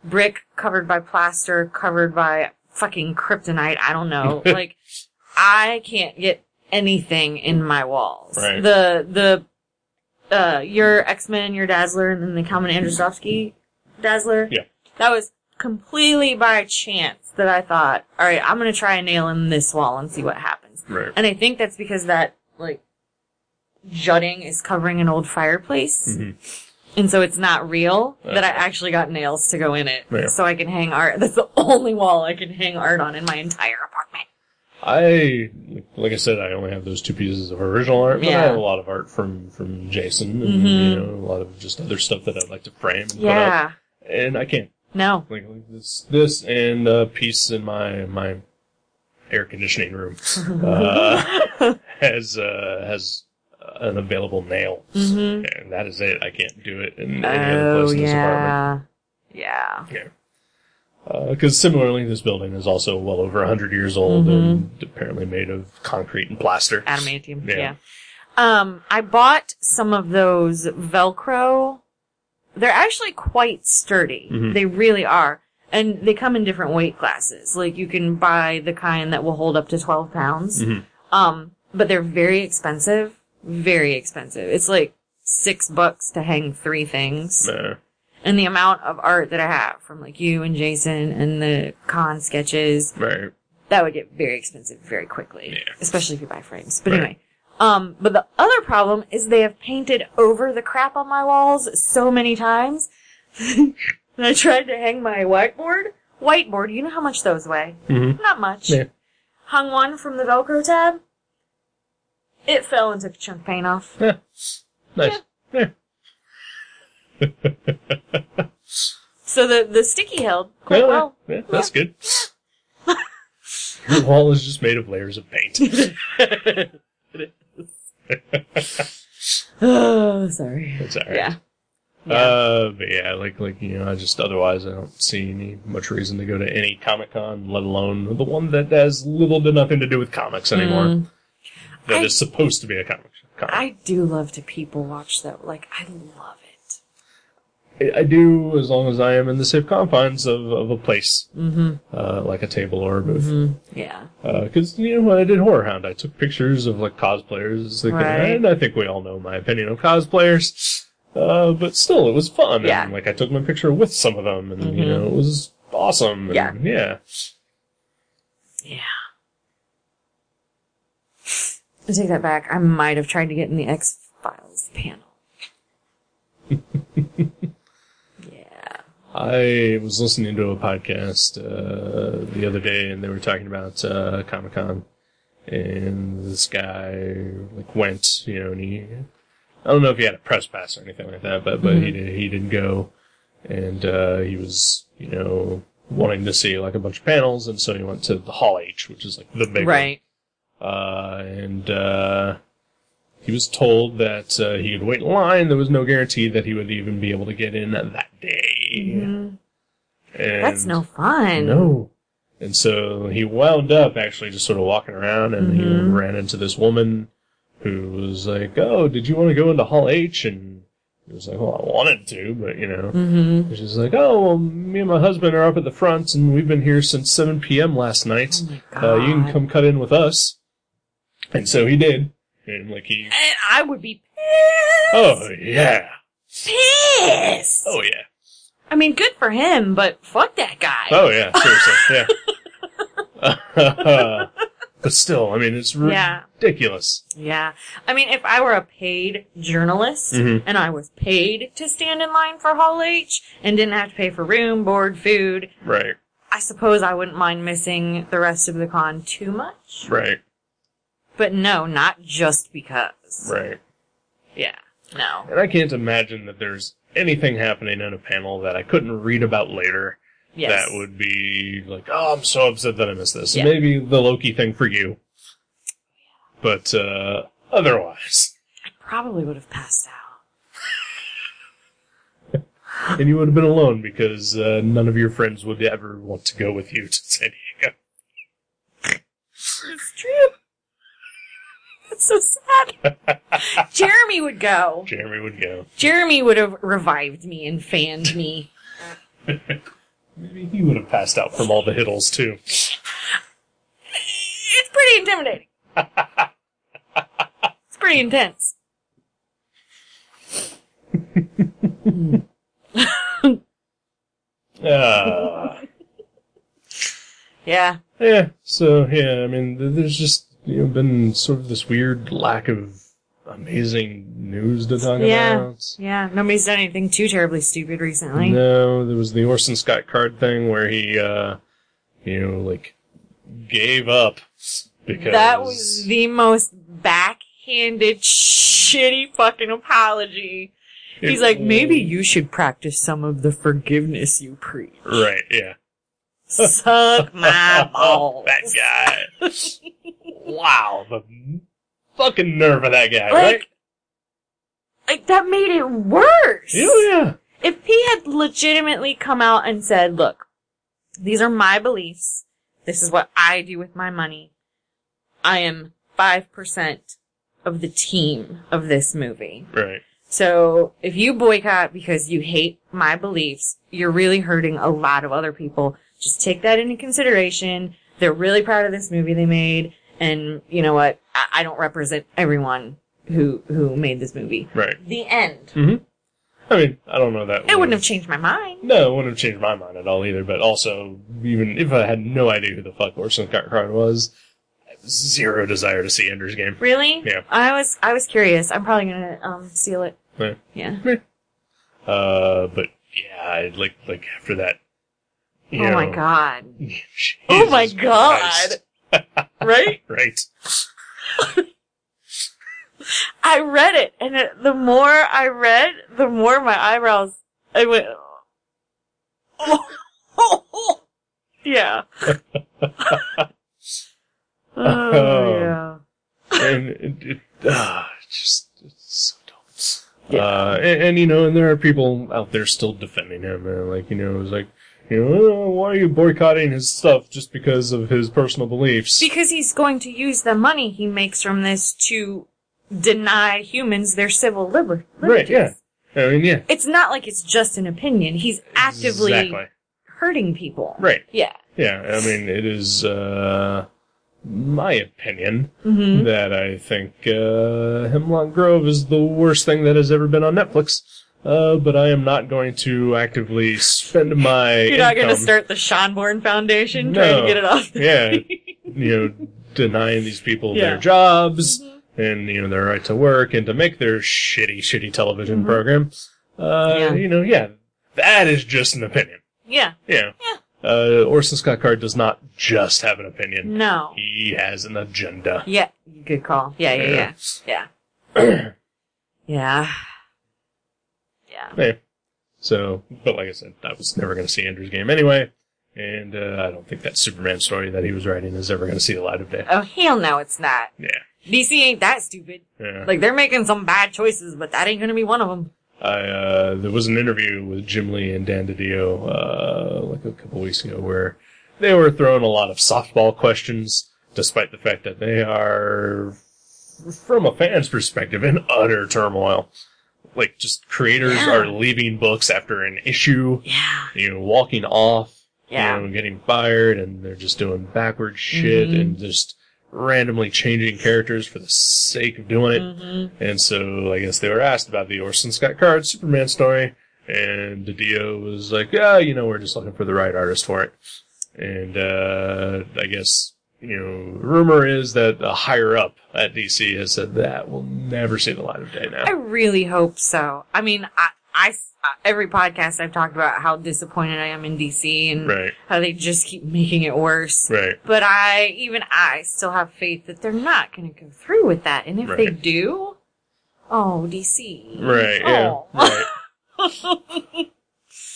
brick covered by plaster, covered by fucking kryptonite. I
<laughs>
don't know. like, I can't get anything in my walls.
Right.
The, the, uh, your X-Men, your Dazzler, and then the Common Androsovsky Dazzler.
Yeah.
That was completely by chance that I thought, all right, I'm going to try and nail in this wall and see what happens.
Right.
And I think that's because that, like, jutting is covering an old fireplace.
Mhm.
And so it's not real that I
Okay.
actually got nails to go in it.
Yeah.
So I can hang art. <laughs> That's the only wall I can hang art on in my entire apartment.
I, like I said, I only have those two pieces of original art, but I
Yeah. Mm-hmm.
have a lot of art from from Jason, and you know, a lot of just other stuff that I'd like to frame and put up.
Yeah.
And I can't
No.
like, like this, this, and a piece in my my air conditioning
<laughs>
room uh, has uh, has an available nail,
Mhm.
and that is it. I can't do it in any other
Oh,
place in this apartment.
yeah. Yeah.
Yeah. Because Uh, similarly, this building is also well over 100 years old
Mm-hmm.
and apparently made of concrete and plaster.
Adamantium.
Yeah.
Yeah. Um, I bought some of those Velcro. They're actually quite sturdy.
Mhm.
They really are. And they come in different weight classes. Like you can buy the kind that will hold up to 12 pounds.
Mhm.
Um, but they're very expensive. Very expensive. It's like six bucks to hang three things
Uh,
and the amount of art that I have from like you and Jason and the con sketches
right.
that would get very expensive very quickly,
Yeah.
especially if you buy frames. But
Right.
anyway, um, but the other problem is they have painted over the crap on my walls so many times. <laughs> And I tried to hang my whiteboard. Whiteboard, you know how much those weigh?
hmm
Not much.
Yeah.
Hung one from the Velcro tab. It fell and took a chunk of paint off.
Yeah. Nice. Yeah.
So the, the sticky held
Oh,
quite
Yeah, <sighs>
well.
yeah, that's
<laughs>
good. Your wall is just made of layers of paint.
<laughs> Oh, sorry.
That's all right.
Yeah.
Uh, but yeah, like like you know, I just otherwise I don't see any much reason to go to any Comic Con, let alone the one that has little to nothing to do with comics anymore. That is
Mm. I-
supposed to be a comic. comic.
I do love to people watch though. Like I love it.
I- I do as long as I am in the safe confines of, of a place,
Mm-hmm.
uh, like a table or a booth.
Yeah.
Because you know when I did Horror Hound, I took pictures of like cosplayers, it's like,
Right.
and I think we all know my opinion of cosplayers. Uh, but still, it was fun.
Yeah.
And, like I took my picture with some of them, and you
Mhm.
know it was awesome. and,
Yeah.
yeah.
Yeah. I take that back. I might have tried to get in the X Files panel. yeah.
I was listening to a podcast uh, the other day, and they were talking about uh, Comic Con, and this guy like went, you know, and he I don't know if he had a press pass or anything like that, but but he did, he did go, and uh, he was you know wanting to see like a bunch of panels, and so he went to the Hall H, which is like the big one
Right.
uh, and uh, he was told that uh, he could wait in line. There was no guarantee that he would even be able to get in that day. And
Mm-hmm. That's no fun.
no. And so he wound up actually just sort of walking around, and
Mm-hmm.
he ran into this woman who was like, "Oh, did you want to go into Hall H?" And he was like, "Well, I wanted to, but you know."
Mm-hmm.
And She's like, "Oh, well, me and my husband are up at the front, and we've been here since 7 p.m. last night.
Oh my
Uh, you can
God.
come cut in with us." And so he did, and like he,
And I would be pissed.
oh yeah,
Pissed.
oh yeah,
I mean, good for him, but fuck that guy.
oh yeah, seriously, yeah. <laughs> but still, I mean, it's
Yeah.
ridiculous.
Yeah. I mean, if I were a paid journalist
Mhm.
and I was paid to stand in line for Hall H and didn't have to pay for room, board, food,
Right,
I suppose I wouldn't mind missing the rest of the con too much.
right,
But no, not just because.
right.
Yeah. No.
And I can't imagine that there's anything happening on a panel that I couldn't read about later.
Yes.
That would be like, oh, I'm so upset that I missed this.
Yeah.
Maybe the Loki thing for you. But uh, otherwise,
I probably would have passed out.
and you would have been alone because uh, none of your friends would ever want to go with you to <laughs> San Diego.
It's true. <laughs> That's so sad.
<laughs>
Jeremy would go.
Jeremy would go.
Jeremy would have revived me and fanned me.
Maybe he would have passed out from all the hittles too.
It's pretty intimidating.
<laughs>
it's pretty intense. <laughs>
Ah.
Yeah.
Yeah. So yeah, I mean, th- there's just you know, been sort of this weird lack of amazing news to talk
Yeah.
about.
Yeah. Nobody's done anything too terribly stupid recently.
No, there was the Orson Scott Card thing where he, uh, you know, like gave up because
That was the most backhanded, shitty fucking apology.
it-
He's like, maybe you should practice some of the forgiveness you
<laughs>
preach.
right, yeah,
Suck my
oh,
balls.
that
<laughs>
guy. wow, the fucking nerve of that guy,
Like-
right?
Like, that made it worse.
Yeah, yeah,
If he had legitimately come out and said, look, These are my beliefs. This is what I do with my money. I am 5% of the team of this movie.
Right.
So if you boycott because you hate my beliefs, you're really hurting a lot of other people. Just take that into consideration. They're really proud of this movie they made, and you know what? I, I don't represent everyone who who made this movie.
Right.
The end.
I mean, I don't know that.
It wouldn't have
changed.
changed my mind.
No, it wouldn't have changed my mind at all either. But also, even if I had no idea who the fuck Orson Scott Card was, I have zero desire to see Ender's Game.
Really?
Yeah.
I was I was curious. I'm probably gonna um seal it.
Right.
Yeah.
Uh, but yeah, I, like like after that. you
Oh my
<laughs> know,
god.
Jesus
oh my god.
Christ. <laughs>
Right?
Right.
I read it, and it, the more I read, the more my eyebrows. I went. <laughs>
<laughs>
yeah. oh yeah.
and it, it uh, just it's so dumb. Uh, and, and you know, and there are people out there still defending him, and like you know, it's like you know, "Oh, why are you boycotting his stuff just because of his personal beliefs?
Because he's going to use the money he makes from this to deny humans their civil liber-
Right,
liberties.
yeah. I mean, yeah,
It's not like it's just an opinion. He's actively
exactly
hurting people.
right.
Yeah.
Yeah, I mean, it is uh, my opinion
hmm
that I think uh, Hemlock Grove is the worst thing that has ever been on Netflix. Uh, but I am not going to actively spend my.
You're not going to
income-
start the Sean Bourne Foundation
No.
trying to get
<laughs>
it off. the- <laughs>
yeah, you know, denying these people
Yeah. Mm-hmm.
their jobs and you know their right to work and to make their shitty, shitty television program. Uh,
Mm-hmm. Yeah.
You know, yeah, that is just an opinion.
Yeah.
Yeah. Uh, Orson Scott Card does not just have an opinion;
No.
he has an agenda.
Yeah. Good call. Yeah, yeah, yeah.
Yeah.
Yeah.
<clears throat>
yeah. Yeah.
Yeah. So, but like I said, I was never going to see Andrew's game anyway, and uh, I don't think that Superman story that he was writing is ever going to see the light of day.
Oh, hell no, it's not.
Yeah.
DC ain't that stupid.
Yeah.
Like, they're making some bad choices, but that ain't gonna be one of them.
I uh, there was an interview with Jim Lee and Dan DiDio uh, like a couple weeks ago where they were throwing a lot of softball questions, despite the fact that they are, from a fan's perspective, in utter turmoil. Like just creators
Yeah.
are leaving books after an issue,
Yeah.
you know, walking off,
Yeah.
you know, getting fired, and they're just doing backward shit
Mhm.
and just randomly changing characters for the sake of doing it.
hmm
And so I guess they were asked about the Orson Scott Card Superman story, and Dio was like, "Yeah, you know, we're just looking for the right artist for it." And uh, I guess you know, rumor is that a higher up at DC has said that will never see the light of day
I
now.
really hope so. I mean, I, I s- uh, every podcast I've talked about how disappointed I am in DC and
Right,
how they just keep making it worse.
right,
But I, even I, still have faith that they're not going to go through with that. And if they
Right.
do, oh, DC.
right, yeah,
Oh.
right.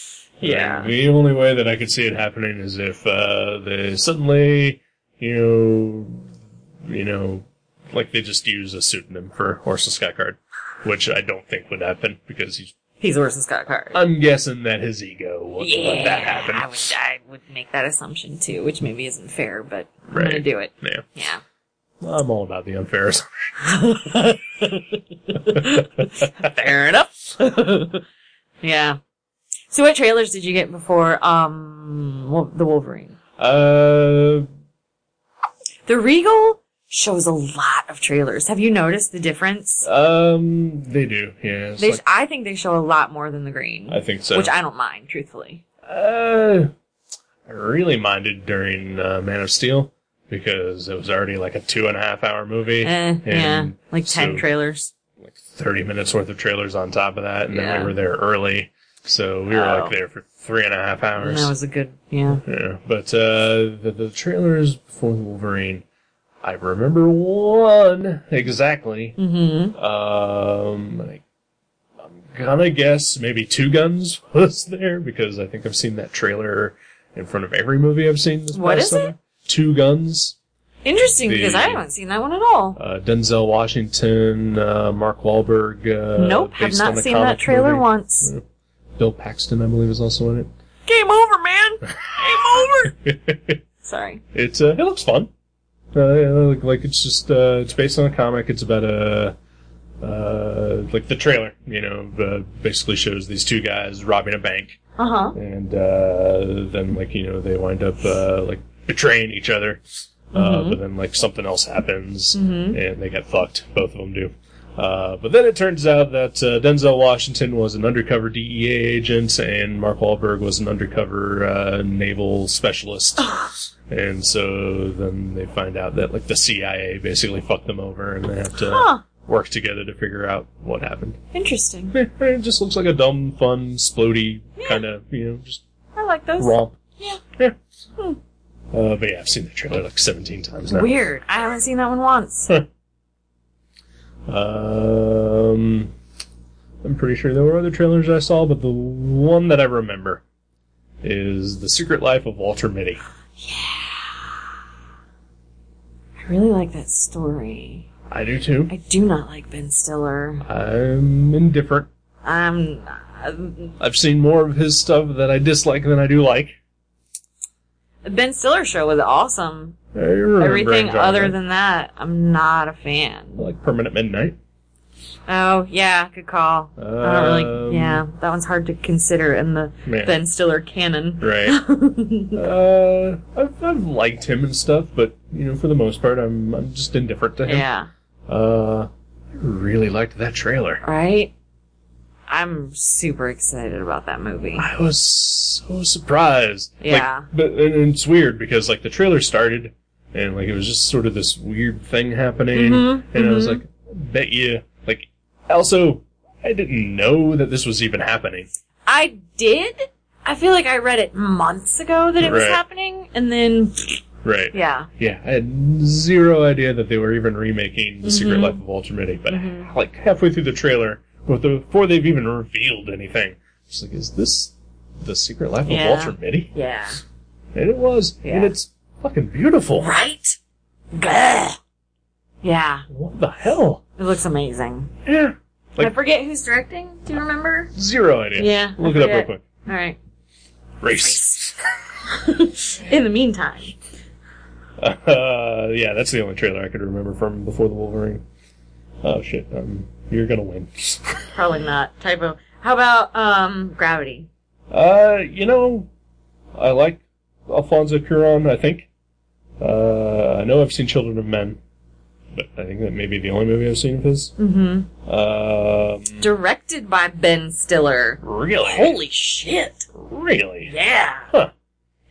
<laughs> Yeah.
And the only way that I could see it happening is if uh, they suddenly, you know, you know, like they just use a pseudonym for Orson Scott Card, which I don't think would happen because he's.
He's Orson Scott Card.
I'm guessing that his ego would
Oh, yeah,
let that
I
happen.
would, I would make that assumption too, which maybe isn't fair, but I'm gonna
Right.
do it.
Yeah,
Yeah.
<laughs> I'm all about the unfair. <laughs> assumption.
Fair enough. <laughs> yeah. So what trailers did you get before um Wol- the Wolverine?
Uh,
The Regal shows a lot of trailers. Have you noticed the difference?
um, they do. Yeah, it's
They,
like-
I think they show a lot more than the Green,
I think so.
which I don't mind, truthfully.
Uh, I really minded during uh, Man of Steel because it was already like a two and a half hour movie.
Eh, yeah,
and
like ten
so-
trailers.
like 30 minutes worth of trailers on top of that, and then
Yeah.
we were there early. So we were
Oh.
like there for three and a half
And
hours.
that was a good, yeah.
yeah. But uh, the, the trailers before the Wolverine, I remember one exactly.
Mm-hmm.
Um, I, I'm gonna guess maybe Two Guns <laughs> was there because I think I've seen that trailer in front of every movie I've seen. This
What
past
is it?
summer. Two Guns.
Interesting
The-
because I haven't seen that one at all.
Uh, Denzel Washington, uh, Mark Wahlberg. Uh,
nope, have
based on
not
the
seen that
comic
trailer
movie. Mm.
once.
Bill Paxton, I believe, is also in it.
Game
<laughs>
over, man. Game over. Sorry.
It's uh, it looks fun. Uh, yeah, like, like it's just uh, it's based on a comic. It's about a uh, like the trailer, you know, uh, basically shows these two guys robbing a bank,
Uh huh.
and uh, then like you know they wind up uh, like betraying each other. Uh, But then like something else happens, and they get fucked. Both of them do. Uh, but then it turns out that uh, Denzel Washington was an undercover DEA agent, and Mark Wahlberg was an undercover uh, naval specialist. And so then they find out that like the CIA basically fucked them over, and they have to
Huh.
work together to figure out what happened. <laughs>
Interesting.
Eh, It just looks like a dumb, fun, splody kind of you know just
I like those.
romp.
Yeah.
Yeah.
Hmm.
Uh, but yeah, I've seen the trailer like 17 times now.
Weird. I haven't seen that one once.
Um, I'm pretty sure there were other trailers I saw, but the one that I remember is The Secret Life of Walter Mitty.
I really like that story.
I do too.
I do not like Ben Stiller.
I'm indifferent.
I'm. uh,
I've seen more of his stuff that I dislike than I do like.
ben Stiller show was awesome.
I remember
Everything
enjoying
other
it.
than that, I'm not a
I
fan.
like Permanent Midnight.
Oh yeah, good call. I don't
Um,
really. Yeah, that one's hard to consider in the
Man.
Ben Stiller canon.
Right. uh, I've, I've liked him and stuff, but you know, for the most part, I'm I'm just indifferent to him.
<laughs> yeah.
Uh, I really liked that trailer.
Right. I'm super excited about that movie.
I was so surprised.
Yeah.
Like, but and and it's weird because like the trailer started and like it was just sort of this weird thing happening,
Mhm,
and I was like, bet you like also. I didn't know that this was even happening.
I did. I feel like I read it months ago that it was
Right.
happening, and then
Right.
yeah,
Yeah, I had zero idea that they were even remaking The Secret
Mm-hmm.
Life of Walter Mitty, but like halfway through the trailer, with the- before they've even revealed anything, it's like, is this The Secret Life
Yeah.
of Walter Mitty?
yeah,
And it was, and
Yeah.
it's fucking beautiful.
right. Gah. Yeah,
What the hell?
it looks amazing.
Yeah,
I
like
forget who's directing. Do you remember?
zero idea.
Yeah, I
look it up real
forget.
quick.
All right. <laughs>
Race.
In the meantime,
Uh, yeah, that's the only trailer I could remember from before the Wolverine. Oh shit, um, you're gonna win.
probably not typo. How about um Gravity?
Uh, you know, I like Alfonso Cuarón. I think. Uh, I know I've seen Children of Men, but I think that may be the only movie I've seen of his.
Mm-hmm.
Um,
Directed by Ben Stiller.
really,
Holy shit!
really.
Yeah.
Huh.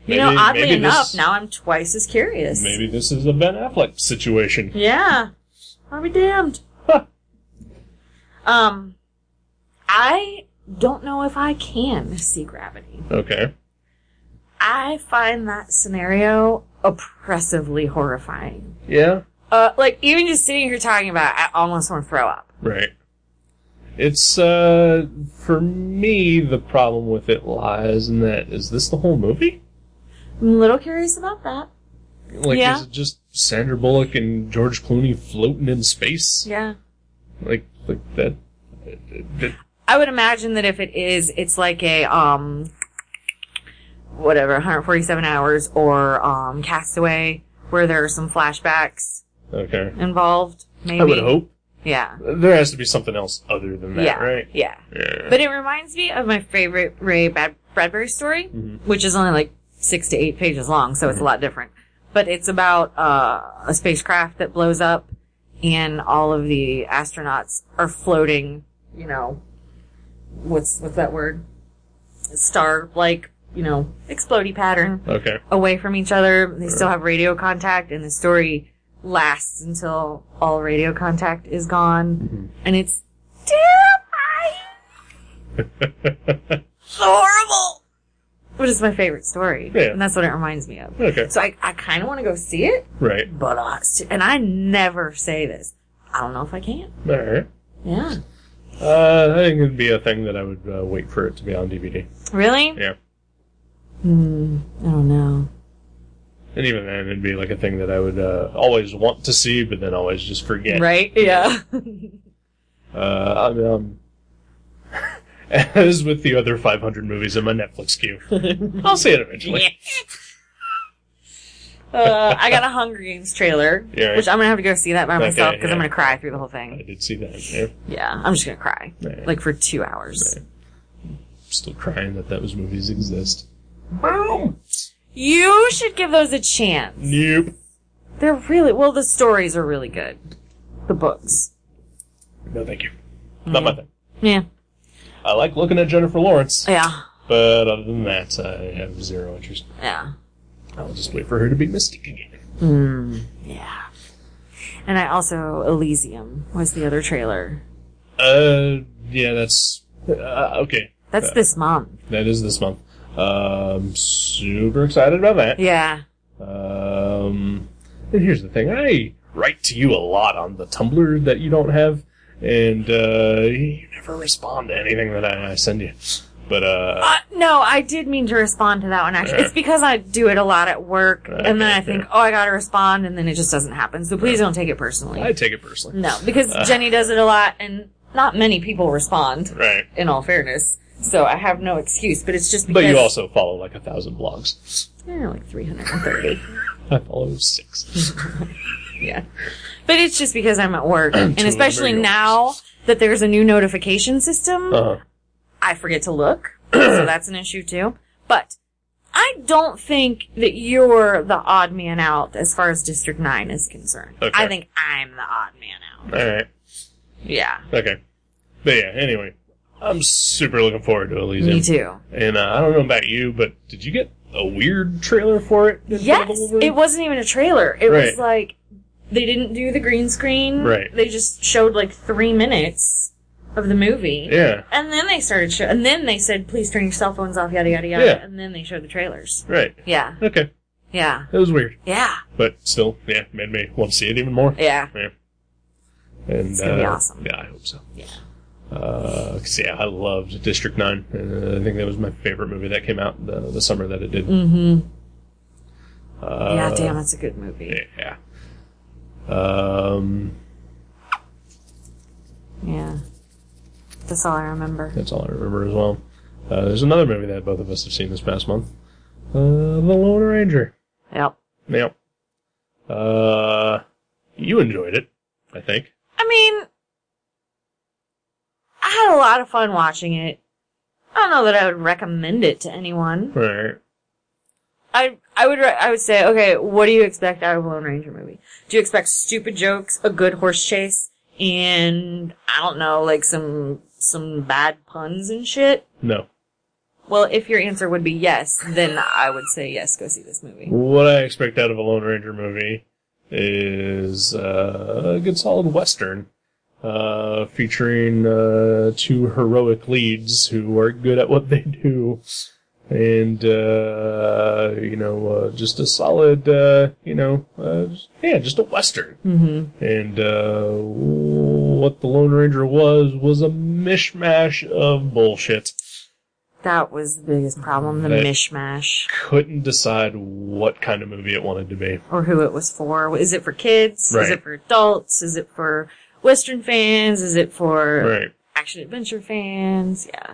You know,
Maybe-
oddly
maybe
enough,
this-
now I'm twice as curious.
Maybe this is a Ben Affleck situation.
Yeah. I'll be damned. <laughs>
Huh.
Um, I don't know if I can see gravity.
Okay.
I find that scenario oppressively horrifying.
Yeah.
Uh, like even just sitting here talking about, it, I almost want to throw up.
Right. It's uh for me the problem with it lies in that is this the whole movie?
I'm a little curious about that.
Like
Yeah.
is it just Sandra Bullock and George Clooney floating in space?
Yeah.
Like like that, that
I would imagine that if it is, it's like a um, whatever, 147 hours or um, Castaway, where there are some flashbacks
Okay.
involved. Maybe.
I would hope.
Yeah.
There has to be something else other than that,
yeah.
right?
Yeah.
Yeah.
But it reminds me of my favorite Ray Brad- Bradbury story, which is only like six to eight pages long, so it's a lot different. But it's about uh, a spacecraft that blows up, and all of the astronauts are floating. You know, what's what's that word? Star like you know explodey pattern
okay. <laughs>
away from each other. They still have radio contact, and the story lasts until all radio contact is gone, and it's terrifying. So horrible. Which is my favorite story,
Yeah.
and that's what it reminds me of.
okay.
So I, I kind of want to go see it,
Right.
but uh, s- and I never say this. I don't know if I can.
All right.
Yeah,
Uh, I think it'd be a thing that I would uh, wait for it to be on DVD.
really?
Yeah.
Hmm. I don't know.
And even then, it'd be like a thing that I would uh, always want to see, but then always just forget.
Right? Yeah.
Uh, I mean, um, <laughs> as with the other 500 movies in my Netflix queue. I'll see it eventually.
<laughs> uh, I got a Hunger Games trailer,
<laughs> Yeah, right.
which I'm gonna have to go see that by
Okay,
myself because I'm
yeah.
gonna cry through the whole
I
thing.
did see that. Yeah.
Yeah, I'm just gonna cry
Right.
like for two hours.
Still crying that those movies exist.
You should give those a chance.
Nope.
They're really well. The stories are really good. The books.
No, thank you. Not my thing.
Yeah.
I like looking at Jennifer Lawrence,
Yeah.
but other than that, I have zero interest.
Yeah.
I'll just wait for her to be Mystic again.
Yeah. And I also Elysium was the other trailer.
Uh, yeah, that's uh, okay.
That's this month.
That is this month. Um, super excited about that.
Yeah.
Um, and here's the thing: I write to you a lot on the Tumblr that you don't have, and uh, you never respond to anything that I, I send you. But uh,
Uh, no, I did mean to respond to that one actually.
Right.
It's because I do it a lot at work, and then
Okay,
I think,
yeah.
oh, I gotta respond, and then it just doesn't happen. So please don't take it personally.
I take it personally.
no, because Jenny does it a lot, and not many people respond.
Right.
In all fairness, so I have no excuse. But it's just because
But you also follow like a thousand blogs.
Eh, like three hundred and thirty.
I follow
<laughs>
six.
yeah. But it's just because I'm
<clears throat>
at work, and
Totally
especially
very
now that there's a new notification system,
Uh,
I forget to look, <clears throat> so that's an issue too. But I don't think that you're the odd man out as far as District Nine is concerned.
Okay.
I think I'm the odd man out.
all right.
Yeah,
Okay. But yeah. Anyway, I'm super looking forward to Elysium.
me too.
And uh, I don't know about you, but did you get a weird trailer for it? in front of the
Yes,
Wolverine?
it wasn't even a trailer. It
Right.
was like they didn't do the green screen.
Right.
They just showed like three minutes of the movie.
Yeah.
And then they started show, and then they said, "Please turn your cell phones off." Yada yada yada.
Yeah.
And then they showed the trailers.
Right.
Yeah,
Okay.
yeah,
That was weird,
yeah,
but still, yeah, made me want to see it even more.
yeah.
Yeah. And
It's gonna be
uh,
awesome.
Yeah, I hope so.
Yeah.
Uh, 'cause, yeah, I loved District Nine. Uh, I think that was my favorite movie that came out the, the summer that it did.
Mm-hmm.
Uh,
Yeah, damn, that's a good movie.
Yeah. Um,
Yeah, that's all I remember.
that's all I remember as well. Uh, there's another movie that both of us have seen this past month. Uh, the Lone Ranger.
Yep.
Now, uh, you enjoyed it, I think.
I mean, I had a lot of fun watching it. I don't know that I would recommend it to anyone.
Right.
I I would re- I would say, okay, what do you expect out of a Lone Ranger movie? Do you expect stupid jokes, a good horse chase, and I don't know, like some some bad puns and shit?
No.
Well, if your answer would be yes, then I would say yes, go see this movie.
What I expect out of a Lone Ranger movie is uh, a good solid Western uh, featuring uh, two heroic leads who are good at what they do. And, uh, you know, uh, just a solid, uh, you know, uh, yeah, just a Western.
Mm-hmm.
And uh, what the Lone Ranger was was a mishmash of bullshit.
That was the biggest problem, the
That-
mishmash,
Couldn't decide what kind of movie it wanted to be.
or who it was for. Is it for kids? Is
Right.
it for adults? Is it for Western fans? Is it for
Right.
action adventure fans? Yeah.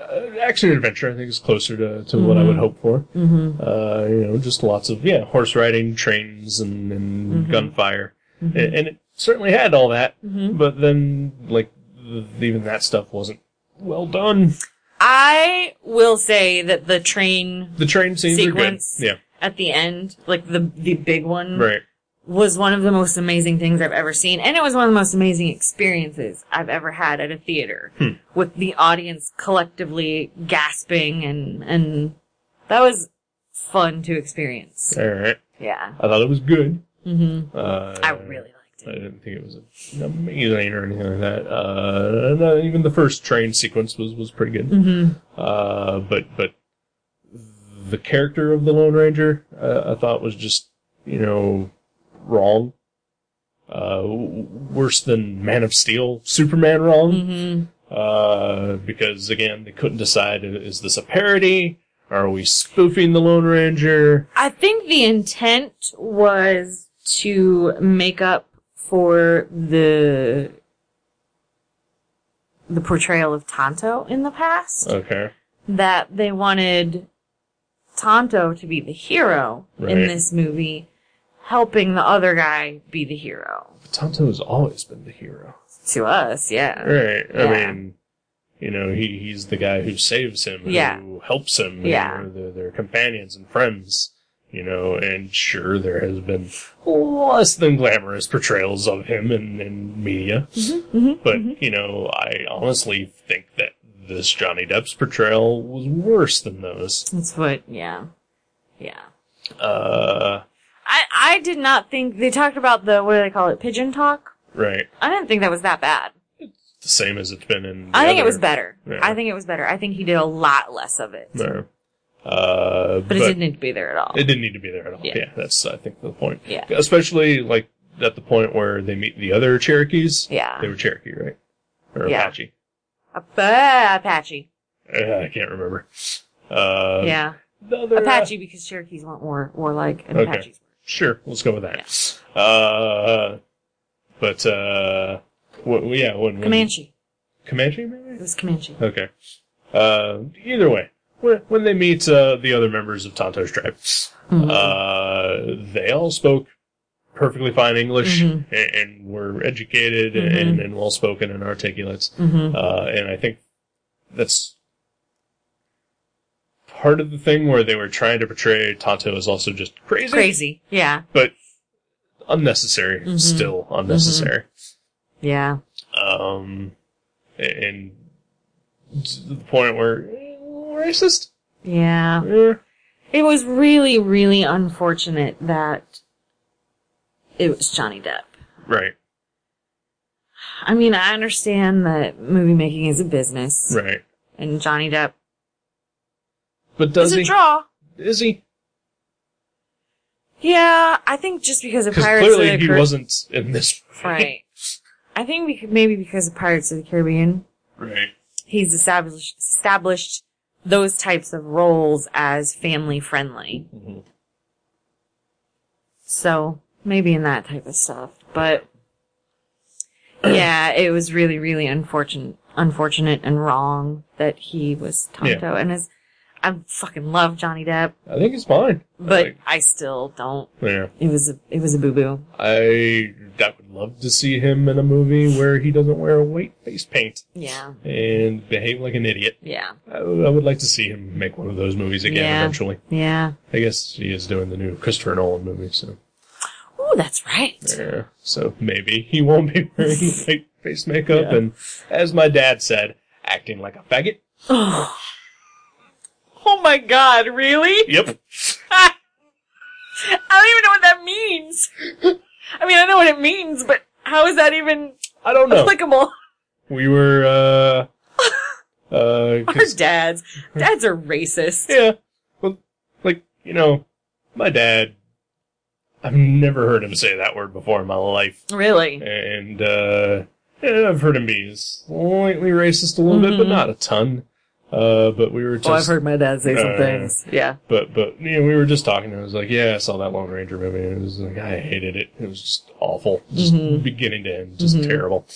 Uh, action adventure, I think, is closer to, to what I would hope for.
Mm-hmm.
Uh, you know, just lots of yeah, horse riding, trains, and, and
Mm-hmm.
gunfire, and, and it certainly had all that.
Mm-hmm.
But then, like, th- even that stuff wasn't well done.
I will say that the train
The train scenes
sequence Mm-hmm.
are good.
at the end, like the the big one,
Yeah. Right.
was one of the most amazing things I've ever seen, and it was one of the most amazing experiences I've ever had at a theater
Hmm.
with the audience collectively gasping and and that was fun to experience.
All right.
Yeah,
I thought it was good.
hmm
Uh,
I really liked
I
it.
didn't think it was amazing or anything like that. Uh, and, uh, even the first train sequence was, was pretty good.
hmm
Uh, but but the character of the Lone Ranger, uh, I thought was just you know wrong. Uh, w- worse than Man of Steel, Superman wrong.
hmm
Uh, because again, they couldn't decide: i- is this a parody? Are we spoofing the Lone Ranger?
I think the intent was to make up for the the portrayal of Tonto in the past
Okay.
that they wanted Tonto to be the hero in
Right.
this movie, helping the other guy be the hero.
Tonto has always been the hero.
To us, yeah.
Right. I
Yeah.
mean, you know, he, he's the guy who saves him, who
Yeah.
helps him.
Yeah.
You know, they're, they're companions and friends, you know, and sure, there has been less than glamorous portrayals of him in, in media.
hmm
But, you know, I honestly think that this Johnny Depp's portrayal was worse than those.
That's what, yeah. Yeah.
Uh,
I, I did not think, they talked about the, what do they call it, pigeon talk?
right.
I didn't think that was that bad.
The same as it's been in. the
I think it
other-
was better.
Yeah.
I think it was better. I think he did a lot less of it.
No. Uh,
But it didn't need to be there at all.
It didn't need to be there at all.
Yeah.
Yeah. that's I think the point.
Yeah.
Especially like at the point where they meet the other Cherokees.
Yeah.
They were Cherokee, right? Or
Yeah.
Apache.
Apa- Apache.
Uh, I can't remember. Uh,
yeah.
the other-
Apache because Cherokees weren't war, warlike and
Okay.
Apaches were.
Sure, let's go with that. Uh, but uh, wh- yeah, when, when
Comanche.
Comanche
It
maybe.
was Comanche.
Okay. Uh, either way, when, when they meet uh, the other members of Tonto's tribe, Uh, they all spoke perfectly fine English
Mhm.
a- and, were educated
Mhm.
and, and well spoken and articulate.
mm-hmm.
Uh, and I think that's part of the thing where they were trying to portray Tonto as also just crazy,
Crazy. Yeah.
but unnecessary,
Mhm.
still unnecessary.
Yeah.
Um, a- and to the point where eh, racist.
Yeah.
Eh.
It was really, really unfortunate that it was Johnny Depp.
Right,
I mean, I understand that movie making is a business,
right.
and Johnny Depp
But
is
does
a
he?
draw.
Is he?
Yeah, I think just because of
Because
Pirates
clearly
of the
he
Car-
wasn't in this.
right. I think we could, maybe because of Pirates of the Caribbean,
<laughs> Right.
he's established established those types of roles as family friendly.
Mhm.
So maybe in that type of stuff, but <clears throat> yeah, it was really, really unfortunate, unfortunate and wrong that he was Tonto.
Yeah.
And his, I fucking love Johnny Depp,
I think it's fine.
but
Like,
I still don't.
yeah.
It was a, it was a boo boo.
I that would love to see him in a movie where he doesn't wear white face paint
Yeah,
and behave like an idiot.
yeah,
I, I would like to see him make one of those movies again
Yeah.
eventually.
yeah.
I guess he is doing the new Christopher Nolan movie, so
Oh, that's right.
yeah. So maybe he won't be
<laughs>
wearing white face makeup
Yeah.
and, as my dad said, acting like a faggot.
Oh. Oh my god, really?
Yep.
I don't even know what that means. I mean, I know what it means, but how is that even
I don't
<laughs>
know. <laughs>
applicable?
we were
<laughs>
uh uh 'cause-
Our dads. Dads are racist.
Yeah. Well, like, you know, my dad, I've never heard him say that word before in my life.
Really?
And, uh, yeah, I've heard him be slightly racist a little bit, but
Mhm.
not a ton. Uh, but we were just,
Oh, I've heard my dad say some
Uh,
things.
<laughs>
Yeah.
but, but, you know, we were just talking and I was like, yeah, I saw that Lone Ranger movie and it was like, I hated it. It was just awful. Just
Mhm.
beginning to end, just
Mhm.
terrible.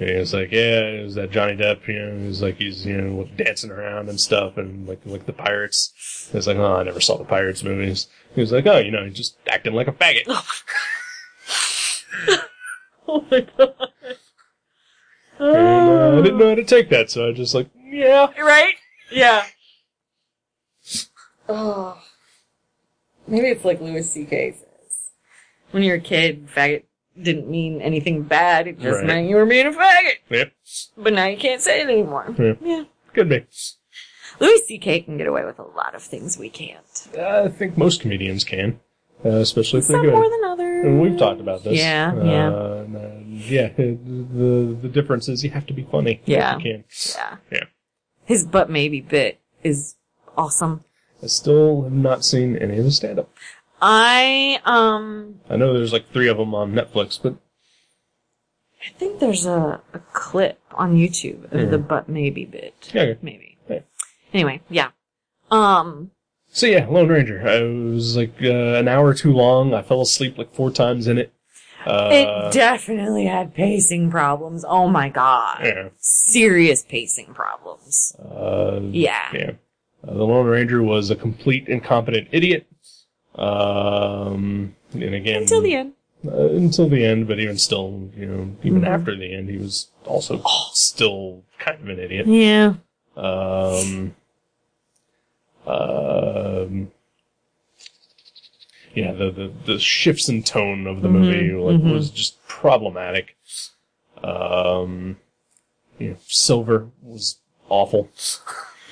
And he was like, yeah, it was that Johnny Depp, you know, he was like, he's, you know, dancing around and stuff and like, like the pirates. He was like, oh, I never saw the Pirates movies. He was like, oh, you know, he's just acting like a faggot.
Oh my god.
and, uh, I didn't know how to take that, so I just like, yeah.
Oh. Right? Yeah. Oh. Maybe it's like Louis C.K. says. When you're a kid, faggot didn't mean anything bad. It just
Right.
meant you were being a faggot.
Yep.
But now you can't say it anymore.
Yeah.
Yeah.
Could be.
Louis C.K. can get away with a lot of things we can't.
I think most comedians can, uh, especially if they're
Some
good.
more than others.
and we've talked about this.
Yeah,
Uh,
yeah,
and, uh, yeah. The the difference is you have to be funny. if
Yeah.
You can.
yeah.
Yeah.
His butt maybe bit is awesome.
I still have not seen any of the stand up.
I um
I know there's like three of them on Netflix, but
I think there's a, a clip on YouTube of
Hmm.
the butt maybe bit.
yeah. okay.
Maybe.
Yeah.
Anyway, yeah. Um
So yeah, Lone Ranger. I was like uh, an hour too long. I fell asleep like four times in it. Uh,
it definitely had pacing problems. Oh my god.
Yeah.
Serious pacing problems.
uh,
Yeah.
yeah. Uh, the Lone Ranger was a complete incompetent idiot. Um, and again,
Until the end.
uh, until the end, but even still, you know, even
Mhm.
after the end, he was also still kind of an idiot.
Yeah.
Um, um, yeah, the, the the shifts in tone of the
Mhm,
movie like
mhm.
was just problematic. Um, you know, Silver was awful.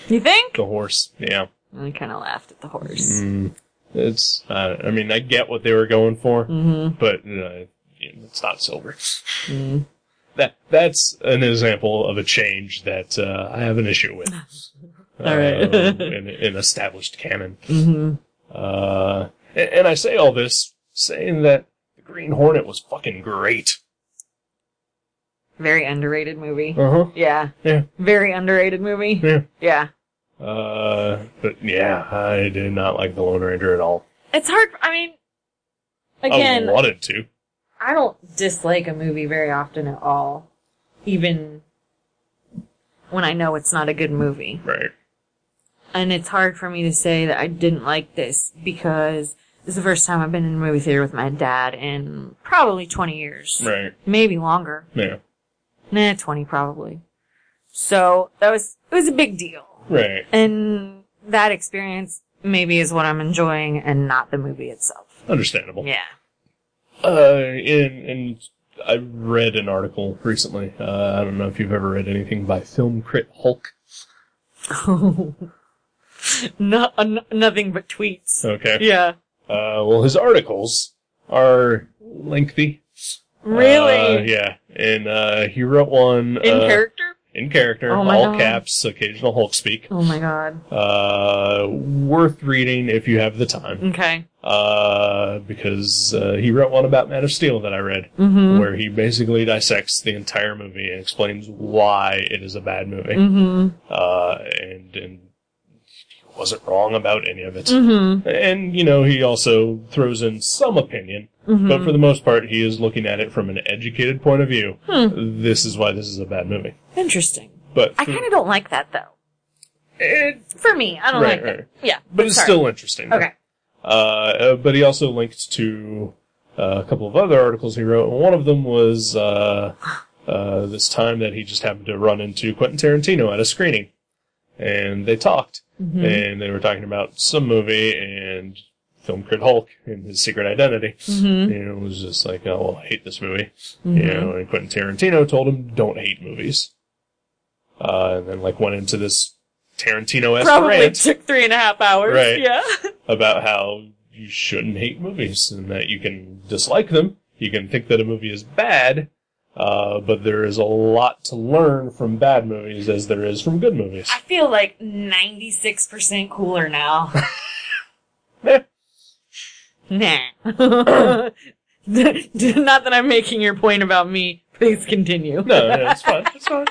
You think?
The horse, yeah,
I kind of laughed at the horse.
mm, it's. Uh, I mean, I get what they were going for,
Mm-hmm.
but uh, you know, it's not Silver.
Mm.
that that's an example of a change that uh, I have an issue with.
<laughs> All right.
Um, in, in established canon.
hmm
Uh, and, and I say all this saying that the Green Hornet was fucking great.
Very underrated movie.
Uh huh.
Yeah.
Yeah.
Very underrated movie.
Yeah.
Yeah.
Uh, but yeah, I did not like the Lone Ranger at all.
It's hard. I mean, again,
I wanted to.
I don't dislike a movie very often at all, even when I know it's not a good movie.
Right.
And it's hard for me to say that I didn't like this because this is the first time I've been in a movie theater with my dad in probably 20 years.
Right.
Maybe longer.
Yeah.
Nah, 20 probably. So that was, it was a big deal.
Right.
And that experience maybe is what I'm enjoying and not the movie itself.
Understandable.
Yeah.
Uh, and, and I read an article recently. Uh, I don't know if you've ever read anything by Film Crit Hulk.
<laughs> no, n- nothing but tweets.
Okay.
Yeah.
Uh, well, his articles are lengthy. Uh,
Really?
yeah. And uh, he wrote one
In
uh,
character?
in character,
Oh my
all
God.
caps, occasional Hulk speak.
Oh my god.
Uh, worth reading if you have the time.
Okay.
Uh, because uh, he wrote one about Man of Steel that I read,
Mm-hmm.
where he basically dissects the entire movie and explains why it is a bad movie.
Mm-hmm.
Uh, and and he wasn't wrong about any of it.
Mm-hmm.
And you know, he also throws in some opinion.
Mm-hmm.
But for the most part, he is looking at it from an educated point of view.
Hmm.
This is why this is a bad movie.
Interesting.
But
I kind of don't like that though.
it,
For me, I don't
Right,
like that.
right.
Yeah.
but it's
sorry.
still interesting.
okay.
Uh, uh, but he also linked to uh, a couple of other articles he wrote, and one of them was uh, uh, this time that he just happened to run into Quentin Tarantino at a screening, and they talked,
Mm-hmm.
and they were talking about some movie and film crit Hulk and his secret identity.
Mm-hmm.
You know, it was just like, oh, well, I hate this movie. You
Yeah.
know, and Quentin Tarantino told him, don't hate movies. Uh, and then, like, went into this Tarantino esque
Probably
rant
took three and a half hours.
Right.
Yeah.
about how you shouldn't hate movies and that you can dislike them. You can think that a movie is bad, uh, but there is a lot to learn from bad movies as there is from good movies.
I feel like ninety six percent cooler now.
Eh,
nah. <laughs> Not that I'm making your point about me. Please continue.
no, no, it's fine. It's
<laughs>
fine.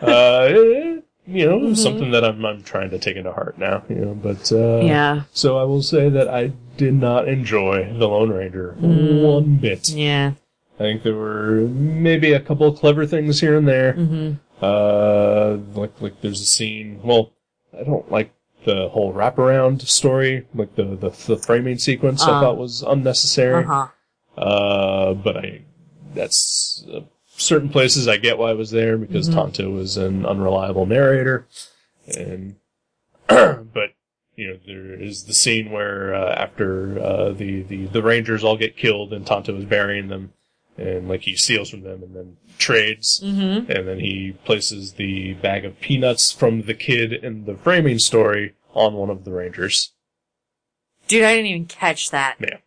Uh, eh, you know,
Mhm.
something that I'm, I'm trying to take into heart now, you know, but, uh,
Yeah.
So I will say that I did not enjoy The Lone Ranger
Mm.
one bit.
Yeah.
I think there were maybe a couple of clever things here and there.
Mm-hmm.
Uh, like, like there's a scene, well, I don't like the whole wraparound story, like the, the, the framing sequence I
Uh.
thought was unnecessary.
Uh-huh.
Uh, but I, that's, uh, certain places I get why it was there because
Mhm.
Tonto was an unreliable narrator. And, <clears throat> but, you know, there is the scene where, uh, after, uh, the, the, the Rangers all get killed and Tonto is burying them and, like, he steals from them and then trades.
Mm-hmm.
And then he places the bag of peanuts from the kid in the framing story on one of the Rangers.
Dude, I didn't even catch that.
And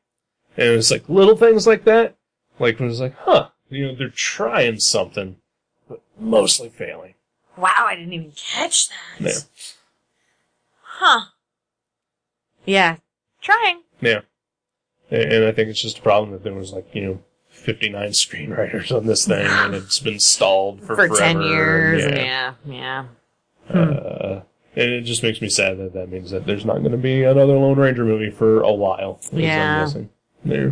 it's like little things like that. Like when it's like, huh, you know, they're trying something, but mostly failing.
Wow, I didn't even catch that.
Yeah.
Huh. Yeah. Trying.
Yeah. And and I think it's just a problem that there was like, you know, 59 screenwriters on this thing and it's been stalled for,
<laughs> For, 10
forever.
years.
Yeah.
Yeah. Yeah.
Uh, and it just makes me sad that that means that there's not going to be another Lone Ranger movie for a while. is what I'm
Yeah.
guessing. Yeah.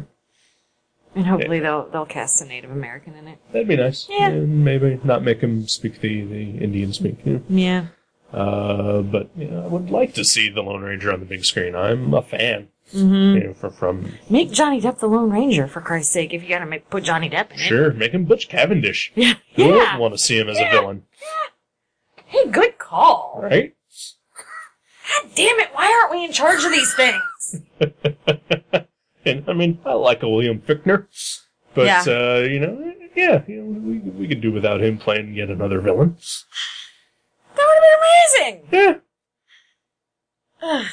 And hopefully they'll they'll cast a Native American in it.
That'd be nice.
Yeah.
And maybe not make him speak the, the Indian speak. yeah.
Yeah.
Uh, but you know, I would like to see the Lone Ranger on the big screen. I'm a fan.
Mm-hmm.
You know, from, from
Make Johnny Depp the Lone Ranger for Christ's sake if you gotta make put Johnny Depp in it.
sure make him Butch Cavendish.
<laughs> Yeah.
Who
Yeah.
wouldn't want to see him as a
Yeah.
villain,
Hey, good call.
right?
God damn it, why aren't we in charge of these things?
and I mean, I like a William Fickner, but
Yeah.
uh, you know, yeah, you know, we we could do without him playing yet another villain.
That would have been amazing. <sighs>
Yeah.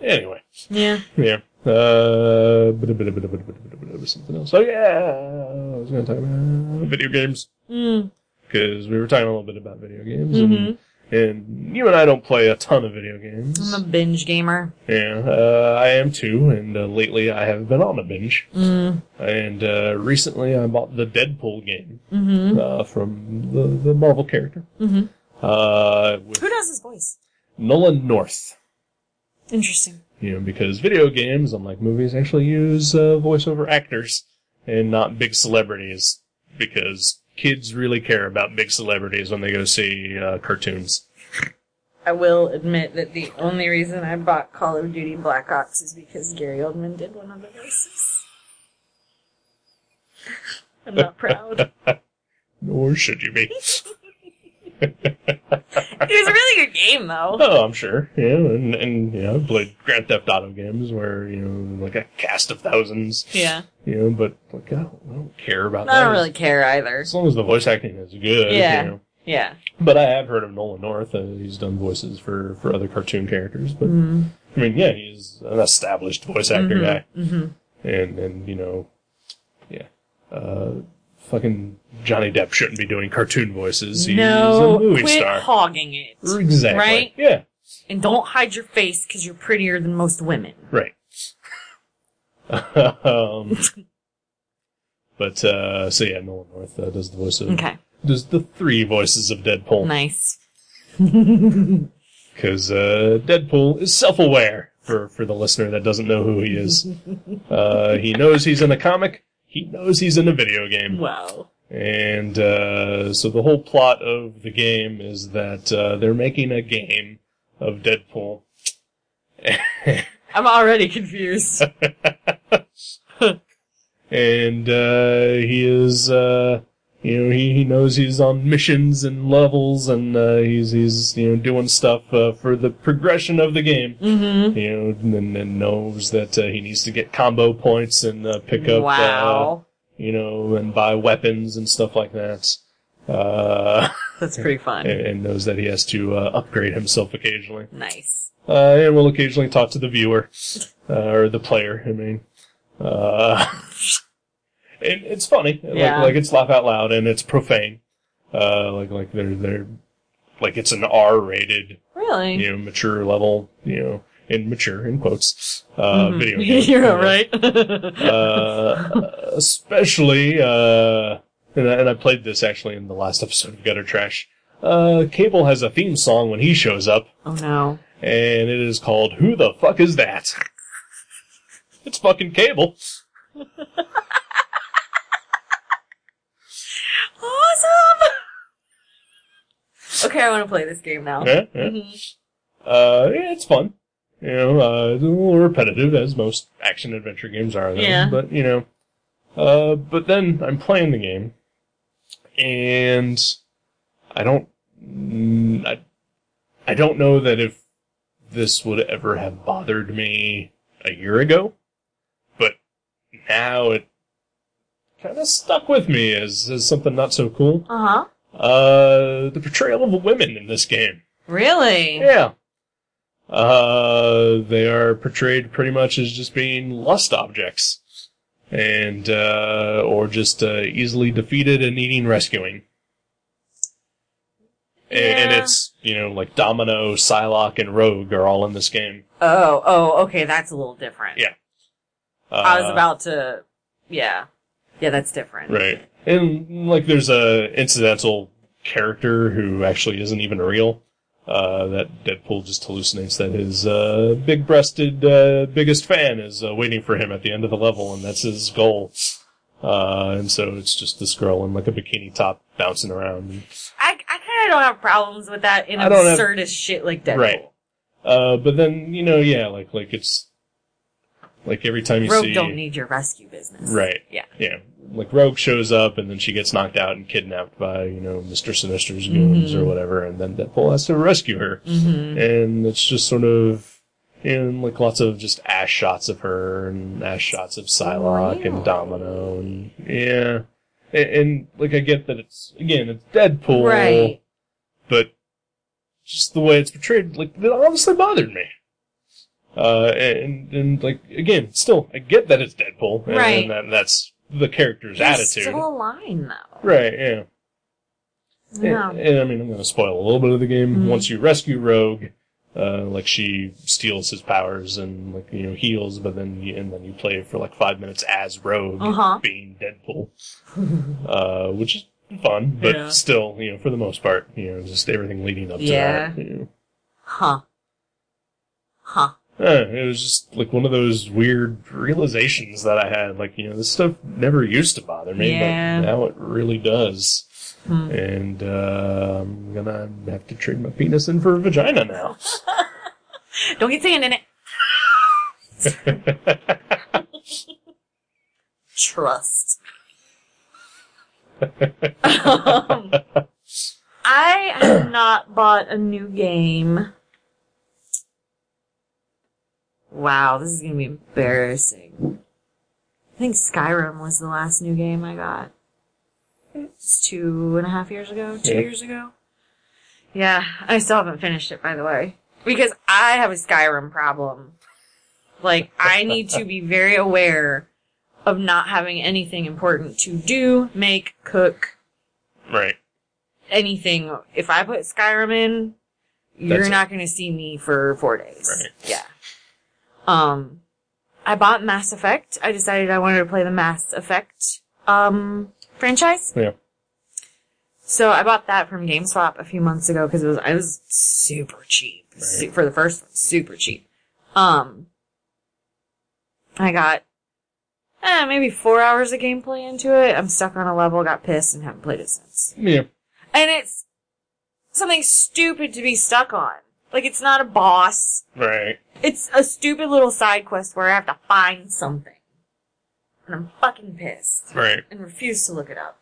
anyway,
Yeah.
yeah. Uh, bit- bit- bit- bit- bit- bit- bit- bit- something else. Oh yeah, I was going to talk about video games
Mm.
because we were talking a little bit about video games,
Mhm.
and, and you and I don't play a ton of video games.
I'm a binge gamer.
Yeah, uh, I am too, and uh, lately I have been on a binge.
Mm.
And uh, recently I bought the Deadpool game
Mm-hmm.
uh, from the, the Marvel character
Mhm.
uh, with
Who does his voice?
Nolan North.
Interesting.
You know, because video games, unlike movies, actually use uh, voiceover actors and not big celebrities because kids really care about big celebrities when they go see uh, cartoons.
I will admit that the only reason I bought Call of Duty Black Ops is because Gary Oldman did one of the voices. <laughs> I'm not proud.
Nor should you be.
<laughs> It was a really good game, though.
Oh, I'm sure. Yeah, and, and you know, I've played Grand Theft Auto games where, you know, like a cast of thousands.
Yeah.
You know, but like I don't, I don't care about
I
that.
don't really care either.
As long as the voice acting is good.
Yeah.
You know.
Yeah.
But I have heard of Nolan North. Uh, he's done voices for, for other cartoon characters. But, I mean, yeah, he's an established voice actor guy.
Mm-hmm.
And, and, you know, yeah. Uh, fucking Johnny Depp shouldn't be doing cartoon voices. He's
no,
a movie
quit
star.
hogging it.
exactly.
right?
Yeah.
And don't hide your face because you're prettier than most women.
Right. <laughs> um, but uh, so yeah, Nolan North uh, does the voice of
Okay.
does the three voices of Deadpool
Nice.
because uh, Deadpool is self-aware for for the listener that doesn't know who he is. uh, he knows he's in a comic. He knows he's in a video game.
Wow.
And uh, so the whole plot of the game is that uh, they're making a game of Deadpool.
I'm
<laughs>
already confused.
and uh, he is uh, you know he, he knows he's on missions and levels and uh, he's he's you know doing stuff uh, for the progression of the game
mm-hmm.
you know and, and knows that uh, he needs to get combo points and uh, pick up uh,
Wow.
you know and buy weapons and stuff like that
<laughs>
uh,
That's pretty fun.
and, and knows that he has to uh, upgrade himself occasionally
Nice.
uh, and will occasionally talk to the viewer uh, or the player. I mean, uh, <laughs> and it's funny.
Yeah.
Like, like it's laugh out loud and it's profane. Uh, like like they're they're like it's an R rated,
Really?
you know, mature level, you know, in mature in quotes. Uh,
Mhm. <laughs>
video game.
You're
Yeah.
right. <laughs>
Uh, especially, uh, and I, and I played this actually in the last episode of Gutter Trash. Uh, Cable has a theme song when he shows up
oh no.
and it is called Who the Fuck Is That? It's fucking cable.
Awesome. <laughs> okay, I want to play this game now. Mm-hmm.
Yeah, yeah. Uh, yeah, it's fun. You know, uh, it's a little repetitive as most action adventure games are, though.
Yeah.
But you know, uh, but then I'm playing the game, and I don't, mm, I, I don't know that if this would ever have bothered me a year ago, but now it kind of stuck with me as, as something not so cool.
Uh huh.
Uh, the portrayal of women in this game.
Really?
Yeah. Uh, they are portrayed pretty much as just being lust objects. And, uh, or just, uh, easily defeated and needing rescuing. A- And,
Yeah.
it's, you know, like Domino, Psylocke, and Rogue are all in this game.
Oh, oh, okay. That's a little different.
Yeah. Uh,
I was about to. Yeah. Yeah, that's different.
Right. And, like, there's a incidental character who actually isn't even real. uh, that Deadpool just hallucinates that his uh, big-breasted uh, biggest fan is uh, waiting for him at the end of the level, and that's his goal. Uh, and so it's just this girl in like a bikini top bouncing around.
I, I kind of don't have problems with that in
I don't have-
absurdist shit like Deadpool.
Right. Uh, but then you know, yeah, like like it's like every time you
Rogue
see
don't need your rescue business.
Right.
Yeah.
yeah, like Rogue shows up and then she gets knocked out and kidnapped by, you know, Mr. Sinister's goons
Mhm.
or whatever, and then Deadpool has to rescue her.
Mm-hmm.
And it's just sort of, and like lots of just ash shots of her and ash shots of Psylocke
Really?
and Domino and, yeah. And, and like I get that it's, again, it's Deadpool.
Right.
But just the way it's portrayed, like, that honestly bothered me. Uh, and, and like, again, still, I get that it's Deadpool. And,
Right.
that, that's the character's
There's
attitude.
still a line though.
Right, yeah.
Yeah.
And, and, I mean, I'm going to spoil a little bit of the game.
Mhm.
Once you rescue Rogue, uh, like she steals his powers and like you know heals, but then you, and then you play for like five minutes as Rogue,
Uh-huh.
being Deadpool, uh, which is fun, but
Yeah.
still, you know, for the most part, you know, just everything leading up
Yeah.
to that. You
Huh. Huh.
know. Uh, it was just like one of those weird realizations that I had. Like you know, this stuff never used to bother me,
Yeah.
but now it really does.
Hmm.
And uh, I'm gonna have to trade my penis in for a vagina now.
<laughs>
<laughs>
Don't get sand in it. Trust. um, I have not bought a new game. Wow, this is gonna be embarrassing. I think Skyrim was the last new game I got. It's two and a half years ago, two
Yeah.
years ago. Yeah, I still haven't finished it, by the way. Because I have a Skyrim problem. Like, I need to be very aware of not having anything important to do, make, cook,
right.
anything. If I put Skyrim in, you're
That's it.
not going to see me for four days.
Right.
Yeah. Um, I bought Mass Effect. I decided I wanted to play the Mass Effect um franchise.
Yeah.
So I bought that from GameStop a few months ago because it was I was super cheap Su- for the first one, super cheap. Um, I got eh, maybe four hours of gameplay into it. I'm stuck on a level, got pissed, and haven't played it since.
Yeah.
And it's something stupid to be stuck on. Like it's not a boss.
Right.
It's a stupid little side quest where I have to find something. And I'm fucking pissed.
Right.
And refuse to look it up.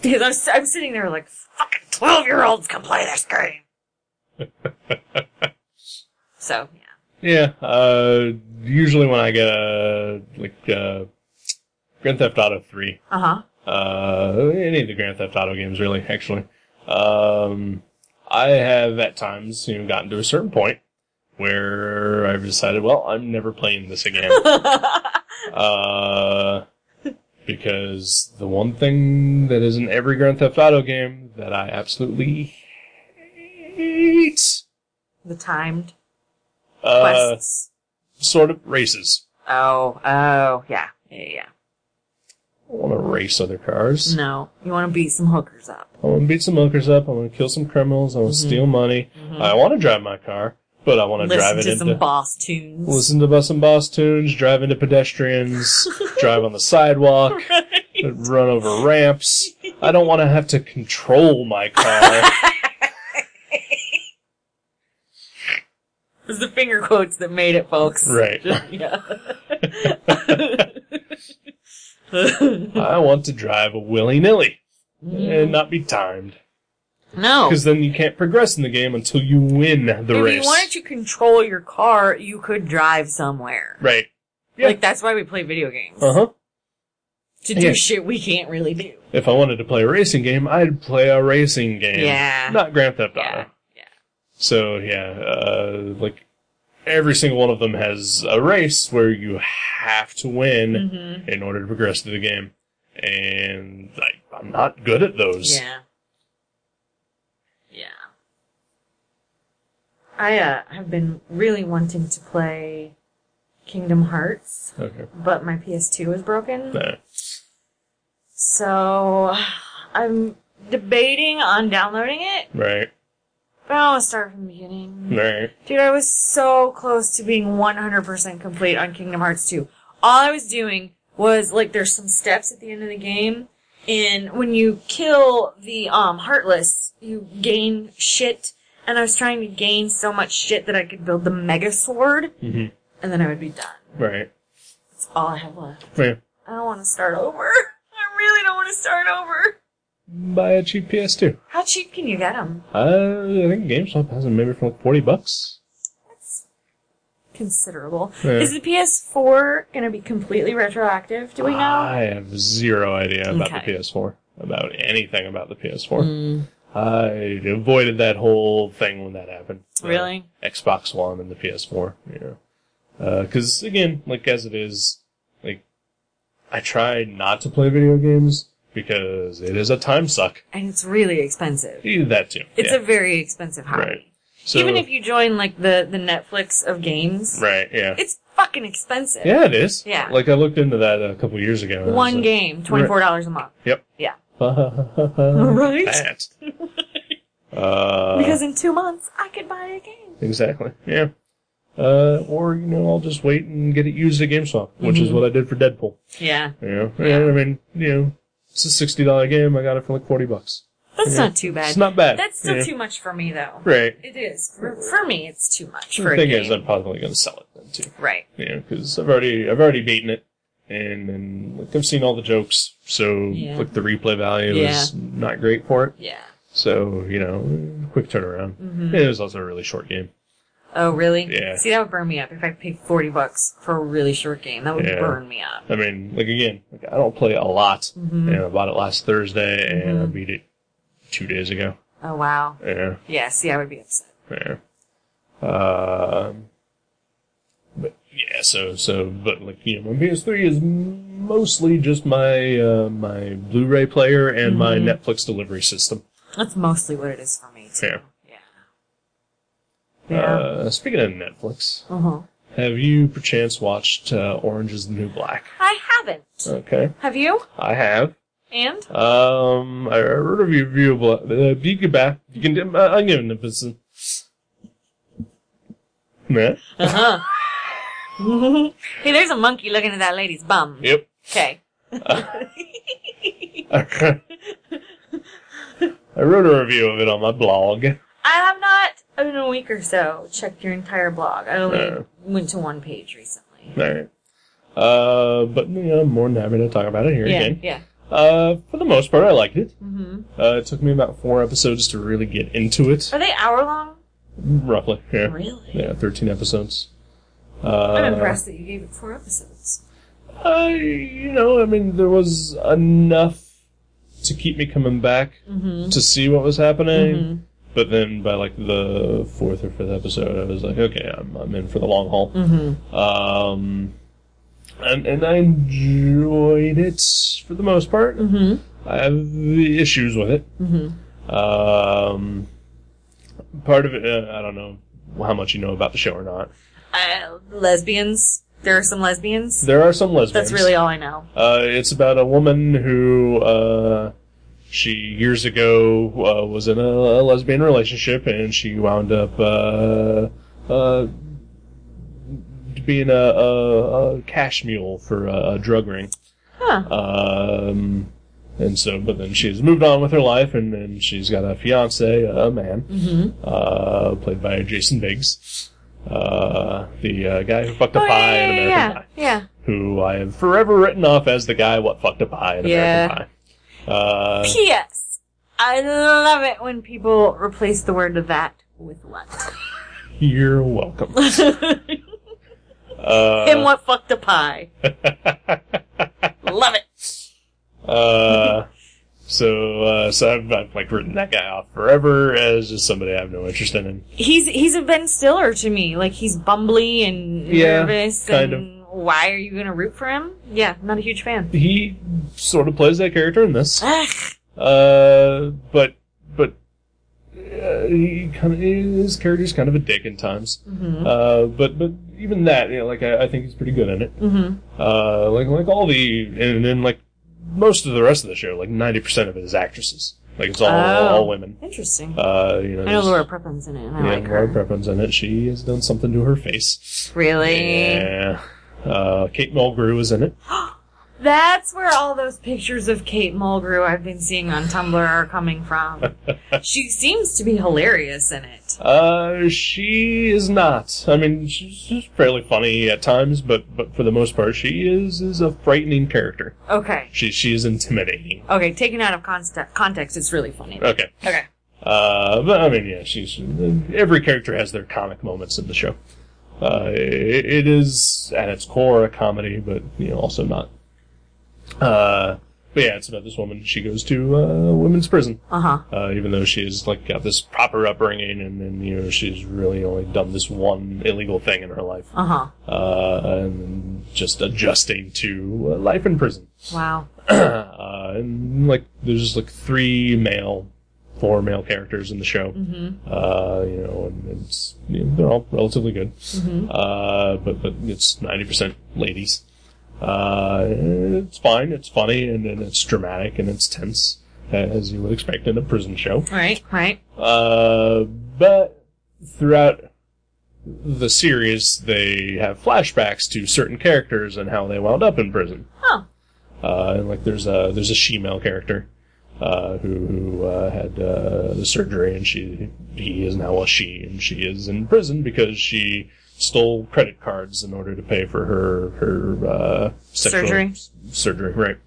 Because I'm, s- I'm sitting there like, fucking 12 year olds can play this
<laughs>
game. so, yeah.
Yeah. Uh, usually when I get uh, like uh, Grand Theft Auto Three,
Uh huh.
uh, any of the Grand Theft Auto games, really, actually, um, I have at times you know gotten to a certain point where I've decided, well, I'm never playing this again. Uh, because the one thing that is in every Grand Theft Auto game that I absolutely hate,
<laughs> the timed
uh,
quests.
sort of races.
oh, oh, yeah. Yeah, yeah.
I want to race other cars.
No, you want to beat some hookers up.
I want to beat some hookers up. I want to kill some criminals. I want to
Mhm.
steal money.
Mhm.
I want to drive my car, but I want to drive
Listen
it
to
into
some boss tunes.
listen to some boss tunes, drive into
<laughs>
pedestrians, drive on the sidewalk, run over ramps. I don't want to have to control my
<laughs>
car.
It was the finger quotes that made it, folks.
right.
<laughs>
<laughs>
Yeah.
I want to drive a willy nilly and not be timed.
no.
Because then you can't progress in the game until you win the
Oh. if
race.
you wanted to control your car, you could drive somewhere.
Right. Yeah.
Like that's why we play video games
Uh huh.
to do
Yeah.
shit we can't really do.
If I wanted to play a racing game, I'd play a racing game.
Yeah.
Not Grand Theft Auto.
Yeah.
So yeah, uh, like every single one of them has a race where you have to win
Mm-hmm.
in order to progress through the game, and I, I'm not good at those.
Yeah. Yeah. I uh, have been really wanting to play Kingdom Hearts,
Okay.
but my PS2 is broken.
Nah.
So I'm debating on downloading it
Right.
But I want to start from the beginning.
Right.
Dude, I was so close to being 100% complete on Kingdom Hearts 2. All I was doing was, like, there's some steps at the end of the game, and when you kill the, um, Heartless, you gain shit, and I was trying to gain so much shit that I could build the Mega Sword,
Mhm.
and then I would be done.
Right.
That's all I have left.
Yeah.
I don't want to start over. <laughs> I really don't want to start over.
Buy a cheap PS2.
How cheap can you get them?
Uh, I think GameStop has them maybe for like 40 bucks.
That's considerable.
Yeah.
Is the PS4 going to be completely retroactive? Do we know?
I have zero idea about
Okay. Hmm.
the PS4, about anything about the PS4. I avoided that whole thing when that happened. Uh,
Really?
Xbox One and the PS4, you know. Because Uh, again, like as it is, like I try not to play video games because it is a time suck.
And it's really expensive.
Either that too.
It's
yeah.
a very expensive hobby.
Right. So,
Even if you join like the the Netflix of games,
right, yeah,
it's fucking expensive.
yeah, it is.
Yeah.
Like I looked into that a couple years ago. and I was
One
like, <laughs>
game, twenty four dollars a month.
Yep.
Yeah. Right?
right. That.
<laughs>
Uh,
because in two months I could buy a game.
Exactly. Yeah. Uh, or you know, I'll just wait and get it used at GameStop, which
Mm-hmm.
is what I did for Deadpool.
Yeah.
You know, And, I mean, you know, it's a sixty dollar game. I got it for like forty bucks.
That's
Yeah.
not too bad.
It's not bad.
That's still
you know.
too much for me though.
Right.
It is. For, for me it's too much for
The
a
thing
game.
is, I'm probably going to sell it then too.
right.
You know, because I've already I've already beaten it, and and like I've seen all the jokes, so
Yeah.
like the replay value
Yeah.
is not great for it.
Yeah. Mm-hmm.
So you know, quick turnaround. And it was also a really short game.
Oh really?
Yeah.
See that would burn me up if I paid forty bucks for a really short game. That would
Yeah.
burn me up.
I mean, like again, like I don't play a lot, and I bought it last Thursday, and I beat it two days ago.
Oh wow.
Yeah,
Yeah, see I would be upset.
yeah. Um, but yeah, so so, but like you know, my PS3 is mostly just my uh, my Blu-ray player and my Netflix delivery system.
That's mostly what it is for me too.
Yeah.
Yeah. Yeah.
Uh, speaking of Netflix,
Uh-huh.
have you perchance watched uh, Orange Is the New Black?
I haven't.
Okay,
Have you?
I have.
And?
Um, I wrote a review of uh, you can back. You can. Uh, I'm giving it a Yeah.
Uh huh. <laughs> hey, there's a monkey looking at that lady's bum.
Uh-huh. Yep. <laughs>
Okay.
I wrote a review of it on my blog.
I have not, in a week or so, checked your entire blog. I only
No.
went to one page recently.
All right. Uh, but you know, I'm more than happy to talk about it here
yeah,
again.
yeah.
Uh, for the most part, I liked it.
hmm
Uh, it took me about four episodes to really get into it,
Are they hour long?
roughly. Yeah.
Really?
Yeah, thirteen episodes. Uh,
I'm impressed that you gave it four episodes.
I, you know, I mean, there was enough to keep me coming back
Mm-hmm.
to see what was happening. But then by like the fourth or fifth episode, I was like, okay, I'm, I'm in for the long haul.
Mm-hmm.
Um, and, and I enjoyed it for the most part.
Mhm.
I have the issues with it.
Mm-hmm.
Um, part of it, uh, I don't know how much you know about the show or not.
Uh, lesbians. There are some lesbians.
There are some lesbians.
That's really all I know.
Uh, it's about a woman who uh, she years ago uh, was in a, a lesbian relationship, and she wound up uh, uh, being a, a, a cash mule for a, a drug ring.
Huh.
Uh, Um, and so, but then she's moved on with her life, and, and she's got a fiance, a man,
Mm-hmm.
uh, played by Jason Biggs, uh, the uh, guy who fucked a
Oh,
pie in
yeah,
American
yeah,
Pie
yeah, yeah.
who I have forever written off as the guy what fucked a pie in
Yeah.
American Pie. Uh,
P.S. I love it when people replace the word that with what.
<laughs> you're welcome.
Him
Uh,
what fucked a pie. Love it.
<laughs> uh, so, uh, so I've, I've like written that guy off forever as just somebody I have no interest in. And
He's he's a Ben Stiller to me. Like he's bumbly and
Yeah,
nervous.
kind
and Why are you gonna root for him? Yeah, not a huge fan.
he sort of plays that character in this.
Ugh.
Uh, but, but, uh, he kind of, his character's kind of a dick in times. Uh, but, but even that, you know, like, I, I think he's pretty good in it.
Mm-hmm.
Uh, like like all the and then like most of the rest of the show, like ninety percent of it is actresses. Like it's all
Oh.
all women.
Interesting.
Uh, you know,
I know
there's-
Laura Preppon's in it, and I
yeah,
like her.
Laura Preppon's in it. She has done something to her face.
really?
Yeah. Uh, Kate Mulgrew is in it. <laughs>
That's where all those pictures of Kate Mulgrew I've been seeing on Tumblr are
<laughs>
coming from. she seems to be hilarious in it.
Uh, she is not. I mean, she's she's fairly funny at times, but but for the most part, she is is a frightening character.
Okay.
She she is intimidating.
Okay, taken out of context, context it's really funny.
Okay.
Okay.
Uh, but I mean, yeah, she's every character has their comic moments in the show. Uh, it, it is at its core a comedy, but you know, also not. Uh, but yeah, it's about this woman. She goes to uh, women's prison,
Uh huh.
uh, even though she's like got this proper upbringing, and then you know she's really only done this one illegal thing in her life,
Uh huh.
uh, and just adjusting to uh, life in prison
Wow.
uh, and like there's like three male, four male characters in the show. Mm-hmm. Uh, you know, and it's you know, they're all relatively good. Uh, but but it's ninety percent ladies. Uh, it's fine. It's funny and, and it's dramatic and it's tense uh, as you would expect in a prison show.
Right, right.
Uh, but throughout the series, they have flashbacks to certain characters and how they wound up in prison.
Huh.
Uh, and like there's a there's a she-male character uh, who who uh, had uh, the surgery, and she he is now a she, and she is in prison because she stole credit cards in order to pay for her her uh, sexual
Surgery.
s- surgery, right?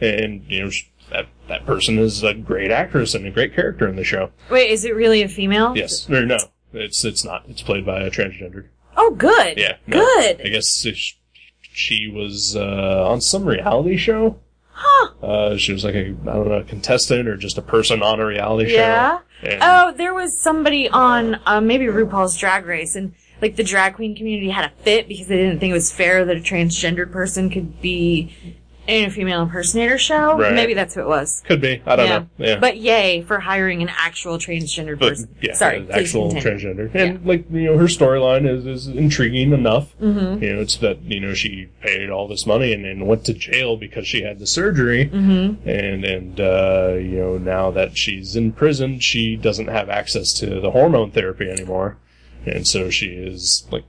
And you know sh that that person is a great actress and a great character in the show.
Wait, is it really a female?
Yes, or no, it's it's not. It's played by a transgender.
Oh, good.
Yeah, no. I
Good.
guess sh- she was uh, on some reality show.
Huh.
Uh, she was like a I don't know a contestant or just a person on a reality
Yeah.
show. And,
Oh, there was somebody on uh, maybe RuPaul's Drag Race, and like the drag queen community had a fit because they didn't think it was fair that a transgendered person could be in a female impersonator show.
Right.
Maybe that's who it was.
could be. I don't
yeah.
know. Yeah.
But yay for hiring an actual transgendered
But,
person.
yeah,
Sorry,
uh,
please
actual
continue.
transgender, and like you know, her storyline is, is intriguing enough. Mm-hmm. You know, it's that you know she paid all this money and, and went to jail because she had the surgery, mm-hmm. and and uh, you know now that she's in prison, she doesn't have access to the hormone therapy anymore, and so she is like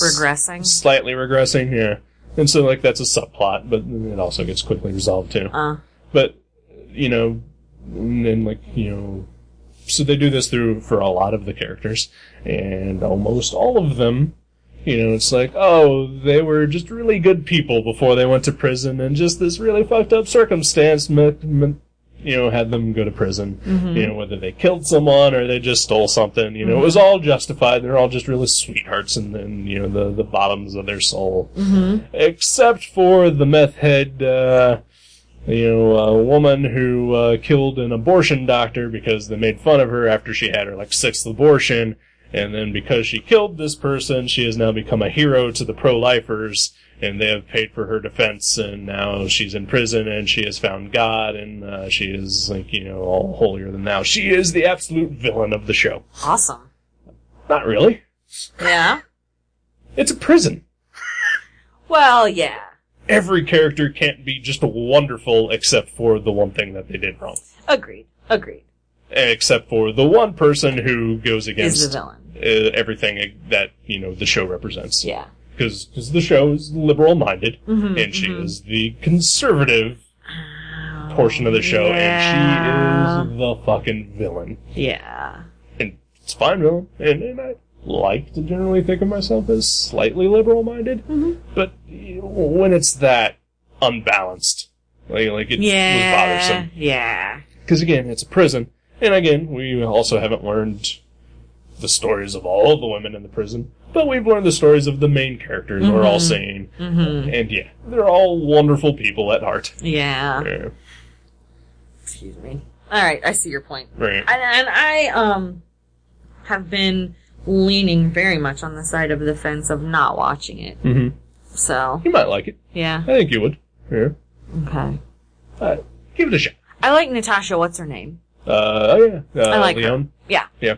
Regressing.
slightly regressing, yeah. And so like that's a subplot, but it also gets quickly resolved too.
Uh,
But you know, and then like you know, so they do this through for a lot of the characters, and almost all of them, you know, it's like oh they were just really good people before they went to prison, and just this really fucked up circumstance meant. meant you know, had them go to prison. You know, whether they killed someone or they just stole something. You know, it was all justified. They're all just really sweethearts, and then you know the the bottoms of their soul, except for the meth head. Uh, you know, a woman who uh, killed an abortion doctor because they made fun of her after she had her like sixth abortion, and then because she killed this person, she has now become a hero to the pro-lifers, and they have paid for her defense, and now she's in prison, and she has found God, and uh, she is like you know all holier than thou. She is the absolute villain of the show.
awesome.
Not really.
Yeah.
It's a prison.
Well, yeah.
Every character can't be just wonderful except for the one thing that they did wrong.
Agreed. Agreed.
except for the one person who goes
Is
against
the
uh,
villain.
everything that you know the show represents.
Yeah. Mm-hmm,
because the show is liberal-minded, and she is the conservative portion of the show,
Yeah.
and she is the fucking villain.
Yeah.
And it's fine, villain, and, and I like to generally think of myself as slightly liberal-minded,
Mm-hmm.
but you know, when it's that unbalanced, like like it
Yeah.
was bothersome.
Yeah.
Because again, it's a prison, and again, we also haven't learned the stories of all the women in the prison, but we've learned the stories of the main characters we're all
Mm-hmm.
seeing, and yeah, they're all wonderful people at heart.
Yeah.
Yeah,
Excuse me. All right, I see your point.
right.
And, and I um have been leaning very much on the side of the fence of not watching it.
Mhm.
So
You might like it.
yeah,
I think you would. Yeah,
okay.
uh, give it a shot.
I like Natasha. What's her name?
Uh, oh yeah, uh,
I like her.
Leon.
Yeah,
Yeah,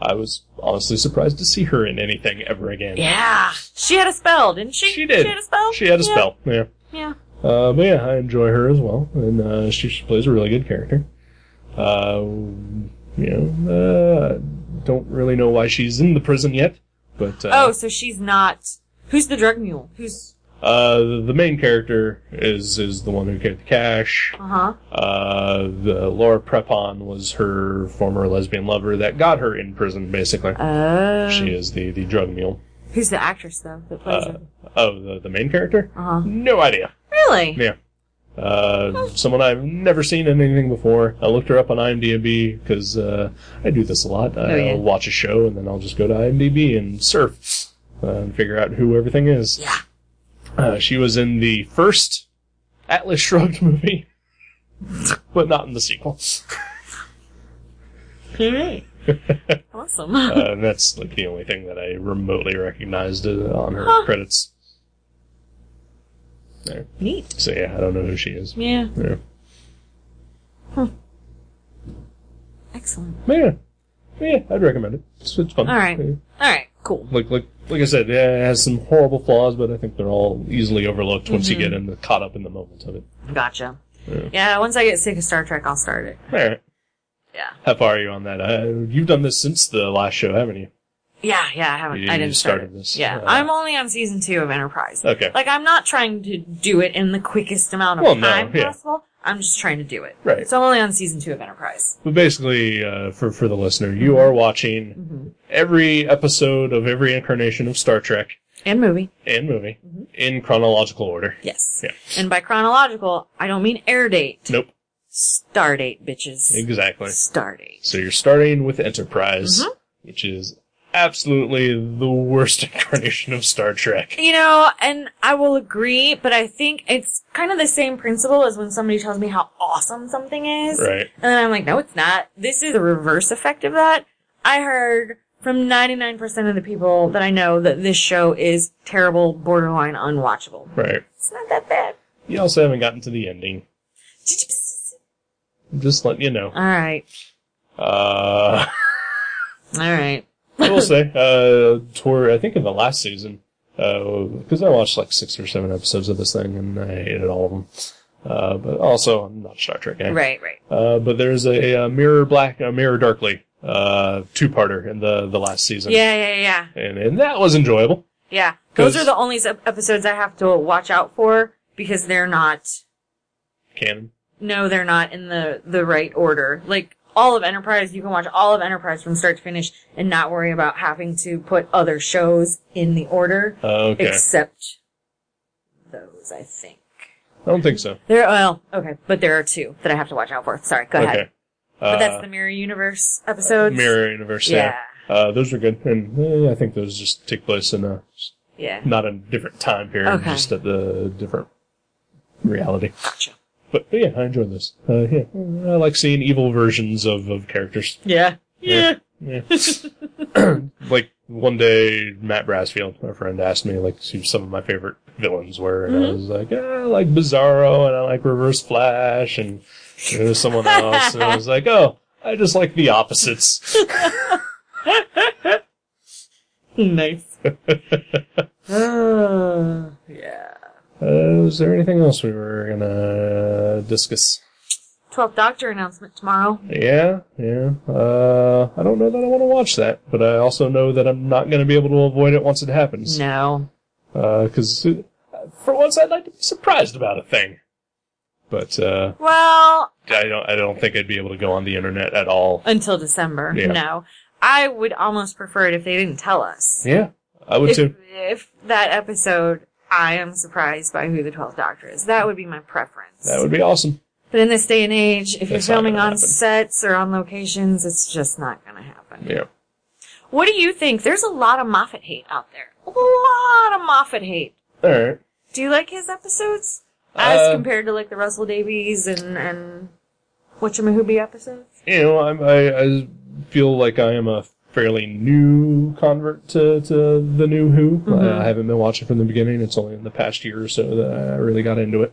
I was honestly surprised to see her in anything ever again.
yeah. She had a spell, didn't she?
she did.
She had a spell.
She had a
Yeah,
spell. Yeah.
Yeah.
Uh, but yeah, I enjoy her as well, and uh, she, she plays a really good character. Uh, you know, uh, don't really know why she's in the prison yet, but
Oh,
uh,
so she's not. Who's the drug mule? Who's.
uh, the main character is is the one who gave the cash.
Uh huh.
Uh, the Laura Prepon was her former lesbian lover that got her in prison. Basically,
Oh.
she is the the drug mule.
Who's the actress, though, that plays
Uh,
her?
oh, the the main character?
Uh huh.
No idea.
Really?
Yeah. Uh, someone I've never seen in anything before. I looked her up on IMDb because uh, I do this a lot. I'll
Oh, yeah.
watch a show and then I'll just go to IMDb and surf uh, and figure out who everything is.
Yeah.
Uh, she was in the first Atlas Shrugged <laughs> movie, but not in the sequel. <laughs>
Hooray. awesome.
Uh, and that's like the only thing that I remotely recognized uh, on her
Huh.
credits. There.
<laughs> Neat.
So yeah, I don't know who she is.
Yeah.
There.
Excellent.
Yeah, yeah, I'd recommend it. It's, it's fun.
All right.
Yeah.
All right. Cool.
Like like like I said, yeah, it has some horrible flaws, but I think they're all easily overlooked once you get in the, caught up in the moment of it.
Gotcha.
Yeah.
Yeah, once I get sick of Star Trek, I'll start it.
All right.
Yeah.
How far are you on that? Uh, you've done this since the last show, haven't you?
Yeah, yeah, I haven't.
You-
I
you
didn't start
started
it.
this,
Yeah,
uh,
I'm only on season two of Enterprise.
Okay.
Like, I'm not trying to do it in the quickest amount of
Well, no,
time
yeah.
possible. I'm just trying to do it.
Right.
So I'm only on season two of Enterprise.
But basically, uh, for for the listener, you are watching every episode of every incarnation of Star Trek
And movie.
and movie in chronological order.
Yes.
Yeah.
And by chronological, I don't mean air date.
Nope.
Star date, bitches.
Exactly.
Star date.
So you're starting with Enterprise, which is absolutely the worst <laughs> incarnation of Star Trek.
You know, and I will agree, but I think it's kind of the same principle as when somebody tells me how awesome something is.
Right.
And then I'm like, no, it's not. This is the reverse effect of that. I heard from 99% of the people that I know that this show is terrible, borderline unwatchable.
Right.
It's not that bad.
You also haven't gotten to the ending. I'm just letting you know.
All right.
Uh,
All right.
I will say, uh, toward, I think in the last season, because I watched like six or seven episodes of this thing and I hated all of them. Uh, but also, I'm not a Star Trek guy.
Right, right.
Uh, but there's a, a Mirror Black, a Mirror Darkly, uh, two-parter in the, the last season.
Yeah, yeah, yeah.
And, and that was enjoyable.
Yeah. Those
'Cause-
are the only sub- episodes I have to watch out for because they're not,
Canon.
no, they're not in the, the right order. Like, all of Enterprise, you can watch all of Enterprise from start to finish and not worry about having to put other shows in the order.
Uh, okay.
except those, I think.
I don't think so.
There, well, okay, but there are two that I have to watch out for. Sorry, go ahead.
Okay.
But
Uh,
that's the Mirror Universe episodes.
Mirror Universe. Yeah. Uh, those were good, and eh, I think those just take place in a
Yeah.
not a different time period,
Okay.
just at the different reality.
Gotcha.
But, but yeah, I enjoyed this. Uh, yeah, I like seeing evil versions of, of characters.
Yeah. Yeah. <laughs>
Yeah. <clears throat> like one day, Matt Brasfield, my friend, asked me like who some of my favorite villains were, and I
Mm-hmm.
was like, "Ah, I like Bizarro, and I like Reverse Flash, and there was someone else, and I was like, oh, I just like the
<laughs>
opposites. <laughs>
<laughs> Nice. uh, yeah.
Uh, is there anything else we were gonna discuss?
Twelfth Doctor announcement tomorrow.
Yeah, yeah. Uh, I don't know that I want to watch that, but I also know that I'm not gonna be able to avoid it once it happens.
No.
Because for once, I'd like to be surprised about a thing. But uh,
Well,
I don't. I don't think I'd be able to go on the internet at all.
until December.
Yeah.
No. I would almost prefer it if they didn't tell us.
Yeah, I would
If,
too.
if that episode, I am surprised by who the Twelfth Doctor is. That would be my preference.
That would be awesome.
But in this day and age, if you're
That's not
filming
gonna
on
happen.
sets or on locations, it's just not going to happen.
Yeah.
What do you think? There's a lot of Moffat hate out there. A lot of Moffat hate.
All right.
Do you like his episodes? As
Uh,
compared to like the Russell Davies and and Whatchamahooby episodes?
you know, I'm, I, I feel like I am a fairly new convert to, to the new Who.
Mm-hmm.
I, I haven't been watching from the beginning. It's only in the past year or so that I really got into it.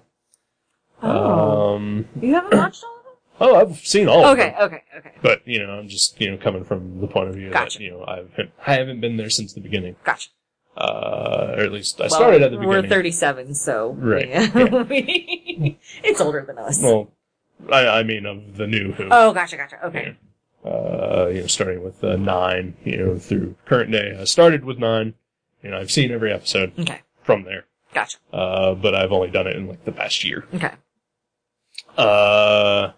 Uh,
Oh,
Um,
you haven't watched all of them?
oh, I've seen all of
Okay,
them.
okay, okay.
But, you know, I'm just, you know, coming from the point of view
Gotcha.
that, you know, I've, I haven't been there since the beginning.
Gotcha.
Uh, or at least I
Well,
started at the
We're
beginning.
37, so
Right,
yeah. <laughs> it's older than us.
Well, I, I mean, of the new Who.
Oh, gotcha, gotcha. Okay.
uh, you know, starting with uh, nine, you know, through current day. I started with nine, you know, I've seen every episode
Okay.
from there,
Gotcha.
uh, but I've only done it in like the past year.
Okay.
Uh,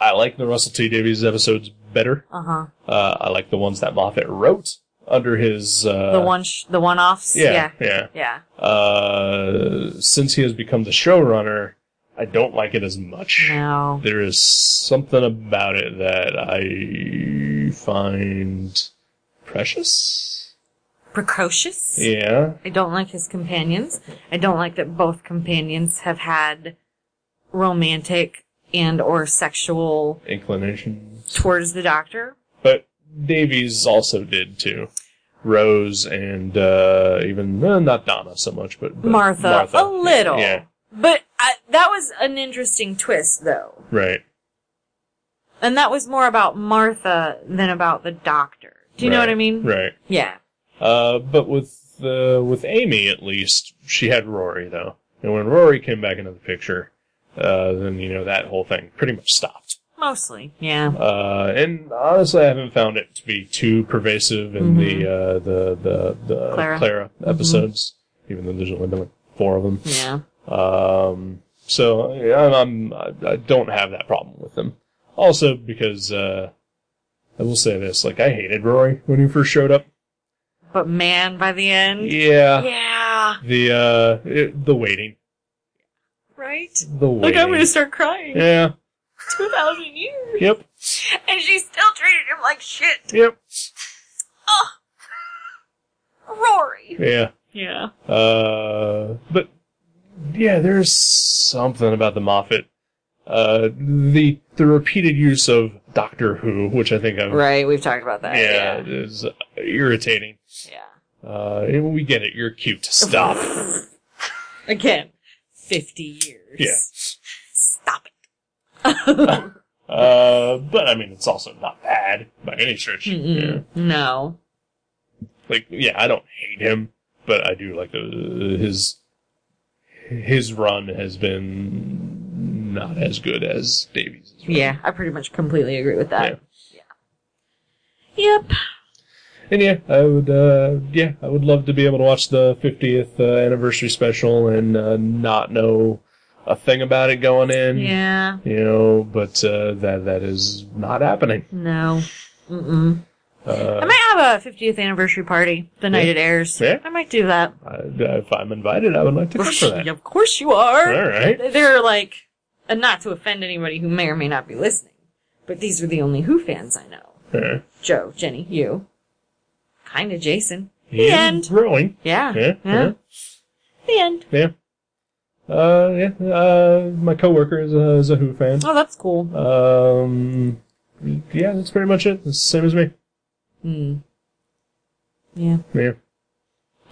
I like the Russell T Davies episodes better.
Uh huh.
Uh, I like the ones that Moffat wrote under his. Uh,
the one, sh- the one-offs.
Yeah,
Yeah.
yeah.
Yeah.
Uh, since he has become the showrunner, I don't like it as much.
No.
there is something about it that I find precious.
Precocious.
Yeah.
I don't like his companions. I don't like that both companions have had romantic and or sexual
Inclination.
towards the doctor.
But Davies also did too. Rose and uh, even uh, not Donna so much, but, but
Martha, a little.
Uh, Yeah,
But I, that was an interesting twist though.
right.
And that was more about Martha than about the doctor. Do you know
right,
what I mean?
Right.
Yeah.
Uh, but with uh, with Amy, at least she had Rory though, and when Rory came back into the picture, uh, then you know that whole thing pretty much stopped.
Mostly. Yeah.
Uh, and honestly, I haven't found it to be too pervasive in the, uh, the the the
Mm-hmm. Clara. Mm-hmm.
episodes, even though there's only been like four of them.
Yeah.
Um, so yeah, I'm, I'm I- I don't have that problem with them. Also, because uh, I will say this: like I hated Rory when he first showed up.
But man, by the end.
Yeah,
Yeah.
the uh, it, the waiting,
Right?
the
Like
waiting.
I'm gonna start crying.
yeah.
Two thousand years.
Yep.
And she still treated him like shit.
Yep.
Rory.
Yeah.
Yeah.
Uh, but yeah, there's something about the Moffat. Uh, the the repeated use of Doctor Who, which I think I've
Right, we've talked about that.
yeah,
Yeah.
is irritating.
yeah.
Uh, and we get it. You're cute. Stop.
<laughs> Again, 50 years.
Yeah.
Stop it.
uh, but I mean, it's also not bad by any stretch.
Mm-mm.
Yeah.
No.
Like, yeah, I don't hate him, but I do like the, his his run has been not as good as Davies.
Yeah, I pretty much completely agree with that. Yep.
And yeah, I would. Uh, yeah, I would love to be able to watch the 50th uh, anniversary special and uh, not know a thing about it going in.
Yeah.
You know, but uh, that that is not happening.
No. Mm-mm. I
Uh,
might have a 50th anniversary party the night
Yeah.
it airs.
Yeah.
I might do that.
I, if I'm invited, I would like to come
<laughs>
for that.
of course you are.
All right.
They're like, and not to offend anybody who may or may not be listening, but these are the only Who fans I know.
Yeah.
Joe, Jenny, you. Kinda Jason. The
Yeah,
end.
growing.
Yeah.
Yeah, yeah.
The end.
Yeah. Uh, yeah. Uh, my coworker is a, is a Who fan.
Oh, that's cool.
Um, yeah, that's pretty much it. It's the same as me.
Hmm. Yeah.
Yeah.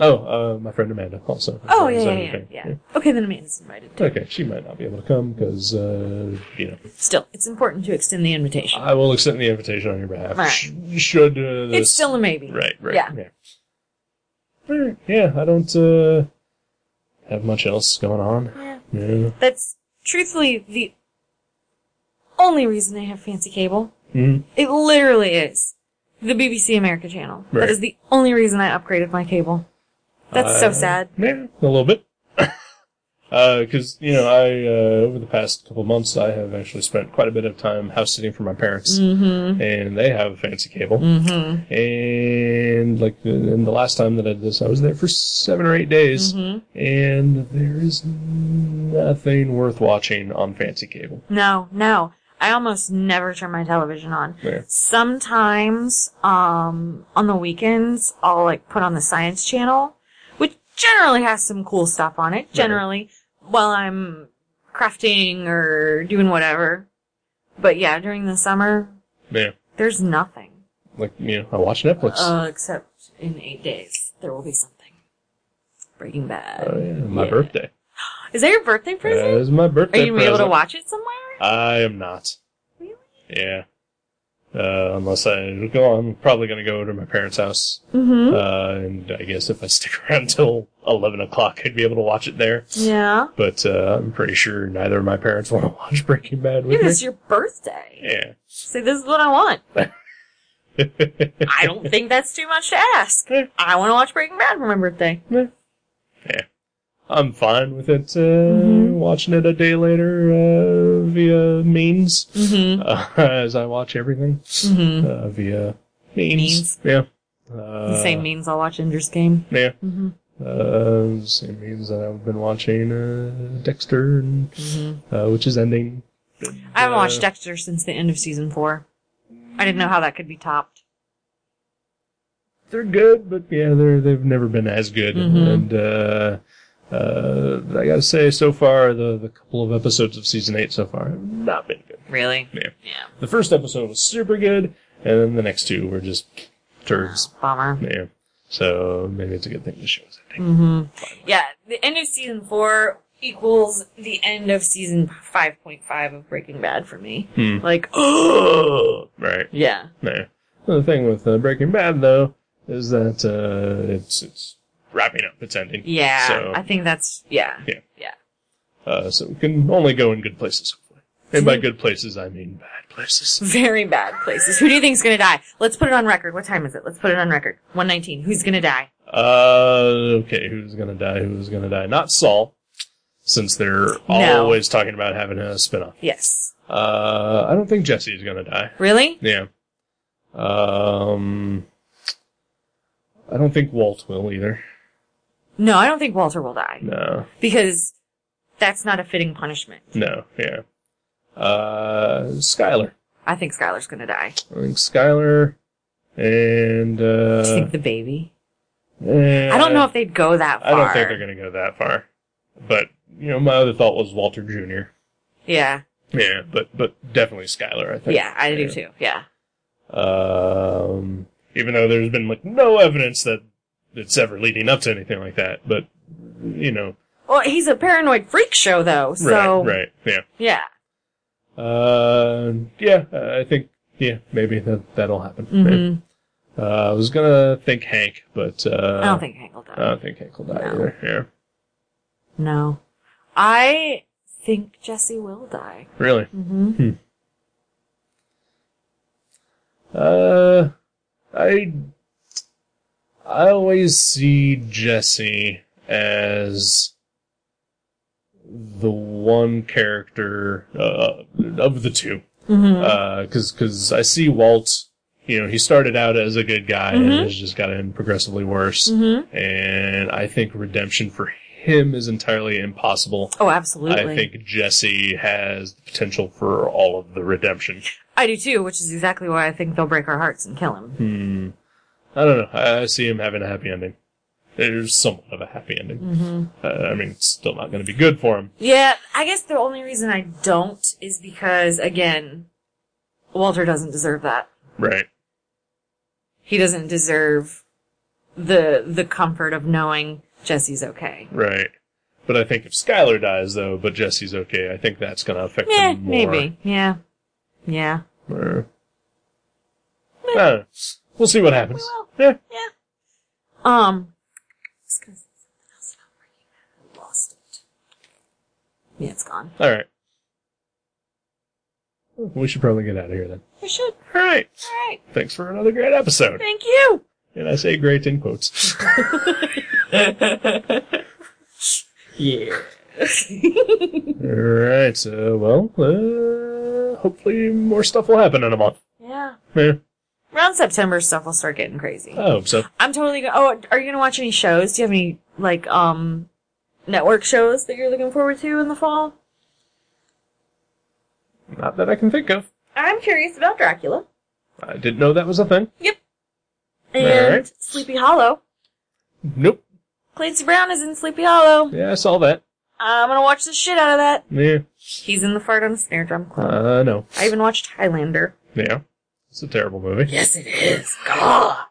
Oh, uh, my friend Amanda also.
Oh,
Is that
yeah, yeah,
her
yeah,
thing?
yeah. Okay, then Amanda's invited.
Yeah. Okay, she might not be able to come because, uh, you know,
Still, it's important to extend the invitation.
I will accept the invitation on your behalf.
Right.
Sh- should uh, this...
it's still a maybe.
Right, right.
Yeah.
Yeah, Alright, yeah I don't uh, have much else going on.
Yeah.
Yeah.
That's truthfully the only reason I have fancy cable.
Mhm.
It literally is. The BBC America channel.
Right.
That is the only reason I upgraded my cable. That's so
Uh,
sad.
Yeah, a little bit. <coughs> Because, you know, I, uh, over the past couple months, I have actually spent quite a bit of time house sitting for my parents.
Mm-hmm.
And they have a fancy cable.
Mm-hmm.
and like the, and the last time that I did this, I was there for seven or eight days,
Mhm.
and there is nothing worth watching on fancy cable.
No, no. I almost never turn my television on.
Yeah.
Sometimes, um, on the weekends, I'll like put on the science channel, which generally has some cool stuff on it, generally, while I'm crafting or doing whatever. But yeah, during the summer,
Yeah,
there's nothing.
like you know, I watch Netflix.
Uh, except in eight days, there will be something. Breaking Bad.
oh yeah, my
yeah.
birthday.
Is that your birthday
That
present?
is my
Are
birthday.
you gonna be able to
present.
watch it somewhere?
I am not.
Really?
Yeah. Uh, unless I go, I'm probably going to go to my parents' house.
Mm-hmm.
Uh, and I guess if I stick <laughs> around till 11 o'clock, I'd be able to watch it there.
Yeah.
But, uh, I'm pretty sure neither of my parents <laughs> want to watch Breaking Bad with
Dude,
me.
it's your birthday.
Yeah.
See, this is what I want. I don't think that's too much to ask.
Yeah.
I want to watch Breaking Bad for my birthday.
<laughs> I'm fine with it, uh,
Mhm.
watching it a day later, uh, via means.
Mm-hmm.
Uh, <laughs> as I watch everything,
Mm-hmm.
uh, via means.
Means.
Yeah. Uh,
the same means I'll watch Ender's Game.
Yeah.
Mm-hmm.
Uh, same means that I've been watching, uh, Dexter and
Mm-hmm.
uh, which is ending.
I haven't
Uh,
watched Dexter since the end of season four. I didn't know how that could be topped.
They're good, but yeah, they're they've never been as good.
Mhm.
And uh, uh, I gotta say, so far the the couple of episodes of season eight so far have not been good.
Really?
Yeah.
Yeah.
The first episode was super good, and then the next two were just turds.
Bummer.
Yeah. So maybe it's a good thing the show's ending.
hmm Yeah, the end of season four equals the end of season 5.5 of Breaking Bad for me.
Hmm.
Like, <gasps> oh!
Right.
Yeah.
Yeah. The thing with uh, Breaking Bad though is that uh, it's it's wrapping up its ending.
Yeah.
So-
I think that's, yeah.
Yeah. Uh, so we can only go in good places, hopefully. And
Hmm.
by good places, I mean bad places.
Very bad places. Who do you think's gonna die? Let's put it on record. What time is it? Let's put it on record. 119. Who's gonna die?
Uh, okay, who's gonna die? Who's gonna die? Not Saul, since they're
No.
always talking about having a spinoff.
Yes.
Uh, I don't think Jesse's gonna die.
Really?
Yeah. Um, I don't think Walt will either.
No, I don't think Walter will die.
No,
Because that's not a fitting punishment.
no, yeah. Uh, Skyler.
I think Skylar's gonna die.
I think Skyler and, uh,
Do you <laughs> think the baby?
eh,
I don't know if they'd go that far.
I don't think they're going to go that far. But you know, my other thought was Walter Jr.
Yeah.
Yeah, but but definitely Skyler. I think.
Yeah, I do too. Yeah.
Um, even though there's been like no evidence that it's ever leading up to anything like that, but you know,
Well, he's a paranoid freak show though, so
right, right, yeah,
yeah.
uh, yeah. I think yeah, maybe that that'll happen.
hmm
Uh, I was gonna think Hank, but uh,
I don't think Hank will die.
I don't think Hank will die
No.
either. Yeah,
no, I think Jesse will die.
really.
hmm
Uh, I I always see Jesse as the one character uh, of the two,
hmm
because because I see Walt. You know, he started out as a good guy
Mhm.
and has just gotten progressively worse.
hmm
And I think redemption for him is entirely impossible.
Oh, absolutely.
I think Jesse has the potential for all of the redemption.
I do too, which is exactly why I think they'll break our hearts and kill him.
Hmm. I don't know. I I see him having a happy ending. There's somewhat of a happy ending.
hmm
Uh, I mean, it's still not going to be good for him.
Yeah, I guess the only reason I don't is because again, Walter doesn't deserve that.
Right.
He doesn't deserve the the comfort of knowing Jesse's okay.
Right. But I think if Skylar dies, though, but Jesse's okay, I think that's going to affect
Yeah,
him more.
maybe. Yeah, yeah.
Or- I don't know. We'll see what happens.
We
Yeah.
Um, I was gonna say something else about Breaking Bad. I lost it. Yeah, it's gone.
All right. We should probably get out of here then.
We should.
All right.
All right.
Thanks for another great episode.
Thank you.
And I say great in quotes.
Yeah.
All right. So, well, uh, hopefully more stuff will happen in a month.
yeah.
Yeah.
Around September, stuff will start getting crazy.
I hope so.
I'm totally gonna. Oh, are you gonna watch any shows? Do you have any like um network shows that you're looking forward to in the fall?
Not that I can think of.
I'm curious about Dracula
I didn't know that was a thing.
and
Alright.
Sleepy Hollow.
Nope.
Clancy Brown is in Sleepy Hollow.
Yeah, I saw that.
I'm gonna watch the shit out of that.
Yeah.
He's in the fart on a snare drum club.
Uh, no.
I even watched Highlander.
Yeah. It's a terrible movie.
Yes, it is. God.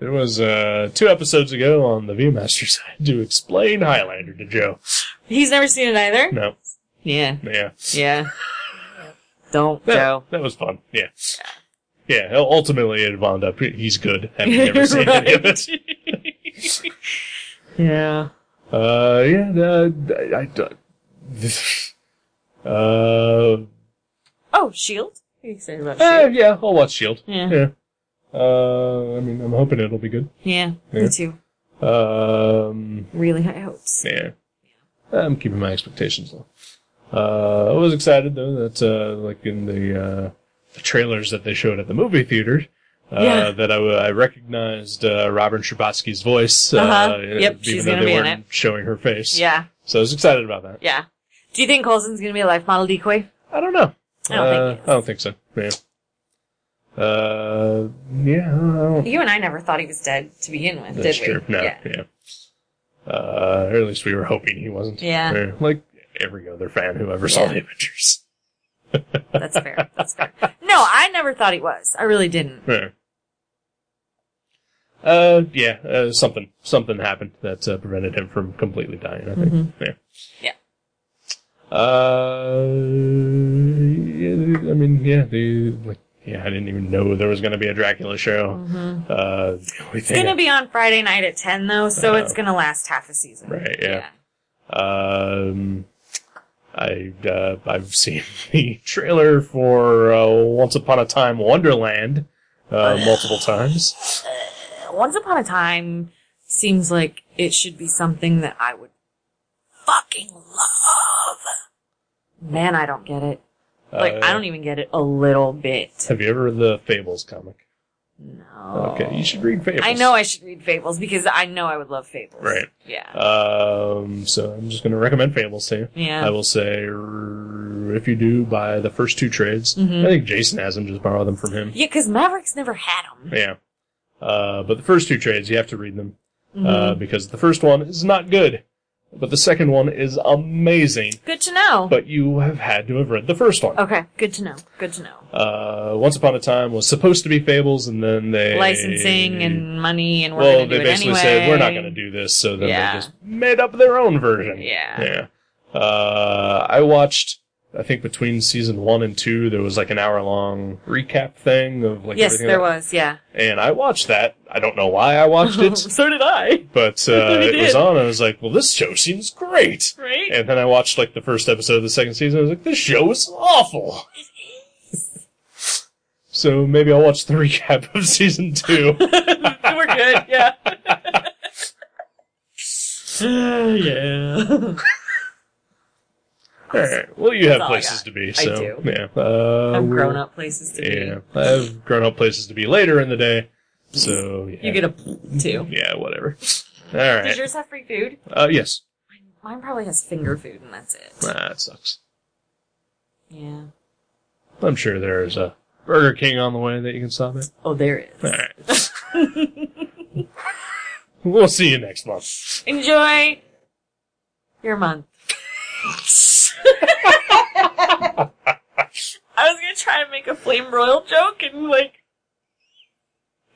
It was, uh, two episodes ago on the Viewmaster <laughs> side to explain Highlander to Joe.
He's never seen it either.
No.
Yeah.
Yeah.
Yeah. Don't
That,
Joe.
that was fun. Yeah. Yeah, u- ultimately it wound up. He's good. Having never seen any of it.
Yeah.
Uh, yeah, uh, I, I, <laughs> uh,
Oh, Shield. What are you excited about
eh,
Shield?
yeah, I'll watch Shield.
E Yeah.
Yeah. Uh, I mean, I'm hoping it'll be good.
Yeah,
Yeah.
me too.
Um,
Really high hopes.
yeah, I'm keeping my expectations low. Uh, I was excited though that, uh, like in the uh, the trailers that they showed at the movie theater. Uh,
Yeah.
That I, I recognized uh, Robin Schabotsky's voice, uh,
Uh-huh. Yep,
even
she's
though
gonna
they
be in
weren't showing her face.
Yeah,
So I was excited about that.
yeah. Do you think Colson's gonna be a life model decoy?
I don't know.
I don't
Uh,
think he
I don't think so. Yeah. Uh, yeah. I don't,
You and I never thought he was dead to begin with,
that's
did we?
true. No.
Yeah.
Yeah. Uh, or at least we were hoping he wasn't.
Yeah.
Like every other fan who ever saw
Yeah.
the Avengers.
That's fair.
<laughs>
That's fair. No, I never thought he was. I really didn't.
Yeah. Uh, yeah. Uh, something something happened that uh, prevented him from completely dying. I think. Yeah.
Yeah.
Uh, yeah, I mean, yeah, the like, yeah, I didn't even know there was gonna be a Dracula show. Uh, the only
It's
thing
gonna be on Friday night at ten though, so
Uh,
it's gonna last half a season.
Right, yeah. Um, I uh, I've seen <laughs> the trailer for uh, Once Upon a Time Wonderland uh, multiple times.
Yeah. Once upon a time seems like it should be something that I would fucking love. Man, I don't get it.
Uh,
Like I don't even get it a little bit.
Have you ever read the Fables comic?
No.
Okay, you should read Fables.
I know I should read Fables because I know I would love Fables.
Right.
Yeah.
Um, so I'm just going to recommend Fables to you.
Yeah.
I will say, r- if you do buy the first two trades,
Mm-hmm.
I think Jason has them. Just borrow them from him.
yeah, because Mavericks never had them.
Yeah. Uh, but the first two trades, you have to read them.
Mm-hmm.
Uh, because the first one is not good, but the second one is amazing.
Good to know.
But you have had to have read the first one.
okay. Good to know. Good to know.
Uh, Once Upon a Time was supposed to be Fables, and then they
Licensing and money, and we're
well,
gonna
they
do
basically
it anyway.
said we're not going to do this, so then
Yeah.
they just made up their own version.
Yeah.
Yeah. Uh, I watched. I think between season one and two, there was like an hour long recap thing of like
Yes,
everything
there
that-
was. Yeah.
and I watched that. I don't know why I watched
<laughs>
it,
so did I.
but uh,
<laughs> You
it was
did.
on. And I was like, well, this show seems great.
Right?
And then I watched like the first episode of the second season. I was like, this show is awful. <laughs> so maybe I'll watch the <laughs> recap of season
<laughs>
two.
We're good. <laughs> Yeah.
<laughs>
yeah.
All right. Well, you have
all I
places
got.
to be.
I
So
do.
yeah, uh,
I've
we're-
grown up places to
Yeah,
be.
I have grown up places to be later in the day. So yeah.
You get a too.
yeah, whatever. All
Does
right.
yours have free food?
Uh, yes,
Mine probably has finger food, and that's it.
Nah, that sucks.
Yeah.
I'm sure there is a Burger King on the way that you can stop at.
Oh, there it
All
is. <laughs>
right. we'll see you next month. <laughs>
Enjoy your month. I was gonna try and make a flame broil joke and like,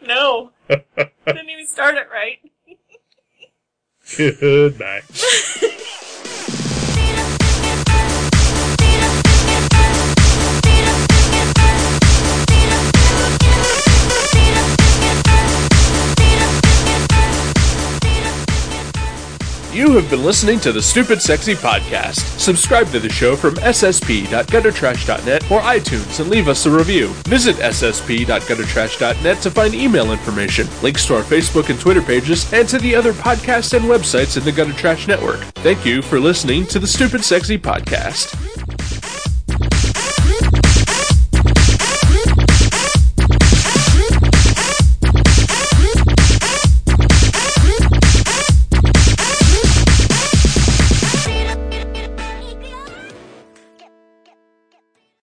no, didn't even start it right.
Goodbye.
You have been listening to the Stupid Sexy Podcast. Subscribe to the show from ssp.guttertrash.net or iTunes and leave us a review. Visit ssp.guttertrash.net to find email information, links to our Facebook and Twitter pages, and to the other podcasts and websites in the Gutter Trash Network. Thank you for listening to the Stupid Sexy Podcast.